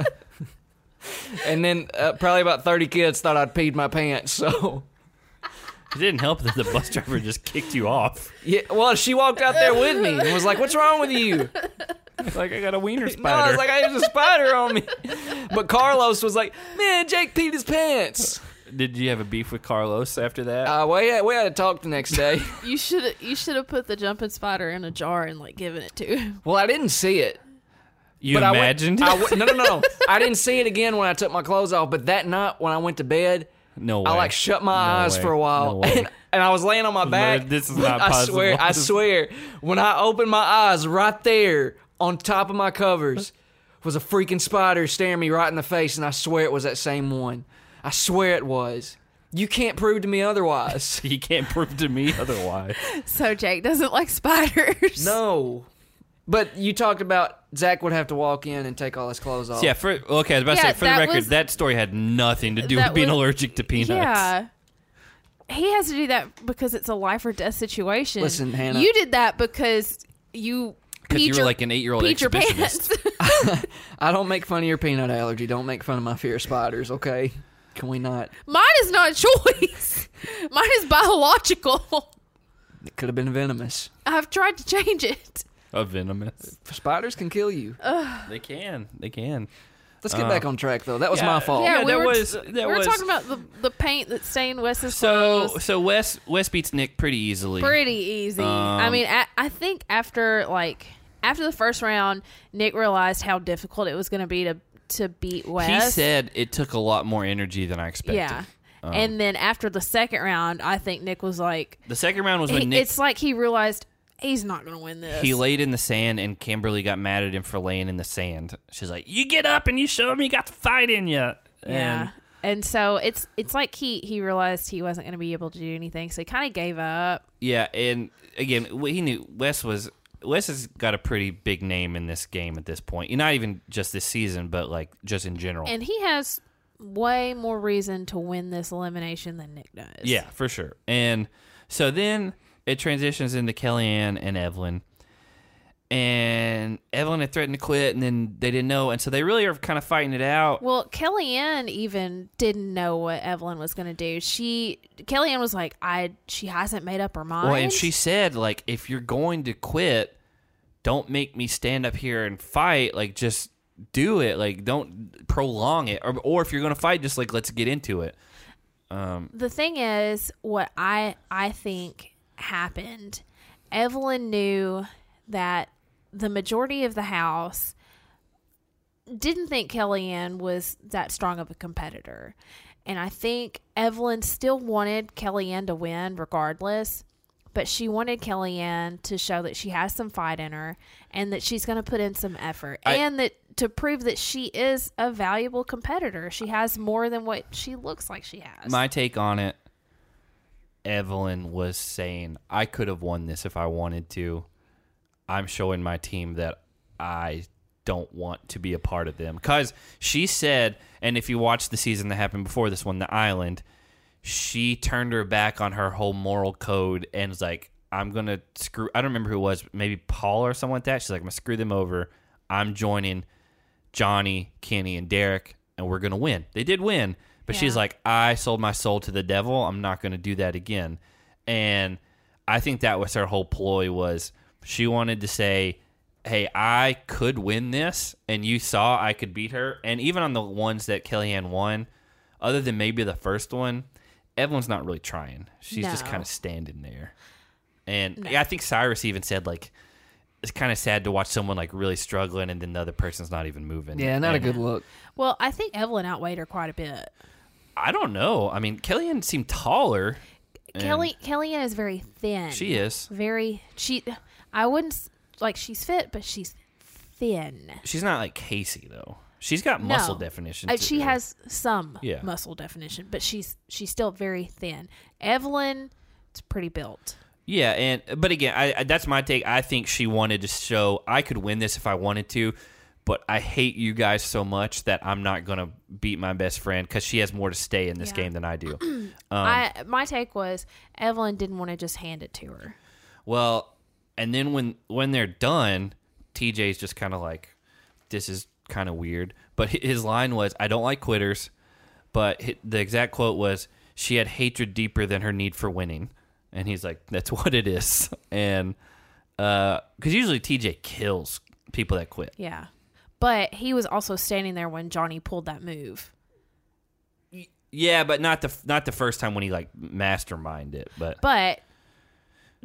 S3: and then uh, probably about thirty kids thought I'd peed my pants. So
S1: It didn't help that the bus driver just kicked you off.
S3: yeah, well she walked out there with me and was like, "What's wrong with you?"
S1: Like I got a wiener spider.
S3: No, I was like, "I have a spider on me." But Carlos was like, "Man, Jake peed his pants."
S1: Did you have a beef with Carlos after that?
S3: Uh, we had, we had a talk the next day.
S2: You should you should have put the jumping spider in a jar and like given it to him.
S3: Well, I didn't see it.
S1: you
S3: I went-
S1: imagined?
S3: I went- no, no, no. I didn't see it again when I took my clothes off. But that night when I went to bed,
S1: no way.
S3: I like shut my
S1: No
S3: eyes
S1: way.
S3: for a while,
S1: No way.
S3: and, and I was laying on my back.
S1: this is not
S3: I
S1: possible.
S3: swear, I
S1: This-
S3: swear. When I opened my eyes, right there on top of my covers was a freaking spider staring me right in the face, and I swear it was that same one. I swear it was. You can't prove to me otherwise.
S1: he can't prove to me otherwise.
S2: So Jake doesn't like spiders.
S3: no. But you talked about Zach would have to walk in and take all his clothes off.
S1: Yeah, for okay, I was about
S2: Yeah,
S1: to say for the
S2: that
S1: record,
S2: was-
S1: that story had nothing to do
S2: That
S1: with being
S2: was-
S1: allergic to peanuts.
S2: Yeah. He has to do that because it's a life or death situation.
S3: Listen, Hannah.
S2: You did that because you
S1: Because
S2: peed
S1: you were
S2: your-
S1: like an eight-year-old
S2: peed your
S1: exhibitionist.
S2: pants.
S3: I don't make fun of your peanut allergy. Don't make fun of my fear of spiders, okay? Can we not?
S2: Mine is not a choice. Mine is biological.
S3: It could have been venomous.
S2: I've tried to change it.
S1: A venomous.
S3: Spiders can kill you.
S1: They can. They can.
S3: Let's get back on track, though. That was my fault.
S1: Yeah, that
S2: were,
S1: was- that
S2: we were
S1: was-
S2: talking about the, the paint that stained Wes's
S1: So
S2: clothes.
S1: so Wes Wes beats Nick pretty Um, easily.
S2: pretty easy. I mean, I, I think after like after the first round, Nick realized how difficult it was going to be to to beat
S1: He
S2: Wes.
S1: said Um, it took a lot more energy than I expected.
S2: yeah. and then after the second round, I think Nick was like,
S1: The second round was when
S2: he-
S1: Nick
S2: it's like he realized he's not going to win this.
S1: he laid in the sand and Kimberly got mad at him for laying in the sand. She's like, "You get up and you show him you got the fight in you."
S2: yeah.
S1: And
S2: And so it's it's like he he realized he wasn't going to be able to do anything, so he kind of gave up.
S1: Yeah, and again, w- he knew Wes was Wes has got a pretty big name in this game at this point. Not even just this season, but like just in general.
S2: And he has way more reason to win this elimination than Nick does.
S1: yeah, for sure. And so then it transitions into Kellyanne and Evelyn. and Evelyn had threatened to quit, and then they didn't know, and so they really are kind of fighting it out.
S2: Well, Kellyanne even didn't know what Evelyn was going to do. She Kellyanne was like, "I she hasn't made up her mind."
S1: Well, and she said, like, if you're going to quit, don't make me stand up here and fight. Like, just do it. Like, don't prolong it. Or, or if you're going to fight, just like let's get into it.
S2: the thing is what i i think happened evelyn knew that the majority of the house didn't think kellyanne was that strong of a competitor and i think evelyn still wanted kellyanne to win regardless but she wanted kellyanne to show that she has some fight in her and that she's going to put in some effort
S1: I-
S2: and that to prove that she is a valuable competitor she has more than what she looks like she has
S1: My take on it, Evelyn was saying, I could have won this if I wanted to. I'm showing my team that I don't want to be a part of them. Because she said, and if you watch the season that happened before this one, The Island, she turned her back on her whole moral code and was like, I'm going to screw, I don't remember who it was, maybe Paul or someone like that. She's like, I'm going to screw them over. I'm joining Johnny, Kenny, and Derek, and we're going to win. They did win, but she's like, I sold my soul to the devil. I'm not going to do that again. And I think that was her whole ploy was she wanted to say, hey, I could win this, and you saw I could beat her. And even on the ones that Kellyanne won, other than maybe the first one, Evelyn's not really trying. She's just
S2: No.
S1: kind of standing there. And yeah, I think Cyrus even said like it's kind of sad to watch someone like really struggling and then the other person's not even moving.
S3: Yeah, not a
S1: And
S3: good look.
S2: Well, I think Evelyn outweighed her quite a bit.
S1: I don't know. I mean, Kellyanne seemed taller.
S2: Kelly Kellyanne is very thin.
S1: She is.
S2: very. She, I wouldn't s- like she's fit, but she's thin.
S1: She's not like Casey though. She's got
S2: No.
S1: muscle definition.
S2: Uh,
S1: to
S2: she
S1: her.
S2: has some
S1: Yeah.
S2: muscle definition, but she's she's still very thin. Evelyn, it's pretty built.
S1: Yeah, and but again, I, I that's my take. I think she wanted to show I could win this if I wanted to, but I hate you guys so much that I'm not gonna beat my best friend because she has more to stay in this
S2: Yeah.
S1: game than I do.
S2: I my take was Evelyn didn't want to just hand it to her.
S1: Well, and then when when they're done, TJ's just kind of like, "This is kind of weird." But hi- his line was, "I don't like quitters," but hi- the exact quote was, "She had hatred deeper than her need for winning," and he's like, "That's what it is." And because usually TJ kills people that quit.
S2: Yeah, but he was also standing there when Johnny pulled that move.
S1: Yeah, but not the f- not the first time when he like masterminded it. But,
S2: But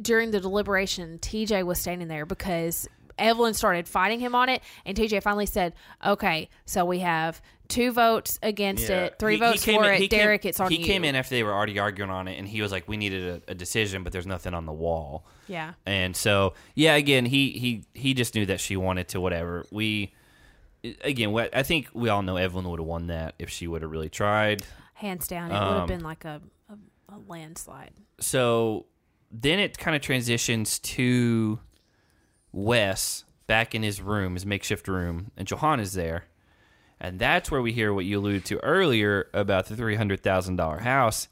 S2: during the deliberation, TJ was standing there because Evelyn started fighting him on it, and TJ finally said, "Okay, so we have two votes against
S1: Yeah.
S2: it, three
S1: He- he
S2: votes
S1: came
S2: for
S1: in- he
S2: it.
S1: came-
S2: Derek, it's on
S1: He
S2: you."
S1: came in after they were already arguing on it, and he was like, "We needed a, a decision, but there's nothing on the wall."
S2: Yeah,
S1: And so, yeah, again, he he he just knew that she wanted to whatever. We again, what- I think we all know Evelyn would have won that if she would have really tried.
S2: hands down, it would
S1: Um,
S2: have been like a, a, a landslide.
S1: So then it kind of transitions to Wes back in his room, his makeshift room, and Johan is there. And that's where we hear what you alluded to earlier about the $300,000 house.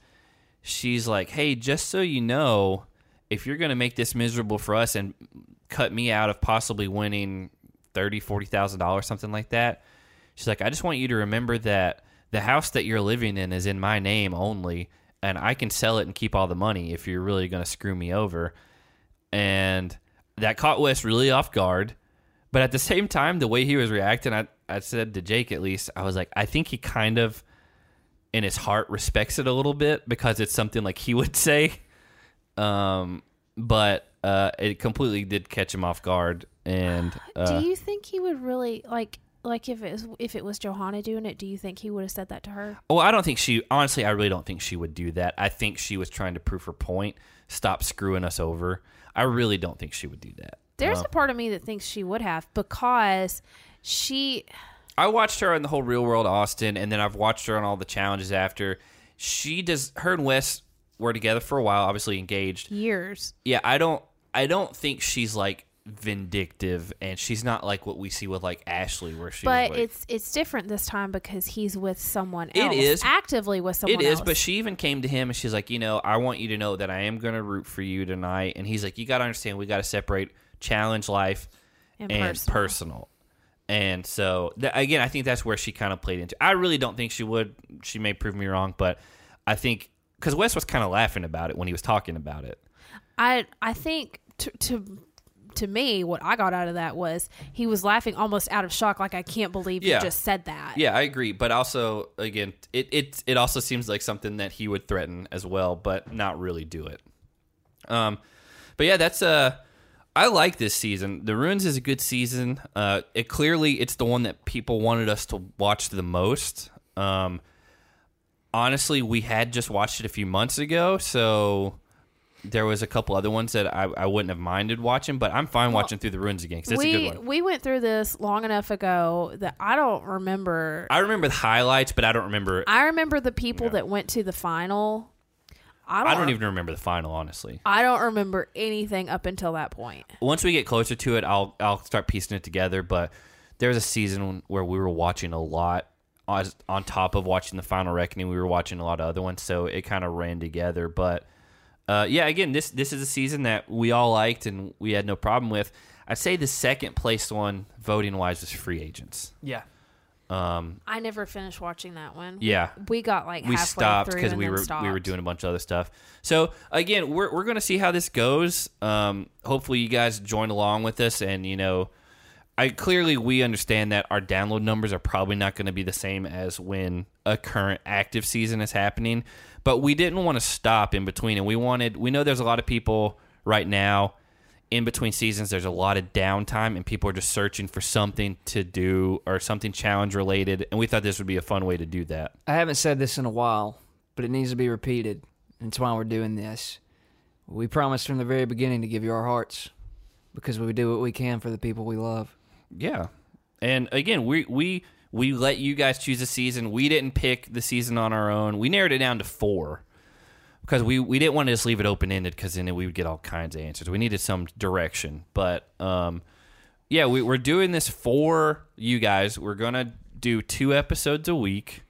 S1: She's like, hey, just so you know, if you're going to make this miserable for us and cut me out of possibly winning thirty, forty thousand dollars, something like that, she's like, I just want you to remember that the house that you're living in is in my name only, and I can sell it and keep all the money if you're really going to screw me over. And that caught Wes really off guard. But at the same time, the way he was reacting, I, I said to Jake at least, I was like, I think he kind of, in his heart, respects it a little bit because it's something like he would say. Um, but uh, it completely did catch him off guard. And uh,
S2: do you think he would really like? Like if it was, if it was Johanna doing it, do you think he would have said that to her?
S1: Well, I don't think she. Honestly, I really don't think she would do that. I think she was trying to prove her point. Stop screwing us over. I really don't think she would do that.
S2: There's a part of me that thinks she would have because she
S1: I watched her on the whole Real World Austin, and then I've watched her on all the challenges after. She does. Her and Wes were together for a while, obviously engaged.
S2: years
S1: yeah i don't i don't think she's like vindictive and she's not like what we see with like ashley where she's
S2: but
S1: like,
S2: it's it's different this time because he's with someone
S1: It
S2: else.
S1: is.
S2: actively with someone.
S1: it is
S2: else.
S1: but she even came to him and she's like you know i want you to know that i am going to root for you tonight and he's like you got to understand we got to separate challenge life
S2: And
S1: and personal.
S2: personal.
S1: And so th- again, I think that's where she kind of played into. I really don't think she would. She may prove me wrong, but I think because Wes was kind of laughing about it when he was talking about it.
S2: I I think to to to me, what I got out of that was he was laughing almost out of shock, like I can't believe
S1: Yeah.
S2: you just said that.
S1: Yeah, I agree. But also, again, it it it also seems like something that he would threaten as well, but not really do it. Um, but yeah, that's uh, I like this season. The Ruins is a good season. Uh, it clearly it's the one that people wanted us to watch the most. Um, honestly, we had just watched it a few months ago, so. There was a couple other ones that I, I wouldn't have minded watching, but I'm fine watching through the ruins again because it's
S2: we
S1: a good one.
S2: we went through this long enough ago that I don't remember. I,
S1: I remember the highlights, but I don't remember
S2: remember the people that went to the final. I don't,
S1: I don't even remember the final, honestly.
S2: I don't remember anything up until that point.
S1: Once we get closer to it, I'll I'll start piecing it together. But there was a season where we were watching a lot. On on top of watching the Final Reckoning, we were watching a lot of other ones, so it kind of ran together. But uh, yeah, again, this this is a season that we all liked and we had no problem with. I'd say the second place one, voting wise, was Free Agents.
S3: Yeah.
S2: I never finished watching that one.
S1: Yeah,
S2: we got like
S1: we
S2: halfway
S1: stopped
S2: through
S1: because
S2: and
S1: we
S2: then
S1: were we were
S2: stopped.
S1: doing a bunch of other stuff. So again, we're we're gonna see how this goes. Um, hopefully, you guys join along with us, and you know, I clearly we understand that our download numbers are probably not going to be the same as when a current active season is happening, but we didn't want to stop in between, and we wanted we know there's a lot of people right now. In between seasons, there's a lot of downtime, and people are just searching for something to do or something challenge related. And we thought this would be a fun way to do that.
S3: I haven't said this in a while, but it needs to be repeated. That's why we're doing this. We promised from the very beginning to give you our hearts because we do what we can for the people we love.
S1: Yeah. And again, we we we let you guys choose a season. We didn't pick the season on our own. We narrowed it down to four because we we didn't want to just leave it open ended because then we would get all kinds of answers. We needed some direction. But um, yeah, we, we're doing this for you guys. We're gonna do two episodes a week.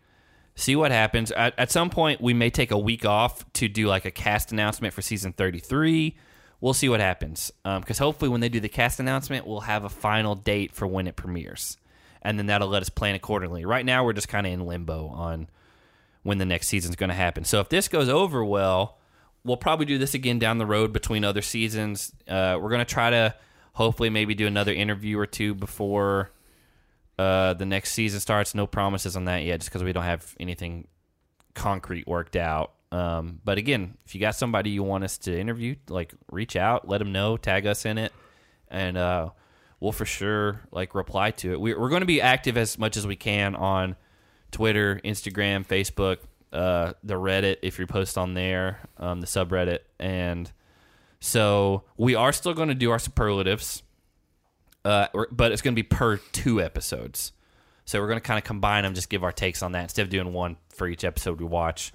S1: See what happens. At, at some point, we may take a week off to do like a cast announcement for season 33. We'll see what happens. Because hopefully, when they do the cast announcement, we'll have a final date for when it premieres. And then that'll let us plan accordingly. Right now, we're just kind of in limbo on when the next season's going to happen. So if this goes over well, we'll probably do this again down the road between other seasons. Uh, we're going to try to hopefully maybe do another interview or two before uh, the next season starts. No promises on that yet, just because we don't have anything concrete worked out. Um, but again, if you got somebody you want us to interview, like reach out, let them know, tag us in it, and uh, we'll for sure like reply to it. We, we're going to be active as much as we can on Twitter, Instagram, Facebook, uh, the Reddit if you post on there, um, the subreddit, and so we are still going to do our superlatives, uh, or- but it's going to be per two episodes. So we're going to kind of combine them, just give our takes on that instead of doing one for each episode we watch.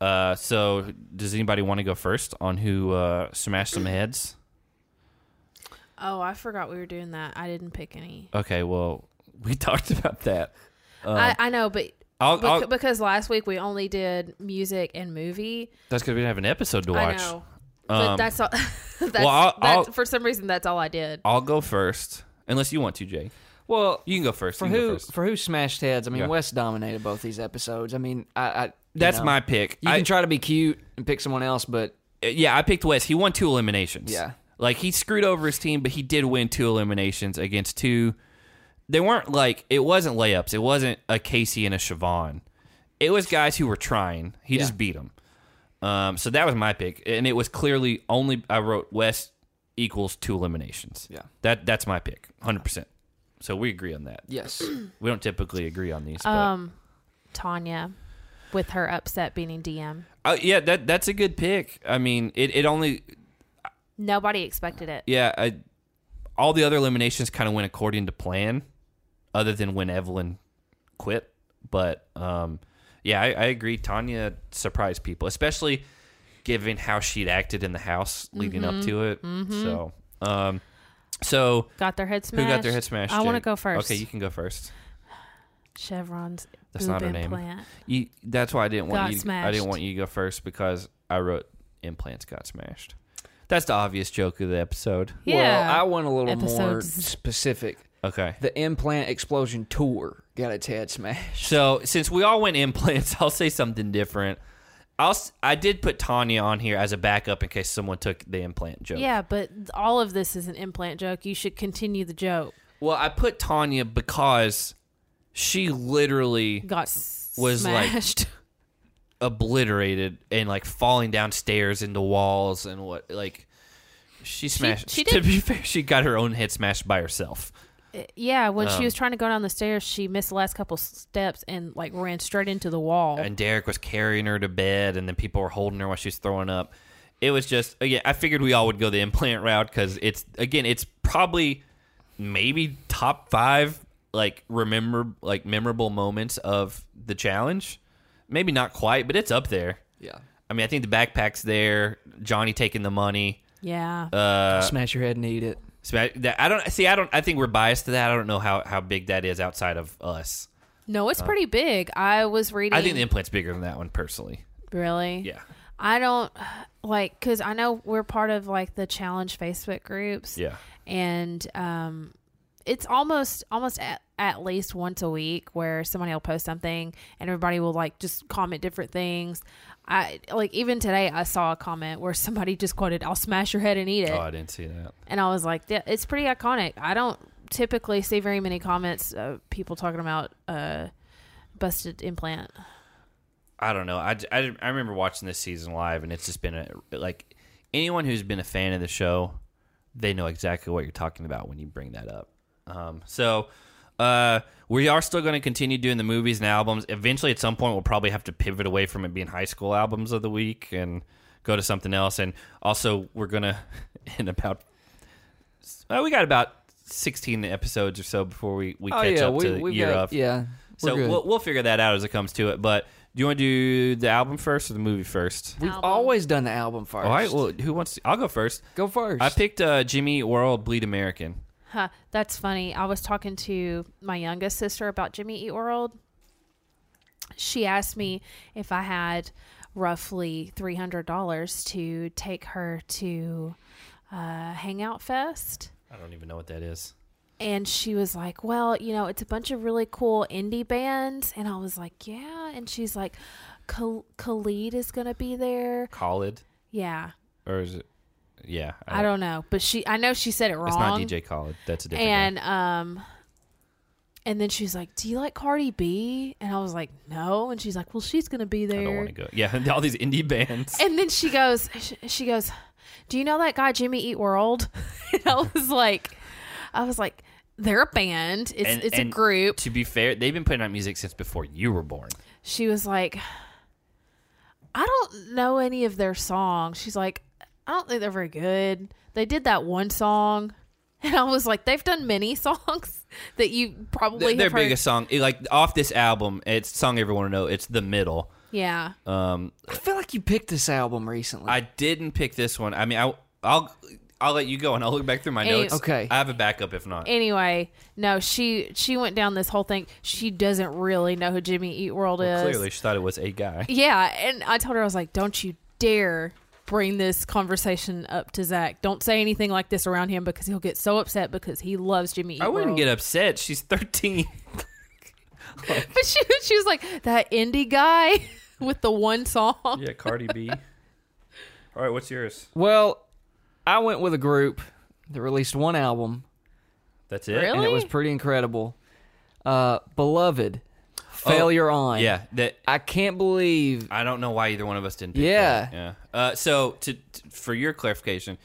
S1: Uh, so does anybody want to go first on who uh, smashed some heads?
S2: Oh, I forgot we were doing that. I didn't pick any.
S1: Okay, well we talked about that.
S2: I, I know, but
S1: Oh. I'll,
S2: Bec-
S1: I'll,
S2: because last week we only did music and movie.
S1: that's because we didn't have an episode to watch. Um,
S2: I know, but that's all. that's,
S1: well, I'll-
S2: that-
S1: I'll-
S2: for some reason, that's all I did.
S1: I'll go first, unless you want to, Jay.
S3: Well,
S1: You can go first.
S3: for
S1: You can go
S3: who
S1: first.
S3: for who smashed heads? I mean,
S1: Yeah.
S3: Wes dominated both these episodes. I mean, I, I you
S1: That's
S3: know,
S1: my pick.
S3: You
S1: I-
S3: can try to be cute and pick someone else, but
S1: yeah, I picked Wes. He won two eliminations.
S3: Yeah.
S1: Like he screwed over his team, but he did win two eliminations against two. They weren't like it wasn't layups. It wasn't a Casey and a Siobhan. It was guys who were trying. He just beat them. Um, so that was my pick, and it was clearly only I wrote Wes equals two eliminations.
S3: Yeah.
S1: That that's my pick, hundred percent. So we agree on that.
S3: yes,
S1: We don't typically agree on these. But.
S2: Um, Tanya, with her upset beating DM,
S1: Uh, yeah, that that's a good pick. I mean, it, it only
S2: nobody expected it.
S1: yeah, I, all the other eliminations kind of went according to plan, other than when Evelyn quit. But um, yeah, I, I agree. Tanya surprised people, especially given how she'd acted in the house leading up to it.
S2: Mm-hmm.
S1: So, um, so
S2: Got their head
S1: who
S2: smashed.
S1: got their head smashed?
S2: I want to
S1: Jake?
S2: go first.
S1: Okay, you can go first.
S2: Chevron's
S1: That's
S2: boob
S1: not her name.
S2: implant.
S1: You, that's why I didn't want
S2: Got
S1: you. I didn't
S2: smashed.
S1: want you to go first because I wrote implants got smashed. That's the obvious joke of the episode.
S2: Yeah.
S3: Well, I went a little more
S2: Episodes.
S3: specific.
S1: Okay.
S3: The implant explosion tour got its head smashed.
S1: So since we all went implants, I'll say something different. I'll s- I did put Tanya on here as a backup in case someone took the implant joke.
S2: Yeah, but all of this is an implant joke. You should continue the joke.
S1: Well, I put Tanya because she literally
S2: Got
S1: Was like-
S2: smashed.
S1: obliterated and like falling downstairs into walls and what like she smashed.
S2: she
S1: to
S2: did-
S1: be fair, she got her own head smashed by herself.
S2: yeah, when she was
S1: Um,
S2: trying to go down the stairs, she missed the last couple steps and like ran straight into the wall.
S1: And Derek was carrying her to bed, and then people were holding her while she was throwing up. It was just again. I figured we all would go the implant route because it's again, it's probably maybe top five like remember like memorable moments of the challenge. Maybe not quite, but it's up there.
S3: Yeah.
S1: I mean, I think the backpack's there. Johnny taking the money.
S2: yeah.
S1: uh,
S3: Smash your head and eat it.
S1: So I, that, I don't see. I don't. I think we're biased to that. I don't know how, how big that is outside of us.
S2: no, it's pretty big. I was reading.
S1: uh, I think the implant's bigger than that one personally.
S2: Really?
S1: Yeah.
S2: I don't like because I know we're part of like the challenge Facebook groups.
S1: Yeah.
S2: And um, it's almost almost at, at least once a week where somebody will post something and everybody will like just comment different things. I like even today I saw a comment where somebody just quoted, "I'll smash your head and eat it,"
S1: Oh, I didn't see that.
S2: and I was like, yeah, "It's pretty iconic." I don't typically see very many comments of people talking about uh, busted implant.
S1: I don't know. I, I, I remember watching this season live, and it's just been a like anyone who's been a fan of the show, they know exactly what you're talking about when you bring that up. Um, so uh, we are still going to continue doing the movies and albums. Eventually, at some point, we'll probably have to pivot away from it being high school albums of the week and go to something else. And also, we're gonna in about well, we got about sixteen episodes or so before we we
S3: Oh,
S1: catch up to the
S3: we've
S1: year
S3: got-
S1: of
S3: Yeah.
S1: so
S3: we're good.
S1: we'll, we'll figure that out as it comes to it. But do you want to do the album first or the movie first?
S3: We've always done the album first.
S1: All right. Well, who wants? To, I'll go first.
S3: Go first.
S1: I picked uh, Jimmy Eat World Bleed American.
S2: Huh, that's funny. I was talking to my youngest sister about Jimmy Eat World. She asked me if I had roughly three hundred dollars to take her to uh, Hangout Fest,
S1: I don't even know what that is.
S2: and she was like, "Well, you know, it's a bunch of really cool indie bands," and I was like, "Yeah," and she's like, "Khal- "Khalid is gonna be there."
S1: Khalid
S2: Yeah,
S1: or is it? Yeah.
S2: I don't know, but she, I know she said it wrong.
S1: Oh. It's not DJ Khalid. That's a different.
S2: and
S1: guy.
S2: um and then she's like do you like cardi b and i was like no and she's like well she's gonna be there
S1: I don't want to go. Yeah. All these indie bands.
S2: and then she goes sh- she goes do you know that guy jimmy eat world and i was like i was like they're a band it's,
S1: And-
S2: it's
S1: and
S2: a group
S1: To be fair, they've been putting out music since before you were born.
S2: she was like i don't know any of their songs she's like i don't think they're very good they did that one song and i was like they've done many songs that you probably
S1: Th- their
S2: have heard.
S1: biggest song, like off this album, it's a song everyone will know. It's the middle.
S2: yeah
S1: Um,
S3: I feel like you picked this album recently.
S1: I didn't pick this one. I mean, I, I'll I'll let you go and I'll look back through my
S2: Any-
S1: notes.
S3: Okay.
S1: I have a backup if not.
S2: anyway, no, she she went down this whole thing. She doesn't really know who Jimmy Eat World is.
S1: Clearly, she thought it was a guy.
S2: Yeah, and I told her I was like, "Don't you dare bring this conversation up to Zach. Don't say anything like this around him because he'll get so upset because he loves Jimmy Eat
S1: I wouldn't
S2: World."
S1: get upset. She's thirteen.
S2: But she she was like that indie guy with the one song.
S1: yeah, Cardi B. All right, what's yours?
S3: well, I went with a group that released one album,
S1: That's it.
S2: Really?
S3: and it was pretty incredible. Uh, Beloved, Failure On.
S1: Oh, Yeah. That
S3: I can't believe.
S1: I don't know why either one of us didn't. Pick
S3: Yeah.
S1: that. Yeah. Uh, so to, to for your clarification,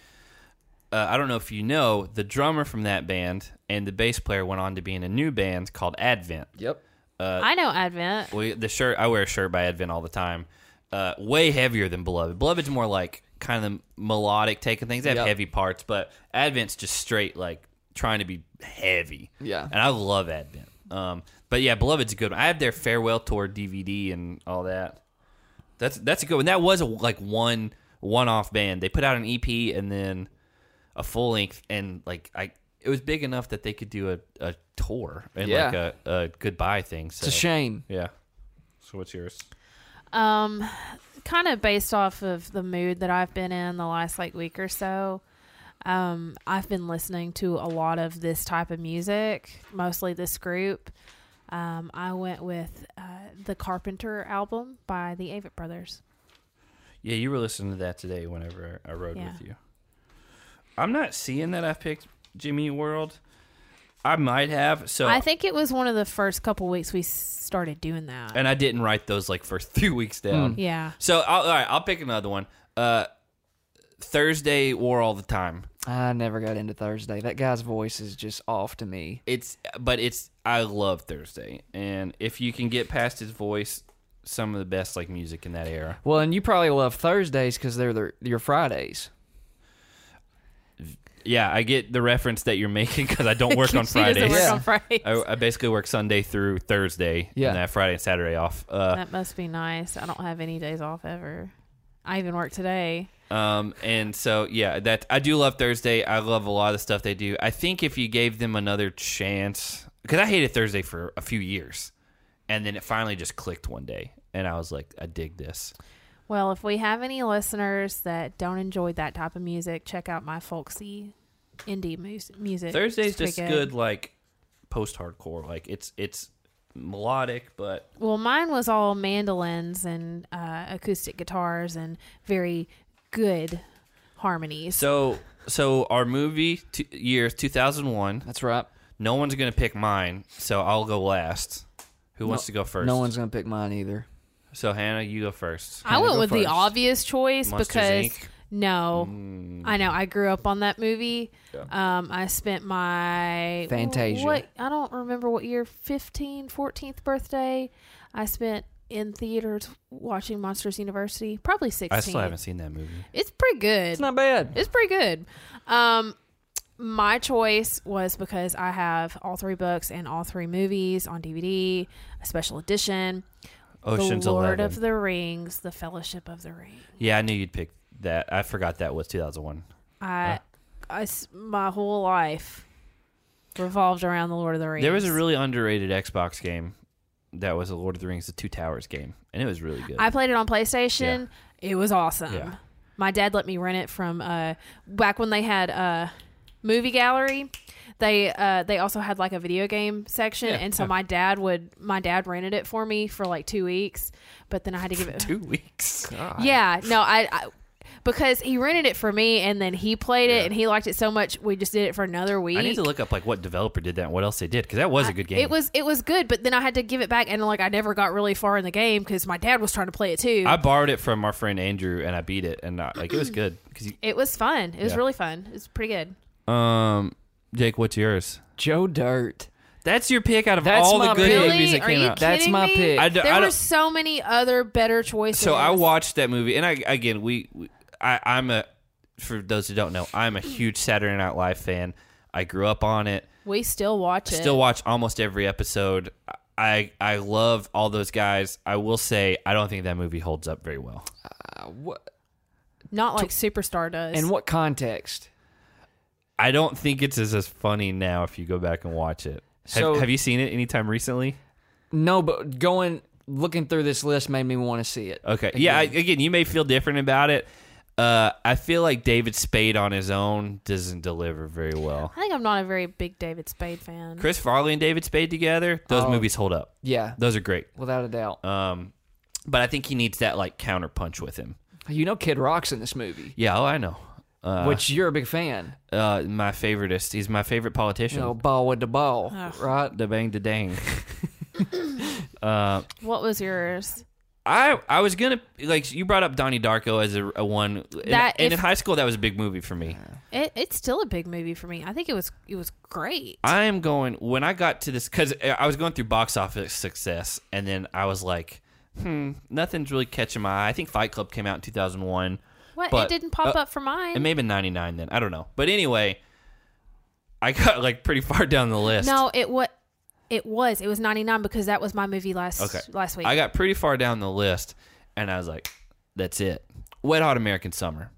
S1: uh, I don't know if you know the drummer from that band and the bass player went on to be in a new band called Advent.
S3: Yep.
S2: I know Advent.
S1: We, the shirt I wear a shirt by Advent all the time. Uh, way heavier than Beloved. Beloved's more like kind of the melodic take of things. They have
S3: Yep.
S1: heavy parts, but Advent's just straight like trying to be heavy.
S3: Yeah.
S1: and I love Advent. Um, but yeah, Beloved's a good one. I have their farewell tour DVD and all that. That's that's a good one. That was a, like one one off band. They put out an EP and then a full length, and like I. It was big enough that they could do a, a tour and
S3: Yeah.
S1: like a, a goodbye thing. So.
S3: It's a shame.
S1: Yeah. So what's yours?
S2: Um, kind of based off of the mood that I've been in the last like week or so. Um, I've been listening to a lot of this type of music, mostly this group. Um, I went with uh, the Carpenter album by the Avett Brothers.
S1: Yeah, you were listening to that today whenever I rode
S2: Yeah.
S1: with you. I'm not seeing that I picked Jimmy Eat World. I might have. So
S2: I think it was one of the first couple weeks we s- started doing that.
S1: and I didn't write those like first three weeks down.
S2: yeah.
S1: So I'll, all right, I'll pick another one. Uh, Thursday War All the Time.
S3: I never got into Thursday. That guy's voice is just off to me.
S1: It's but it's I love Thursday, and if you can get past his voice, some of the best like music in that era.
S3: Well, and you probably love Thursdays because they're the, your Fridays.
S1: Yeah, I get the reference that you're making because I don't work on
S2: She doesn't
S1: Fridays.
S2: work
S3: Yeah.
S2: on Fridays.
S1: I, I basically work Sunday through Thursday,
S3: Yeah.
S1: and then Friday and Saturday off. Uh,
S2: That must be nice. I don't have any days off ever. I even work today.
S1: Um, and so yeah, that I do love Thursday. I love a lot of stuff they do. I think if you gave them another chance, because I hated Thursday for a few years, and then it finally just clicked one day, and I was like, I dig this.
S2: Well, if we have any listeners that don't enjoy that type of music, check out my folksy indie mus- music.
S1: Thursday's
S2: It's pretty
S1: just good, like post-hardcore. Like it's it's melodic, but
S2: Well, mine was all mandolins and uh, acoustic guitars and very good harmonies.
S1: so so our movie t- year two thousand one.
S3: That's right.
S1: No one's gonna pick mine, so I'll go last. Who wants to go first?
S3: No one's gonna pick mine either.
S1: So Hannah, you go first.
S2: I went
S3: go
S2: with the
S3: first.
S2: obvious choice
S1: Monsters,
S2: because
S1: Inc. Mm.
S2: no, I know I grew up on that movie. Um, I spent my
S3: Fantasia.
S2: What I don't remember what year 15, 14th birthday. I spent in theaters watching Monsters University. Probably sixteen.
S1: I still haven't seen that movie.
S2: It's pretty good.
S3: It's not bad.
S2: It's pretty good. Um, my choice was because I have all three books and all three movies on DVD, a special edition.
S1: Ocean's
S2: the Lord
S1: 11.
S2: of the Rings, The Fellowship of the Ring.
S1: Yeah, I knew you'd pick that. I forgot that was 2001.
S2: I, I s- my whole life revolved around the Lord of the Rings.
S1: There was a really underrated Xbox game that was a Lord of the Rings, the Two Towers game, and it was really good.
S2: I played it on PlayStation. It was awesome.
S1: Yeah.
S2: My dad let me rent it from uh, back when they had a movie gallery. They uh, they also had like a video game section, and so my dad would my dad rented it for me for like two weeks, but then I had to give it.
S1: Two weeks.
S2: Yeah, no, I, I because he rented it for me, and then he played it, and he liked it so much, we just did it for another week.
S1: I need to look up like what developer did that and what else they did because that was a good game.
S2: It was it was good, but then I had to give it back, and like I never got really far in the game because my dad was trying to play it too.
S1: I borrowed it from our friend Andrew and I beat it and I, like it was good. 'Cause you-
S2: it was fun. It was
S1: Yeah.
S2: really fun. It was pretty good.
S1: um, Jake, what's yours?
S3: Joe Dirt.
S1: That's your pick out of
S3: That's
S1: all the
S3: my
S1: good
S3: pick.
S1: movies that
S2: Are
S1: came
S2: you
S1: out.
S3: That's
S2: kidding
S3: my
S2: me?
S3: pick.
S1: I d- I
S2: there were
S1: don't-
S2: so many other better choices.
S1: So I watched that movie, and I again we, we I, I'm a for those who don't know, I'm a huge Saturday Night Live fan. I grew up on it.
S2: we still watch it.
S1: Still watch almost every episode. I I love all those guys. I will say I don't think that movie holds up very well.
S2: not like Superstar does.
S3: In what context?
S1: I don't think it's as, as funny now if you go back and watch it. Have,
S3: So-
S1: have you seen it anytime recently?
S3: No, but going looking through this list made me want to see it.
S1: Okay. Yeah. I, again, you may feel different about it. Uh, I feel like David Spade on his own doesn't deliver very well.
S2: I think I'm not a very big David Spade fan.
S1: Chris Farley and David Spade together, those movies hold up.
S3: Yeah,
S1: Those are great.
S3: without a doubt.
S1: Um, but I think he needs that like counterpunch with him.
S3: you know, Kid Rock's in this movie,
S1: Yeah, oh, I know. Uh,
S3: which you're a big fan.
S1: uh, my favoriteist. He's my favorite politician.
S3: You know, ball with the ball, right?
S1: Da bang da dang.
S2: what was yours?
S1: I I was gonna like you brought up Donnie Darko as a, a one
S2: That
S1: and, and
S2: if-
S1: in high school that was a big movie for me.
S2: It, it's still a big movie for me. I think it was it was great.
S1: I am going when I got to this because I was going through box office success, and then I was like, hmm, nothing's really catching my eye. I think Fight Club came out in two thousand one.
S2: what
S1: but-
S2: it didn't pop
S1: uh,
S2: up for mine.
S1: It may have been 99 then. I don't know. But anyway, I got like pretty far down the list.
S2: no, it what it was it was 99 because that was my movie last
S1: Okay.
S2: last week.
S1: I got pretty far down the list and I was like, that's it. Wet Hot American Summer.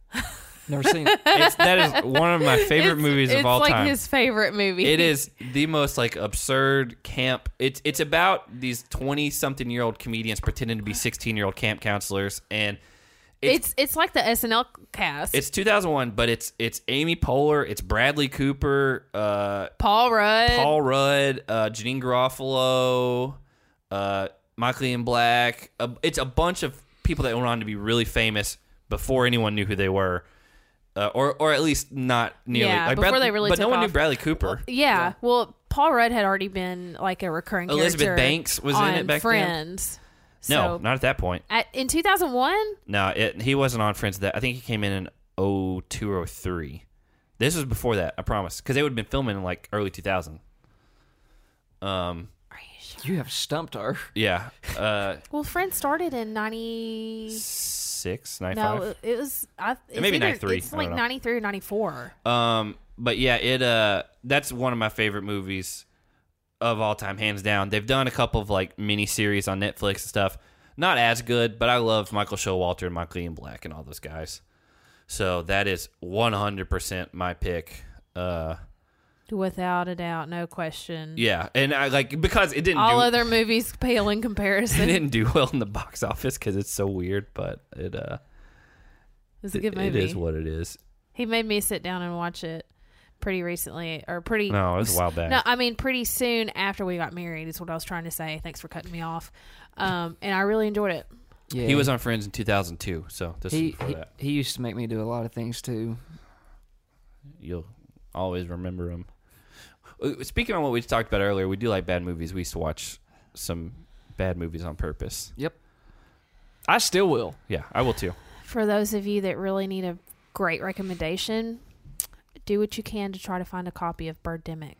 S3: Never seen it.
S1: It's, that is one of my favorite
S2: It's-
S1: movies of all
S2: It's
S1: time.
S2: like his favorite movie.
S1: It is the most like absurd camp. It's it's about these twenty something year old comedians pretending to be sixteen year old camp counselors, and
S2: It's it's like the SNL cast.
S1: it's 2001, but it's it's Amy Poehler, it's Bradley Cooper, uh,
S2: Paul Rudd.
S1: Paul Rudd, uh, Janine Garofalo, uh, Michael Ian Black. A, it's a bunch of people that went on to be really famous before anyone knew who they were, uh, or or at least not nearly.
S2: Yeah,
S1: like
S2: before they really
S1: But no
S2: took
S1: one knew
S2: off.
S1: Bradley Cooper.
S2: yeah, Well, Paul Rudd had already been like a recurring
S1: Elizabeth
S2: character
S1: Banks was in
S2: on
S1: it back then?
S2: Friends.
S1: No,
S2: So-
S1: not at that point.
S2: At, in 2001?
S1: No, it, he wasn't on Friends. That I think he came in in 02 or 03. This was before that, I promise, because they would have been filming in like early 2000. Um,
S3: You have stumped her.
S1: yeah, uh,
S2: Well, Friends started in 90.
S1: six, nine,
S2: No,
S1: five.
S2: it- it was. I, it's
S1: may be
S2: either-
S1: 93,
S2: It's
S1: I
S2: like
S1: don't know.
S2: 93 or 94.
S1: Um, but yeah, it uh, that's one of my favorite movies of all time, hands down. They've done a couple of like mini series on Netflix and stuff. Not as good, but I love Michael Showalter and Michael Ian Black and all those guys. So that is 100% my pick. Uh,
S2: Without a doubt, no question.
S1: yeah, and I like because it didn't
S2: All
S1: do,
S2: other movies pale in
S1: it
S2: comparison.
S1: didn't do well in the box office because it's so weird, but it uh,
S2: it's a good movie.
S1: it is what it is.
S2: He made me sit down and watch it pretty recently, or pretty.
S1: No, it was a while back.
S2: No, I mean pretty soon after we got married is what I was trying to say. Thanks for cutting me off. Um, and I really enjoyed it.
S3: Yeah.
S1: He was on Friends in 2002, so this is
S3: He,
S1: before
S3: he,
S1: that.
S3: he used to make me do a lot of things too.
S1: You'll always remember him. Uh, Speaking on what we talked about earlier, we do like bad movies. We used to watch some bad movies on purpose.
S3: Yep. I still will.
S1: Yeah, I will too.
S2: For those of you that really need a great recommendation, do what you can to try to find a copy of Birdemic.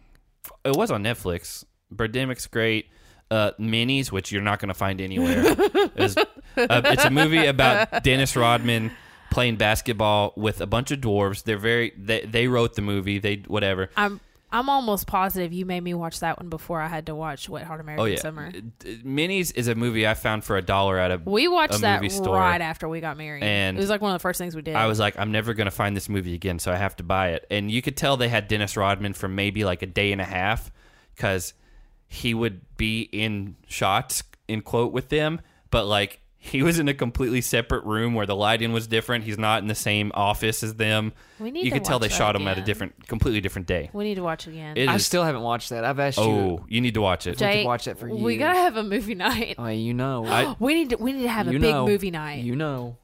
S1: It was on Netflix. Birdemic's great. Uh, Minis, which you're not going to find anywhere. is, uh, it's a movie about Dennis Rodman playing basketball with a bunch of dwarves. They're very. They, they wrote the movie. They whatever.
S2: I'm I'm almost positive you made me watch that one before I had to watch Wet Hot American
S1: Oh yeah,
S2: Summer.
S1: D- d- Minis is a movie I found for a dollar at a
S2: We
S1: a
S2: watched that
S1: movie store.
S2: right after we got married.
S1: And
S2: it was like one of the first things we did.
S1: I was like, I'm never going to find this movie again, so I have to buy it. And you could tell they had Dennis Rodman for maybe like a day and a half because he would be in shots, in quote, with them, but like he was in a completely separate room where the lighting was different. He's not in the same office as them.
S2: We need
S1: you
S2: to
S1: could tell
S2: watch
S1: they
S2: that
S1: shot him at a
S2: again.
S1: different, completely different day.
S2: we need to watch again.
S1: It
S3: I
S1: is-
S3: still haven't watched that. I've asked you.
S1: oh, you need to watch it.
S2: Jake,
S3: watch that for
S2: We
S3: years.
S2: gotta have a movie night.
S3: Oh, you know.
S2: we need to we need to have a
S3: you
S2: big
S3: know.
S2: movie night.
S3: You know.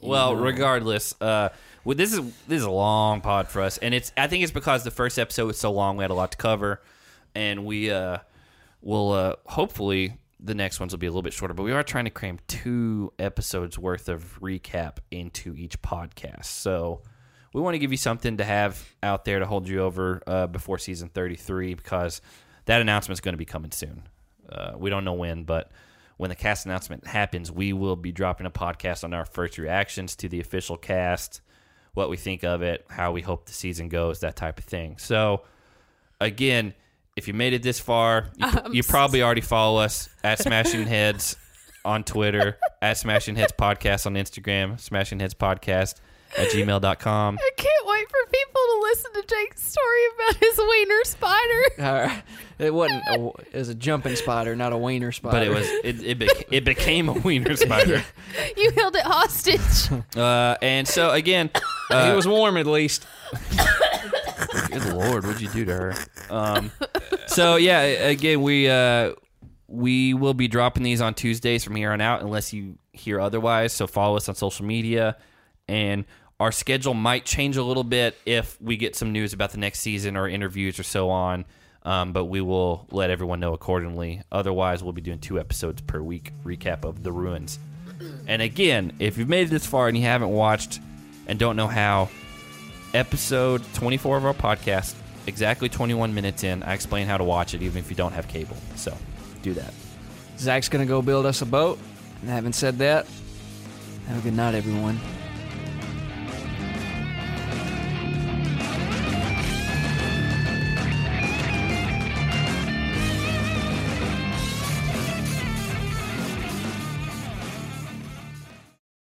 S1: Well, regardless, uh, well, this is this is a long pod for us, and it's I think it's because the first episode was so long, we had a lot to cover, and we uh, will uh, hopefully the next ones will be a little bit shorter, but we are trying to cram two episodes worth of recap into each podcast, so we want to give you something to have out there to hold you over uh, before season thirty three because that announcement is going to be coming soon. Uh, we don't know when, but when the cast announcement happens, we will be dropping a podcast on our first reactions to the official cast, what we think of it, how we hope the season goes, that type of thing. So, again, if you made it this far, you, you probably already follow us at Smashing Heads on Twitter, at Smashing Heads Podcast on Instagram, Smashing Heads Podcast at gmail.com.
S2: I can't wait for people to listen to Jake's story about his wiener spider.
S3: All right. It wasn't. A, it was a jumping spider, not a wiener spider.
S1: But it was it it, bec- it became a wiener spider,
S2: You held it hostage.
S1: uh, and so again,
S3: it was warm at least.
S1: Good lord, what'd you do to her? Um, so yeah, again, we uh, we will be dropping these on Tuesdays from here on out, unless you hear otherwise. So follow us on social media, and our schedule might change a little bit if we get some news about the next season or interviews or so on. Um, but we will let everyone know accordingly. Otherwise, we'll be doing two episodes per week recap of the ruins. And again, if you've made it this far and you haven't watched and don't know how, episode 24 of our podcast, exactly 21 minutes in, I explain how to watch it even if you don't have cable. So do that.
S3: Zach's gonna go build us a boat. And having said that, have a good night, everyone.